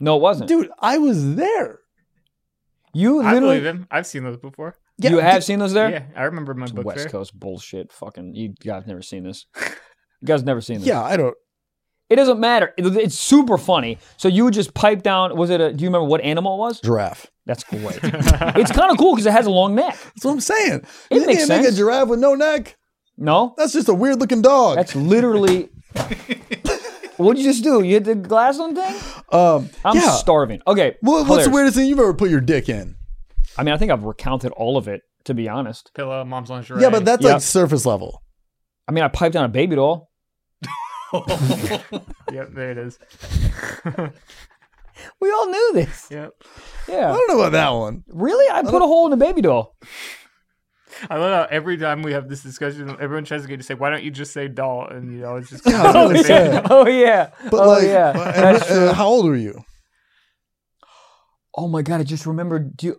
Speaker 1: No, it wasn't.
Speaker 2: dude. I was there.
Speaker 1: you
Speaker 3: I believe
Speaker 1: literally
Speaker 3: him. I've seen those before.
Speaker 1: you have
Speaker 2: d-
Speaker 1: seen those there.
Speaker 3: Yeah, I remember my book
Speaker 1: West
Speaker 3: fair.
Speaker 1: Coast bullshit. Fucking you. I've never seen this. You guys never seen this.
Speaker 2: Yeah, I don't.
Speaker 1: It doesn't matter. It- it's super funny. So you would just pipe down. Was it a? Do you remember what animal it was?
Speaker 2: Giraffe.
Speaker 1: That's great. it's kind of cool because it has a long neck.
Speaker 2: That's what I'm saying.
Speaker 1: It
Speaker 2: you
Speaker 1: makes
Speaker 2: can't make
Speaker 1: sense.
Speaker 2: a giraffe with no neck.
Speaker 1: No,
Speaker 2: That's just a weird looking dog.
Speaker 1: that's literally. What'd you just do? You hit the glass on thing?
Speaker 2: um,
Speaker 1: I'm
Speaker 2: yeah.
Speaker 1: starving. Okay.
Speaker 2: What- what's
Speaker 1: hilarious.
Speaker 2: the weirdest thing you've ever put your dick in?
Speaker 1: I mean, I think I've recounted all of it. To be honest,
Speaker 3: Pillow, mom's lingerie.
Speaker 2: Yeah, but that's
Speaker 1: Yeah.
Speaker 2: like surface level.
Speaker 1: I mean, I piped down a baby doll.
Speaker 3: Yep, there it is.
Speaker 1: We all knew this.
Speaker 3: Yep.
Speaker 2: I
Speaker 1: Yeah.
Speaker 2: don't know about that one.
Speaker 1: Really? I put a hole in a baby doll.
Speaker 3: I love how every time we have this discussion, everyone tries to get you to say, "Why don't you just say doll?" And you always just.
Speaker 2: Yeah, I was gonna
Speaker 1: Oh
Speaker 2: say.
Speaker 1: yeah. Oh yeah.
Speaker 2: But
Speaker 1: oh
Speaker 2: like,
Speaker 1: yeah.
Speaker 2: uh,
Speaker 1: That's
Speaker 2: uh,
Speaker 1: true.
Speaker 2: how old were you?
Speaker 1: Oh my god! I just remembered. Do you,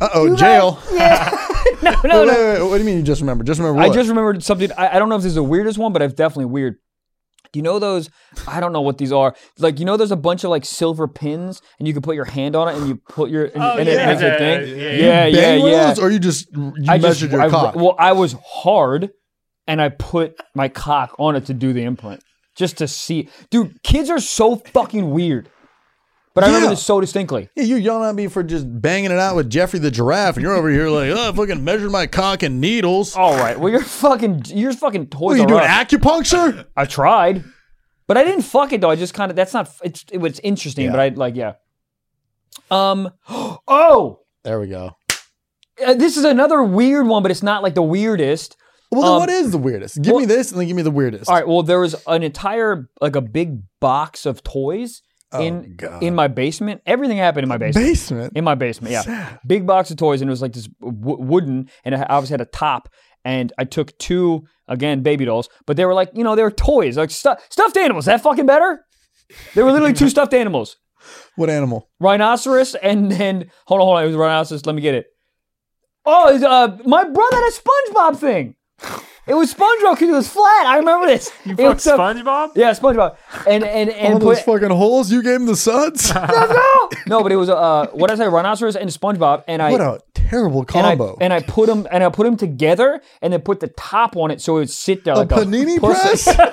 Speaker 2: Uh oh, jail.
Speaker 1: no, no,
Speaker 2: Wait,
Speaker 1: no.
Speaker 2: wait, wait, what do you mean you just remember? Just remember
Speaker 1: I
Speaker 2: what?
Speaker 1: just remembered something. I, I don't know if this is the weirdest one, but I've definitely weird. Do you know those? I don't know what these are. Like you know, there's a bunch of like silver pins, and you can put your hand on it, and you put your and,
Speaker 3: Oh,
Speaker 1: and
Speaker 3: yeah,
Speaker 1: it makes
Speaker 3: yeah,
Speaker 1: a thing.
Speaker 3: yeah, yeah.
Speaker 1: Yeah, yeah,
Speaker 2: Bang
Speaker 1: yeah.
Speaker 2: one of those, Or you just you
Speaker 1: I
Speaker 2: measured
Speaker 1: just,
Speaker 2: your
Speaker 1: I-
Speaker 2: cock.
Speaker 1: Well, I was hard, and I put my cock on it to do the imprint, just to see. Dude, kids are so fucking weird. But I remember
Speaker 2: Yeah.
Speaker 1: this so distinctly.
Speaker 2: yeah, you yelling at me for just banging it out with Jeffrey the giraffe, and you're over here like, oh, I fucking measured my cock in needles.
Speaker 1: All right, well you're fucking you're fucking toys.
Speaker 2: what are you
Speaker 1: R
Speaker 2: doing?
Speaker 1: Us.
Speaker 2: Acupuncture?
Speaker 1: I tried, but I didn't fuck it though. I just kind of that's not. It's it was interesting,
Speaker 2: Yeah.
Speaker 1: but I like yeah. Um. Oh,
Speaker 2: There we go.
Speaker 1: uh, this is another weird one, but it's not like the weirdest.
Speaker 2: Well, then
Speaker 1: Um,
Speaker 2: what is the weirdest? Give
Speaker 1: well-
Speaker 2: me this, and then give me the weirdest.
Speaker 1: All right. Well, there was an entire like a big box of toys
Speaker 2: Oh,
Speaker 1: in
Speaker 2: God.
Speaker 1: in my basement. Everything happened in my basement.
Speaker 2: basement.
Speaker 1: in my basement, yeah,
Speaker 2: Sad.
Speaker 1: big box of toys, and it was like this w- wooden, and it obviously had a top. And I took two again baby dolls, but they were like you know they were toys like stu- stuffed animals. That fucking better. They were literally two stuffed animals.
Speaker 2: What animal?
Speaker 1: rhinoceros and then hold on, hold on. It was rhinoceros. Let me get it. Oh, it's, uh, my brother had a SpongeBob thing. It was SpongeBob because it was flat. I remember this.
Speaker 3: You
Speaker 1: It
Speaker 3: fuck
Speaker 1: was a-
Speaker 3: SpongeBob?
Speaker 1: Yeah, SpongeBob. And and
Speaker 2: All
Speaker 1: and
Speaker 2: those
Speaker 1: put,
Speaker 2: fucking holes you gave him the suds?
Speaker 1: no, but it was uh, what did I say? Rhinoceros and SpongeBob. And I
Speaker 2: what a terrible
Speaker 1: and I,
Speaker 2: combo.
Speaker 1: and I put them and I put them together and then put the top on it so it would sit there
Speaker 2: a
Speaker 1: like
Speaker 2: panini
Speaker 1: a pussy.
Speaker 2: press?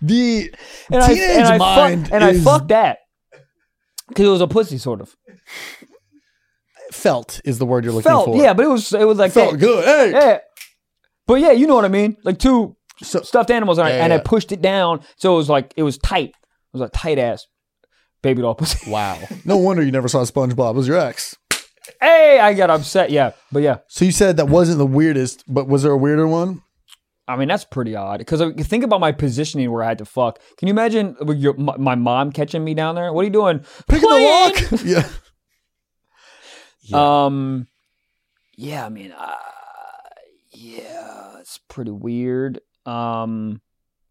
Speaker 2: the
Speaker 1: And I
Speaker 2: teenage
Speaker 1: and I
Speaker 2: mind
Speaker 1: fucked and I
Speaker 2: is
Speaker 1: fucked that because it was a pussy sort of
Speaker 2: felt is the word you're looking
Speaker 1: felt
Speaker 2: for.
Speaker 1: yeah, but it was it was like
Speaker 2: felt
Speaker 1: that.
Speaker 2: good. Hey,
Speaker 1: Yeah. But yeah, you know what I mean. Like two
Speaker 2: So-
Speaker 1: stuffed animals, and, I,
Speaker 2: Yeah,
Speaker 1: and I
Speaker 2: yeah.
Speaker 1: pushed it down, so it was like it was tight. It was a tight ass baby doll pussy.
Speaker 2: wow. No wonder you never saw SpongeBob. It was your ex.
Speaker 1: hey, I got upset. Yeah, but yeah,
Speaker 2: So you said that wasn't the weirdest, but was there a weirder one?
Speaker 1: I mean that's pretty odd. Because think about my positioning where I had to fuck. Can you imagine with your, my, my mom catching me down there? What are you doing?
Speaker 2: Picking the
Speaker 1: Playing.
Speaker 2: lock. yeah.
Speaker 1: Um, yeah, I mean, uh, yeah, it's pretty weird. Um,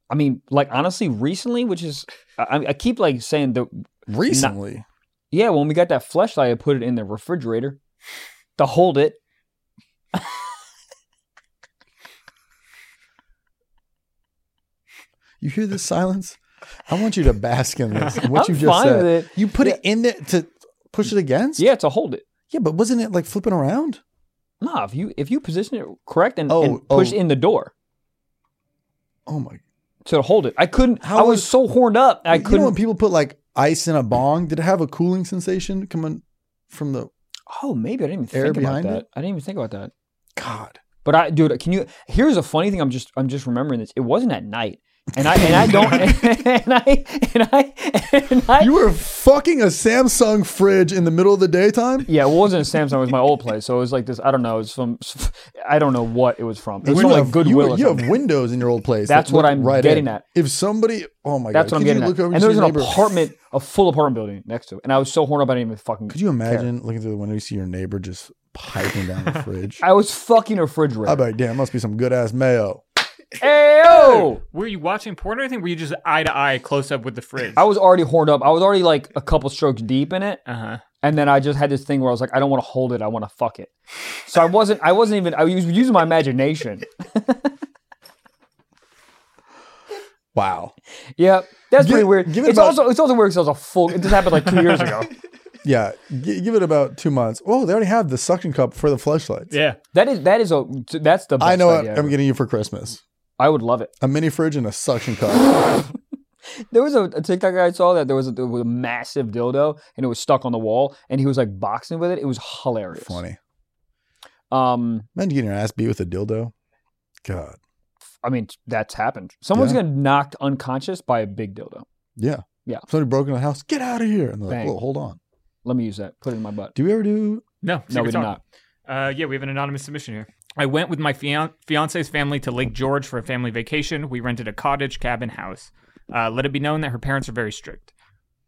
Speaker 1: I mean, like honestly, recently, which is I, I keep like saying the
Speaker 2: Recently.
Speaker 1: Yeah, when we got that fleshlight, I put it in the refrigerator to hold it.
Speaker 2: You hear this silence? I want you to bask in this. and What
Speaker 1: I'm
Speaker 2: you just
Speaker 1: fine
Speaker 2: said.
Speaker 1: with it.
Speaker 2: You put it in there to push it against?
Speaker 1: Yeah, to hold it.
Speaker 2: Yeah, but wasn't it like flipping around?
Speaker 1: Nah, if you if you position it correct and,
Speaker 2: Oh,
Speaker 1: and push
Speaker 2: oh.
Speaker 1: in the door
Speaker 2: Oh my
Speaker 1: to hold it, I couldn't.
Speaker 2: How
Speaker 1: I was
Speaker 2: is-
Speaker 1: so horned up, I
Speaker 2: You know
Speaker 1: couldn't.
Speaker 2: when people put like ice in a bong, did it have a cooling sensation coming from the
Speaker 1: oh, maybe I didn't even
Speaker 2: Air
Speaker 1: think about
Speaker 2: behind
Speaker 1: that.
Speaker 2: it?
Speaker 1: I didn't even think about that.
Speaker 2: God?
Speaker 1: But I, dude, can you? Here's a funny thing. I'm just I'm just remembering this. It wasn't at night, and I and I don't and I and I and I.
Speaker 2: You were fucking a Samsung fridge in the middle of the daytime?
Speaker 1: yeah, it wasn't a Samsung. It was my old place. So it was like this. I don't know. It was from. I don't know what it was from. It was
Speaker 2: You
Speaker 1: from like
Speaker 2: have- you,
Speaker 1: Goodwill. or
Speaker 2: you
Speaker 1: something.
Speaker 2: have windows in your old place. that
Speaker 1: That's what
Speaker 2: look
Speaker 1: I'm getting
Speaker 2: in.
Speaker 1: at.
Speaker 2: If somebody, oh my
Speaker 1: That's what I'm
Speaker 2: god, could you
Speaker 1: getting at.
Speaker 2: look over
Speaker 1: and
Speaker 2: to
Speaker 1: there's
Speaker 2: your
Speaker 1: an
Speaker 2: neighbor?
Speaker 1: apartment, a full apartment building next to it. And I was so horned up, I didn't even fucking.
Speaker 2: Could you imagine looking through the window? You see your neighbor just piping down the fridge.
Speaker 1: I was fucking
Speaker 2: I
Speaker 1: refrigerator.
Speaker 2: bet, damn, must be some good ass mayo.
Speaker 1: Ayo!
Speaker 3: Were you watching porn or anything? Were you just eye to eye, close up with the fridge?
Speaker 1: I was already horned up. I was already like a couple strokes deep in it,
Speaker 3: Uh huh.
Speaker 1: and then I just had this thing where I was like, I don't want to hold it. I want to fuck it. So I wasn't. I wasn't even. I was using my imagination.
Speaker 2: Wow.
Speaker 1: Yep. That's
Speaker 2: Give-
Speaker 1: pretty weird.
Speaker 2: give it
Speaker 1: it's
Speaker 2: about-
Speaker 1: also it's also weird because I was a full. It just happened like two years ago.
Speaker 2: yeah, g- give it about two months. Oh, they already have the suction cup for the flashlights.
Speaker 3: Yeah.
Speaker 1: That is that is a that's the. Best
Speaker 2: I know what
Speaker 1: idea
Speaker 2: I'm
Speaker 1: ever.
Speaker 2: getting you for Christmas:
Speaker 1: I would love it.
Speaker 2: a mini fridge and a suction cup.
Speaker 1: There was a, a TikTok I saw that there was, a, there was a massive dildo and it was stuck on the wall and he was like boxing with it. It was hilarious.
Speaker 2: Funny.
Speaker 1: Um,
Speaker 2: Imagine getting your ass beat with a dildo. God.
Speaker 1: I mean that's happened. Someone's
Speaker 2: Yeah.
Speaker 1: getting knocked unconscious by a big dildo.
Speaker 2: Yeah.
Speaker 1: Yeah.
Speaker 2: Somebody broke into the house. Get out of here. And they're like,
Speaker 1: Bang.
Speaker 2: "Whoa, hold on.
Speaker 1: Let me use that. Put it in my butt.
Speaker 2: Do we ever do?
Speaker 3: No,
Speaker 1: No,
Speaker 3: secret
Speaker 1: we did
Speaker 3: talk.
Speaker 1: not.
Speaker 3: Uh, yeah, we have an anonymous submission here. I went with my fian- fiance's family to Lake George for a family vacation. We rented a cottage cabin house. Uh, let it be known that her parents are very strict.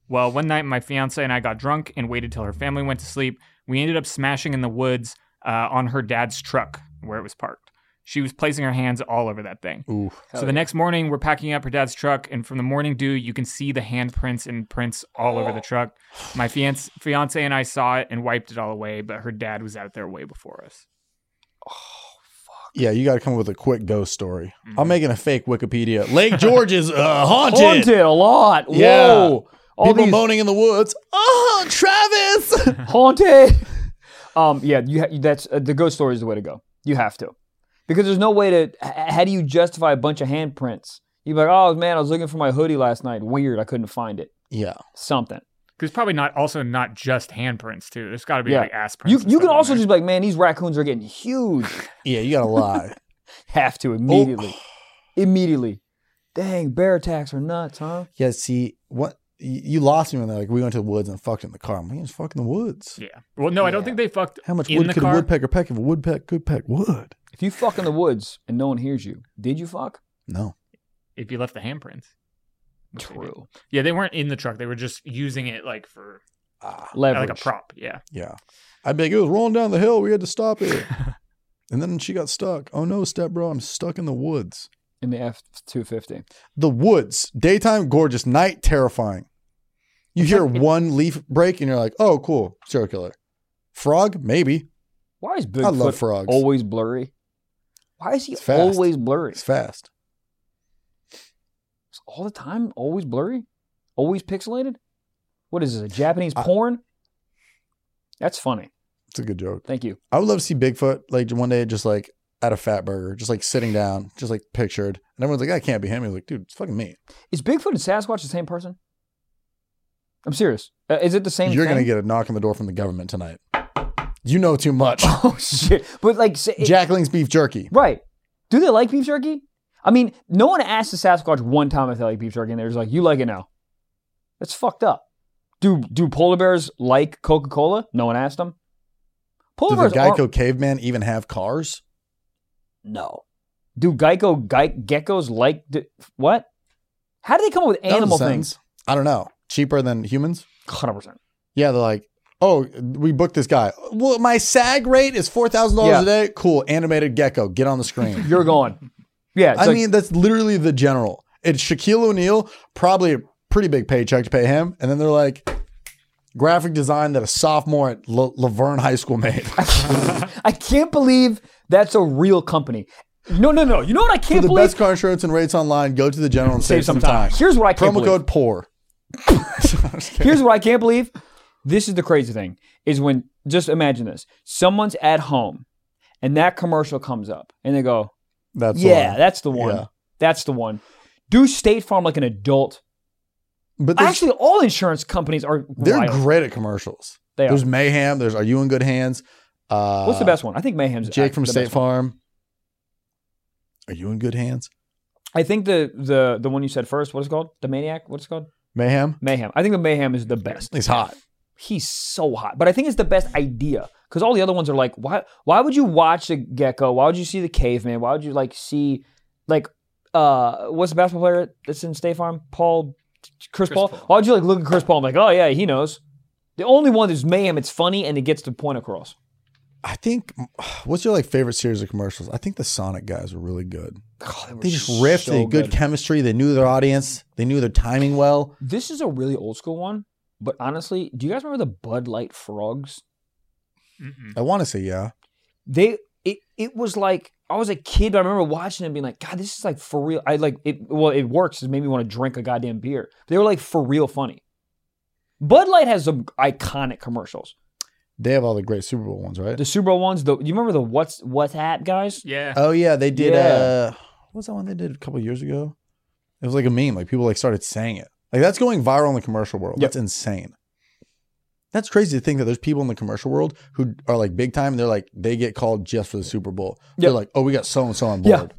Speaker 3: Well, one night my fiance and I got drunk and waited till her family went to sleep. We ended up smashing in the woods uh, on her dad's truck where it was parked. She was placing her hands all over that thing.
Speaker 2: Ooh.
Speaker 1: Hell
Speaker 3: so the
Speaker 1: yeah.
Speaker 3: next morning, we're packing up her dad's truck, and from the morning dew, you can see the handprints and prints all over the truck. My fiance, fiance and I saw it and wiped it all away, but her dad was out there way before us.
Speaker 2: Yeah, you got to come up with a quick ghost story.
Speaker 1: Mm-hmm.
Speaker 2: I'm making a fake Wikipedia. Lake George is uh, haunted.
Speaker 1: Haunted a lot.
Speaker 2: Yeah.
Speaker 1: Whoa. All
Speaker 2: People
Speaker 1: these
Speaker 2: moaning in the woods. Oh, Travis.
Speaker 1: haunted. Um, yeah, you ha- that's uh, the ghost story is the way to go. You have to, because there's no way to. h- how do you justify a bunch of handprints? You'd be like, oh man, I was looking for my hoodie last night. Weird, I couldn't find it.
Speaker 2: yeah.
Speaker 1: Something.
Speaker 3: Because probably not also not just handprints too. There's got to be
Speaker 1: Yeah.
Speaker 3: like ass prints.
Speaker 1: You
Speaker 3: and
Speaker 1: you
Speaker 3: stuff
Speaker 1: can
Speaker 3: on
Speaker 1: also
Speaker 3: there.
Speaker 1: just be like, man, these raccoons are getting huge.
Speaker 2: Yeah, you got to lie. Oh.
Speaker 1: have to immediately, immediately. Dang, bear attacks are nuts, huh?
Speaker 2: Yeah, see what y- you lost me when they're like, we went to the woods and fucked in the car. I'm like, "You just fucked in the woods.
Speaker 3: yeah. Well, no, I don't think they fucked.
Speaker 2: How much
Speaker 3: in
Speaker 2: wood
Speaker 3: the
Speaker 2: could
Speaker 3: car?
Speaker 2: a woodpecker peck if a woodpeck could peck wood?
Speaker 1: If you fuck in the woods and no one hears you, did you fuck?
Speaker 2: No.
Speaker 3: If you left the handprints. Which they did.
Speaker 1: True.
Speaker 3: Yeah, they weren't in the truck. They were just using it like for
Speaker 2: Ah,
Speaker 1: Leverage.
Speaker 3: like a prop. Yeah.
Speaker 2: yeah. I'd be like, it was rolling down the hill. We had to stop it. and then she got stuck. Oh no, stepbro, I'm stuck in the woods.
Speaker 1: in the F two fifty.
Speaker 2: The woods, daytime gorgeous, night terrifying. You hear one leaf break and you're like, oh, cool, serial killer. Frog, maybe.
Speaker 1: Why is
Speaker 2: I love
Speaker 1: Bigfoot
Speaker 2: frogs.
Speaker 1: always blurry? Why is he
Speaker 2: It's fast.
Speaker 1: always blurry?
Speaker 2: It's fast.
Speaker 1: It's all the time always blurry, always pixelated. What is this? A Japanese porn? That's funny.
Speaker 2: It's a good joke.
Speaker 1: Thank you.
Speaker 2: I would love to see Bigfoot like one day just like at a fat burger, just like sitting down, just like pictured. And everyone's like, that can't be him. He's like, dude, it's fucking me.
Speaker 1: Is Bigfoot and Sasquatch the same person? I'm serious. Uh, is it the same?
Speaker 2: You're
Speaker 1: thing?
Speaker 2: going to get a knock on the door from the government tonight. You know too much.
Speaker 1: Oh shit! But like, say,
Speaker 2: Jackling's beef jerky.
Speaker 1: right? Do they like beef jerky? I mean, no one asked the Sasquatch one time if they like beef jerky, and they're just like, "You like it now." That's fucked up. Do do polar bears like Coca Cola? No one asked them.
Speaker 2: Do
Speaker 1: Polar
Speaker 2: the
Speaker 1: bears aren't-
Speaker 2: Geico caveman even have cars?
Speaker 1: No. Do Geico ge- geckos like d- what? How do they come up with
Speaker 2: That was a
Speaker 1: animal
Speaker 2: sentence.
Speaker 1: things?
Speaker 2: I don't know. Cheaper than humans?
Speaker 1: Hundred percent.
Speaker 2: Yeah, they're like, oh, we booked this guy. Well, my SAG rate is $4,000
Speaker 1: Yeah.
Speaker 2: a day. Cool. Animated gecko. Get on the screen.
Speaker 1: You're gone. Yeah. It's
Speaker 2: I
Speaker 1: like,
Speaker 2: mean, that's literally the general. It's Shaquille O'Neal, probably a pretty big paycheck to pay him. And then they're like, graphic design that a sophomore at La- Laverne High School made.
Speaker 1: I can't believe that's a real company. No, no, no. You know what I
Speaker 2: For
Speaker 1: can't
Speaker 2: the
Speaker 1: believe?
Speaker 2: best car insurance and rates online, go to the general and save, some time.
Speaker 1: Here's what I can't
Speaker 2: Promo
Speaker 1: believe.
Speaker 2: code POOR.
Speaker 1: Here's what I can't believe. This is the crazy thing is when just imagine this. Someone's at home and that commercial comes up and they go,
Speaker 2: That's
Speaker 1: "Yeah,
Speaker 2: why.
Speaker 1: that's the one.
Speaker 2: Yeah.
Speaker 1: That's the one." Do State Farm like an adult.
Speaker 2: But there's-
Speaker 1: Actually, all insurance companies are
Speaker 2: they're
Speaker 1: wild.
Speaker 2: great at commercials.
Speaker 1: They are.
Speaker 2: There's Mayhem. There's Are You in Good Hands? Uh,
Speaker 1: What's the best one? I think Mayhem's
Speaker 2: Jake from
Speaker 1: the
Speaker 2: State
Speaker 1: best one.
Speaker 2: Farm. Are You in Good Hands?
Speaker 1: I think the the the one you said first. What is it called? The Maniac. What's it called?
Speaker 2: Mayhem?
Speaker 1: Mayhem. I think the Mayhem is the best.
Speaker 2: He's hot.
Speaker 1: He's so hot, but I think it's the best idea because all the other ones are like, why? Why would you watch a gecko? Why would you see the caveman? Why would you like see like uh what's the basketball player that's in State Farm? Paul, Chris, Paul? Why would you like look at Chris Paul and be like, oh yeah, he knows. The only one that's Mayhem. It's funny and it gets the point across.
Speaker 2: I think what's your like favorite series of commercials? I think the Sonic guys were really good.
Speaker 1: God, were
Speaker 2: They just riffed.
Speaker 1: so
Speaker 2: they had good,
Speaker 1: good.
Speaker 2: chemistry. They knew their audience. They knew their timing well.
Speaker 1: This is a really old school one, but honestly, do you guys remember the Bud Light frogs?
Speaker 3: Mm-mm.
Speaker 2: I want to say yeah.
Speaker 1: They it it was like I was a kid, but I remember watching it and being like, God, this is like for real. I like it well, it works. It made me want to drink a goddamn beer. They were like for real funny. Bud Light has some iconic commercials.
Speaker 2: They have all the great Super Bowl ones, right?
Speaker 1: The Super Bowl ones. The you remember the what's what's hat guys?
Speaker 3: Yeah.
Speaker 2: Oh yeah, they did.
Speaker 1: Yeah.
Speaker 2: Uh, what was that one they did a couple years ago? It was like a meme. Like people like started saying it. Like that's going viral in the commercial world.
Speaker 1: Yep.
Speaker 2: That's insane. That's crazy to think that there's people in the commercial world who are like big time. And they're like they get called just for the Super Bowl. They're
Speaker 1: Yep.
Speaker 2: like, oh, we got so and so on
Speaker 1: Yeah.
Speaker 2: board.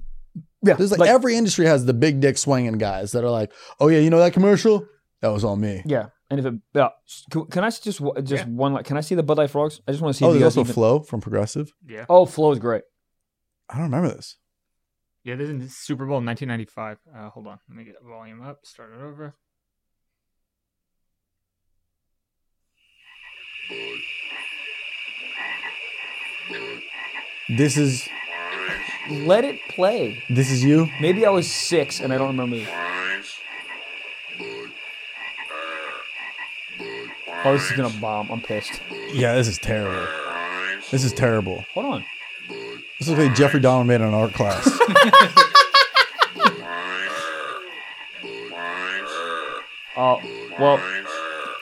Speaker 1: Yeah,
Speaker 2: There's like,
Speaker 1: like-
Speaker 2: every industry has the big dick swinging guys that are like, oh yeah, you know that commercial? That was all me.
Speaker 1: Yeah. And if it, yeah. Can, can I s- just w- just one? Like, can I see the Bud Light frogs? I just want to see.
Speaker 2: oh,
Speaker 1: if you
Speaker 2: there's
Speaker 1: guys
Speaker 2: also
Speaker 1: even-
Speaker 2: Flo from Progressive.
Speaker 3: Yeah.
Speaker 1: Oh, Flo is great.
Speaker 2: I don't remember this.
Speaker 3: Yeah, this is Super Bowl 1995. Uh, hold on. Let me get volume up. Start it over.
Speaker 2: This is
Speaker 1: Let it play.
Speaker 2: this is you.
Speaker 1: Maybe I was six and I don't remember. this. Oh, this is gonna bomb. I'm pissed.
Speaker 2: Yeah, this is terrible. This is terrible.
Speaker 1: Hold on.
Speaker 2: This looks like Jeffrey Dahmer made in an art class.
Speaker 1: Oh well,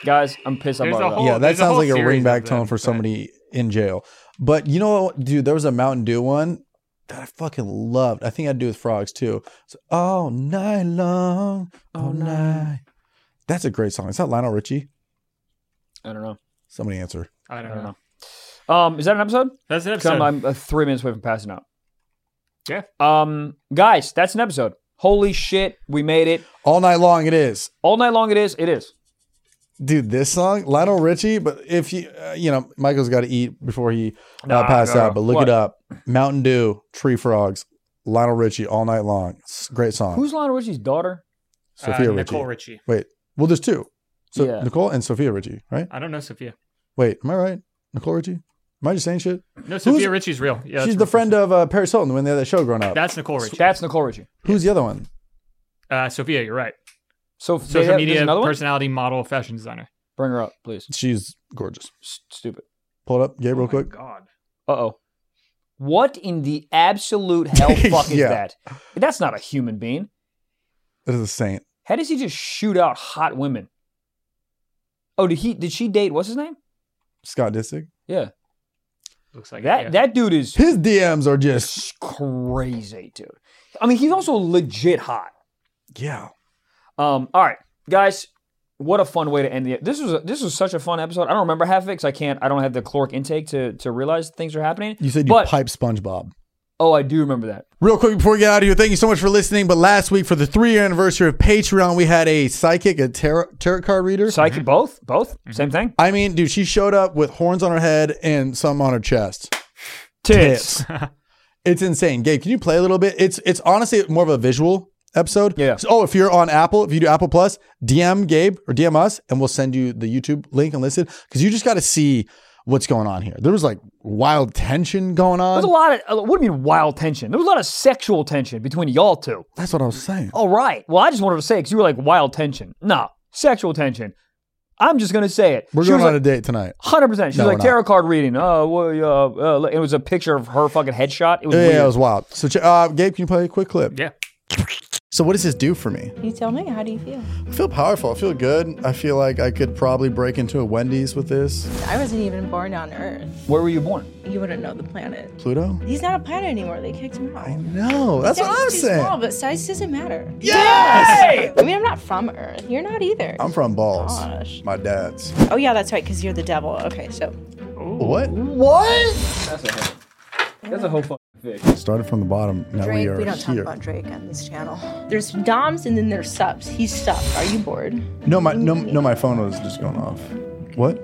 Speaker 1: guys, I'm pissed. I'm
Speaker 3: There's a
Speaker 1: already
Speaker 3: whole-
Speaker 1: up.
Speaker 2: yeah, that
Speaker 3: there's a
Speaker 2: sounds
Speaker 3: whole
Speaker 2: like a
Speaker 3: series of
Speaker 2: ringback
Speaker 3: that,
Speaker 2: tone for
Speaker 3: but-
Speaker 2: somebody in jail. But you know, what, dude, there was a Mountain Dew one that I fucking loved. I think I'd do with frogs too. It's all night long, all night. That's a great song. It's not Lionel Richie.
Speaker 1: I don't know.
Speaker 2: Somebody answer.
Speaker 3: I don't,
Speaker 1: I don't
Speaker 3: know.
Speaker 1: know. Um, is that an episode?
Speaker 3: That's an
Speaker 1: Come,
Speaker 3: episode.
Speaker 1: I'm uh, three minutes away from passing out.
Speaker 3: Yeah.
Speaker 1: Um, guys, that's an episode. Holy shit, we made it.
Speaker 2: All night long, it is.
Speaker 1: All night long, it is. It is.
Speaker 2: Dude, this song, Lionel Richie. But if you, uh, you know, Michael's got to eat before he uh,
Speaker 1: Nah,
Speaker 2: passed
Speaker 1: no.
Speaker 2: out. But look
Speaker 1: What?
Speaker 2: it up. Mountain Dew, Tree Frogs, Lionel Richie, all night long. It's a great song.
Speaker 1: Who's Lionel Richie's daughter?
Speaker 2: Sophia
Speaker 3: uh,
Speaker 2: Richie.
Speaker 3: Nicole Richie.
Speaker 2: Wait, well, there's two. So
Speaker 1: Yeah.
Speaker 2: Nicole and Sophia Richie, right?
Speaker 3: I don't know Sophia.
Speaker 2: Wait, am I right? Nicole Richie? Am I just saying shit?
Speaker 3: No, Sophia Richie's real. Yeah,
Speaker 2: She's the
Speaker 3: that's real.
Speaker 2: friend of uh, Paris Hilton when they had that show growing up.
Speaker 3: That's Nicole Richie.
Speaker 1: That's Nicole Richie.
Speaker 2: Who's the other one?
Speaker 3: Uh, Sophia, you're right.
Speaker 1: So
Speaker 3: Social media
Speaker 1: another one?
Speaker 3: personality model, fashion designer.
Speaker 1: Bring her up, please.
Speaker 2: She's gorgeous.
Speaker 1: S- stupid.
Speaker 2: Pull it up, Gabe, real
Speaker 3: Oh my
Speaker 2: quick.
Speaker 3: God.
Speaker 1: Uh oh. What in the absolute hell fuck is
Speaker 2: Yeah.
Speaker 1: that? That's not a human being.
Speaker 2: That is a saint.
Speaker 1: How does he just shoot out hot women? Oh, did he? Did she date? What's his name?
Speaker 2: Scott Disick.
Speaker 1: Yeah,
Speaker 3: Looks like
Speaker 1: that
Speaker 3: it, yeah.
Speaker 1: that dude is
Speaker 2: His DMs are just,
Speaker 1: crazy, dude. I mean, he's also legit hot.
Speaker 2: yeah.
Speaker 1: Um, all right, guys, what a fun way to end the. This was a, this was such a fun episode. I don't remember half of it 'cause I can't. I don't have the caloric intake to to realize things are happening.
Speaker 2: You said you
Speaker 1: But-
Speaker 2: pipe SpongeBob.
Speaker 1: Oh, I do remember that.
Speaker 2: Real quick before we get out of here, thank you so much for listening. But last week for the three year anniversary of Patreon, we had a psychic, a tarot, tarot card reader.
Speaker 1: Psychic, both, both,
Speaker 2: Mm-hmm.
Speaker 1: same thing.
Speaker 2: I mean, dude, she showed up with horns on her head and some on her chest.
Speaker 1: Tits.
Speaker 2: It's insane. Gabe, can you play a little bit? It's it's honestly more of a visual episode.
Speaker 1: Yeah.
Speaker 2: So- oh, if you're on Apple, if you do Apple Plus, DM Gabe or DM us, and we'll send you the YouTube link and listen because you just got to see what's going on here. There was like wild tension going on.
Speaker 1: There's a lot of uh, what do you mean wild tension? There was a lot of sexual tension between y'all two.
Speaker 2: That's what I was saying.
Speaker 1: All right. Well, I just wanted to say because you were like wild tension. No, sexual tension. I'm just gonna say it.
Speaker 2: We're
Speaker 1: She
Speaker 2: going
Speaker 1: was
Speaker 2: on
Speaker 1: like,
Speaker 2: a date tonight.
Speaker 1: Hundred percent. She's
Speaker 2: No,
Speaker 1: like
Speaker 2: we're not.
Speaker 1: tarot card reading. Oh, well, uh, uh, look," it was a picture of her fucking headshot. It was
Speaker 2: Yeah,
Speaker 1: weird.
Speaker 2: yeah, it was wild. So, ch- uh, Gabe, can you play a quick clip?
Speaker 3: Yeah.
Speaker 2: So, what does this do for me?
Speaker 8: You tell me, how do you feel?
Speaker 2: I feel powerful. I feel good. I feel like I could probably break into a Wendy's with this.
Speaker 8: I wasn't even born on Earth.
Speaker 1: Where were you born?
Speaker 8: You wouldn't know the planet.
Speaker 2: Pluto?
Speaker 8: He's not a planet anymore. They kicked him out.
Speaker 2: No, that's
Speaker 8: Size
Speaker 2: what I'm
Speaker 8: is too Small,
Speaker 2: saying.
Speaker 8: but size doesn't matter.
Speaker 2: Yes!
Speaker 8: I mean, I'm not from Earth. You're not either.
Speaker 2: I'm from Balls.
Speaker 8: Gosh.
Speaker 2: My dad's.
Speaker 8: Oh yeah, that's right, because you're the devil. Okay, so
Speaker 2: What?
Speaker 1: That's a whole, that's a whole fucking thing.
Speaker 2: Started from the bottom. Now we are here.
Speaker 8: Drake on this channel. There's doms and then there's subs. He's sub. Are you bored?
Speaker 2: no, my no, no, my phone was just going off. What?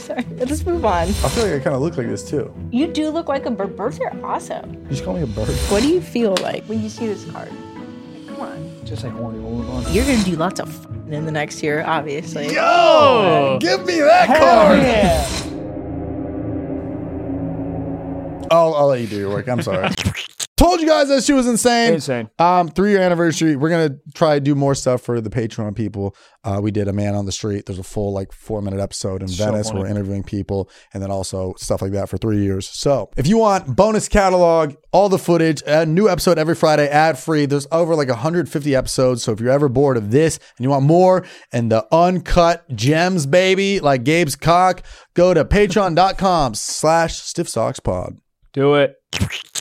Speaker 8: Sorry. Let's move on.
Speaker 2: I feel like I kind of look like this too.
Speaker 8: You do look like a bird. Birds are awesome.
Speaker 2: You just call me a bird.
Speaker 8: What do you feel like when you see this card? Like, Come on.
Speaker 1: Just like horny old on.
Speaker 8: You're gonna do lots of f- in the next year, obviously.
Speaker 2: Yo! Give me that card. I'll, I'll let you do your work. I'm sorry. Told you guys that she was insane.
Speaker 1: Insane.
Speaker 2: Um, three year anniversary. We're gonna try to do more stuff for the Patreon people. Uh, we did a man on the street. There's a full like four minute episode in Venice where we're interviewing people, and then also stuff like that for three years. So if you want bonus catalog, all the footage, a new episode every Friday, ad free. There's over like 150 episodes. So if you're ever bored of this and you want more and the uncut gems, baby, like Gabe's cock, go to patreon.com/slash stiff socks pod.
Speaker 1: Do it.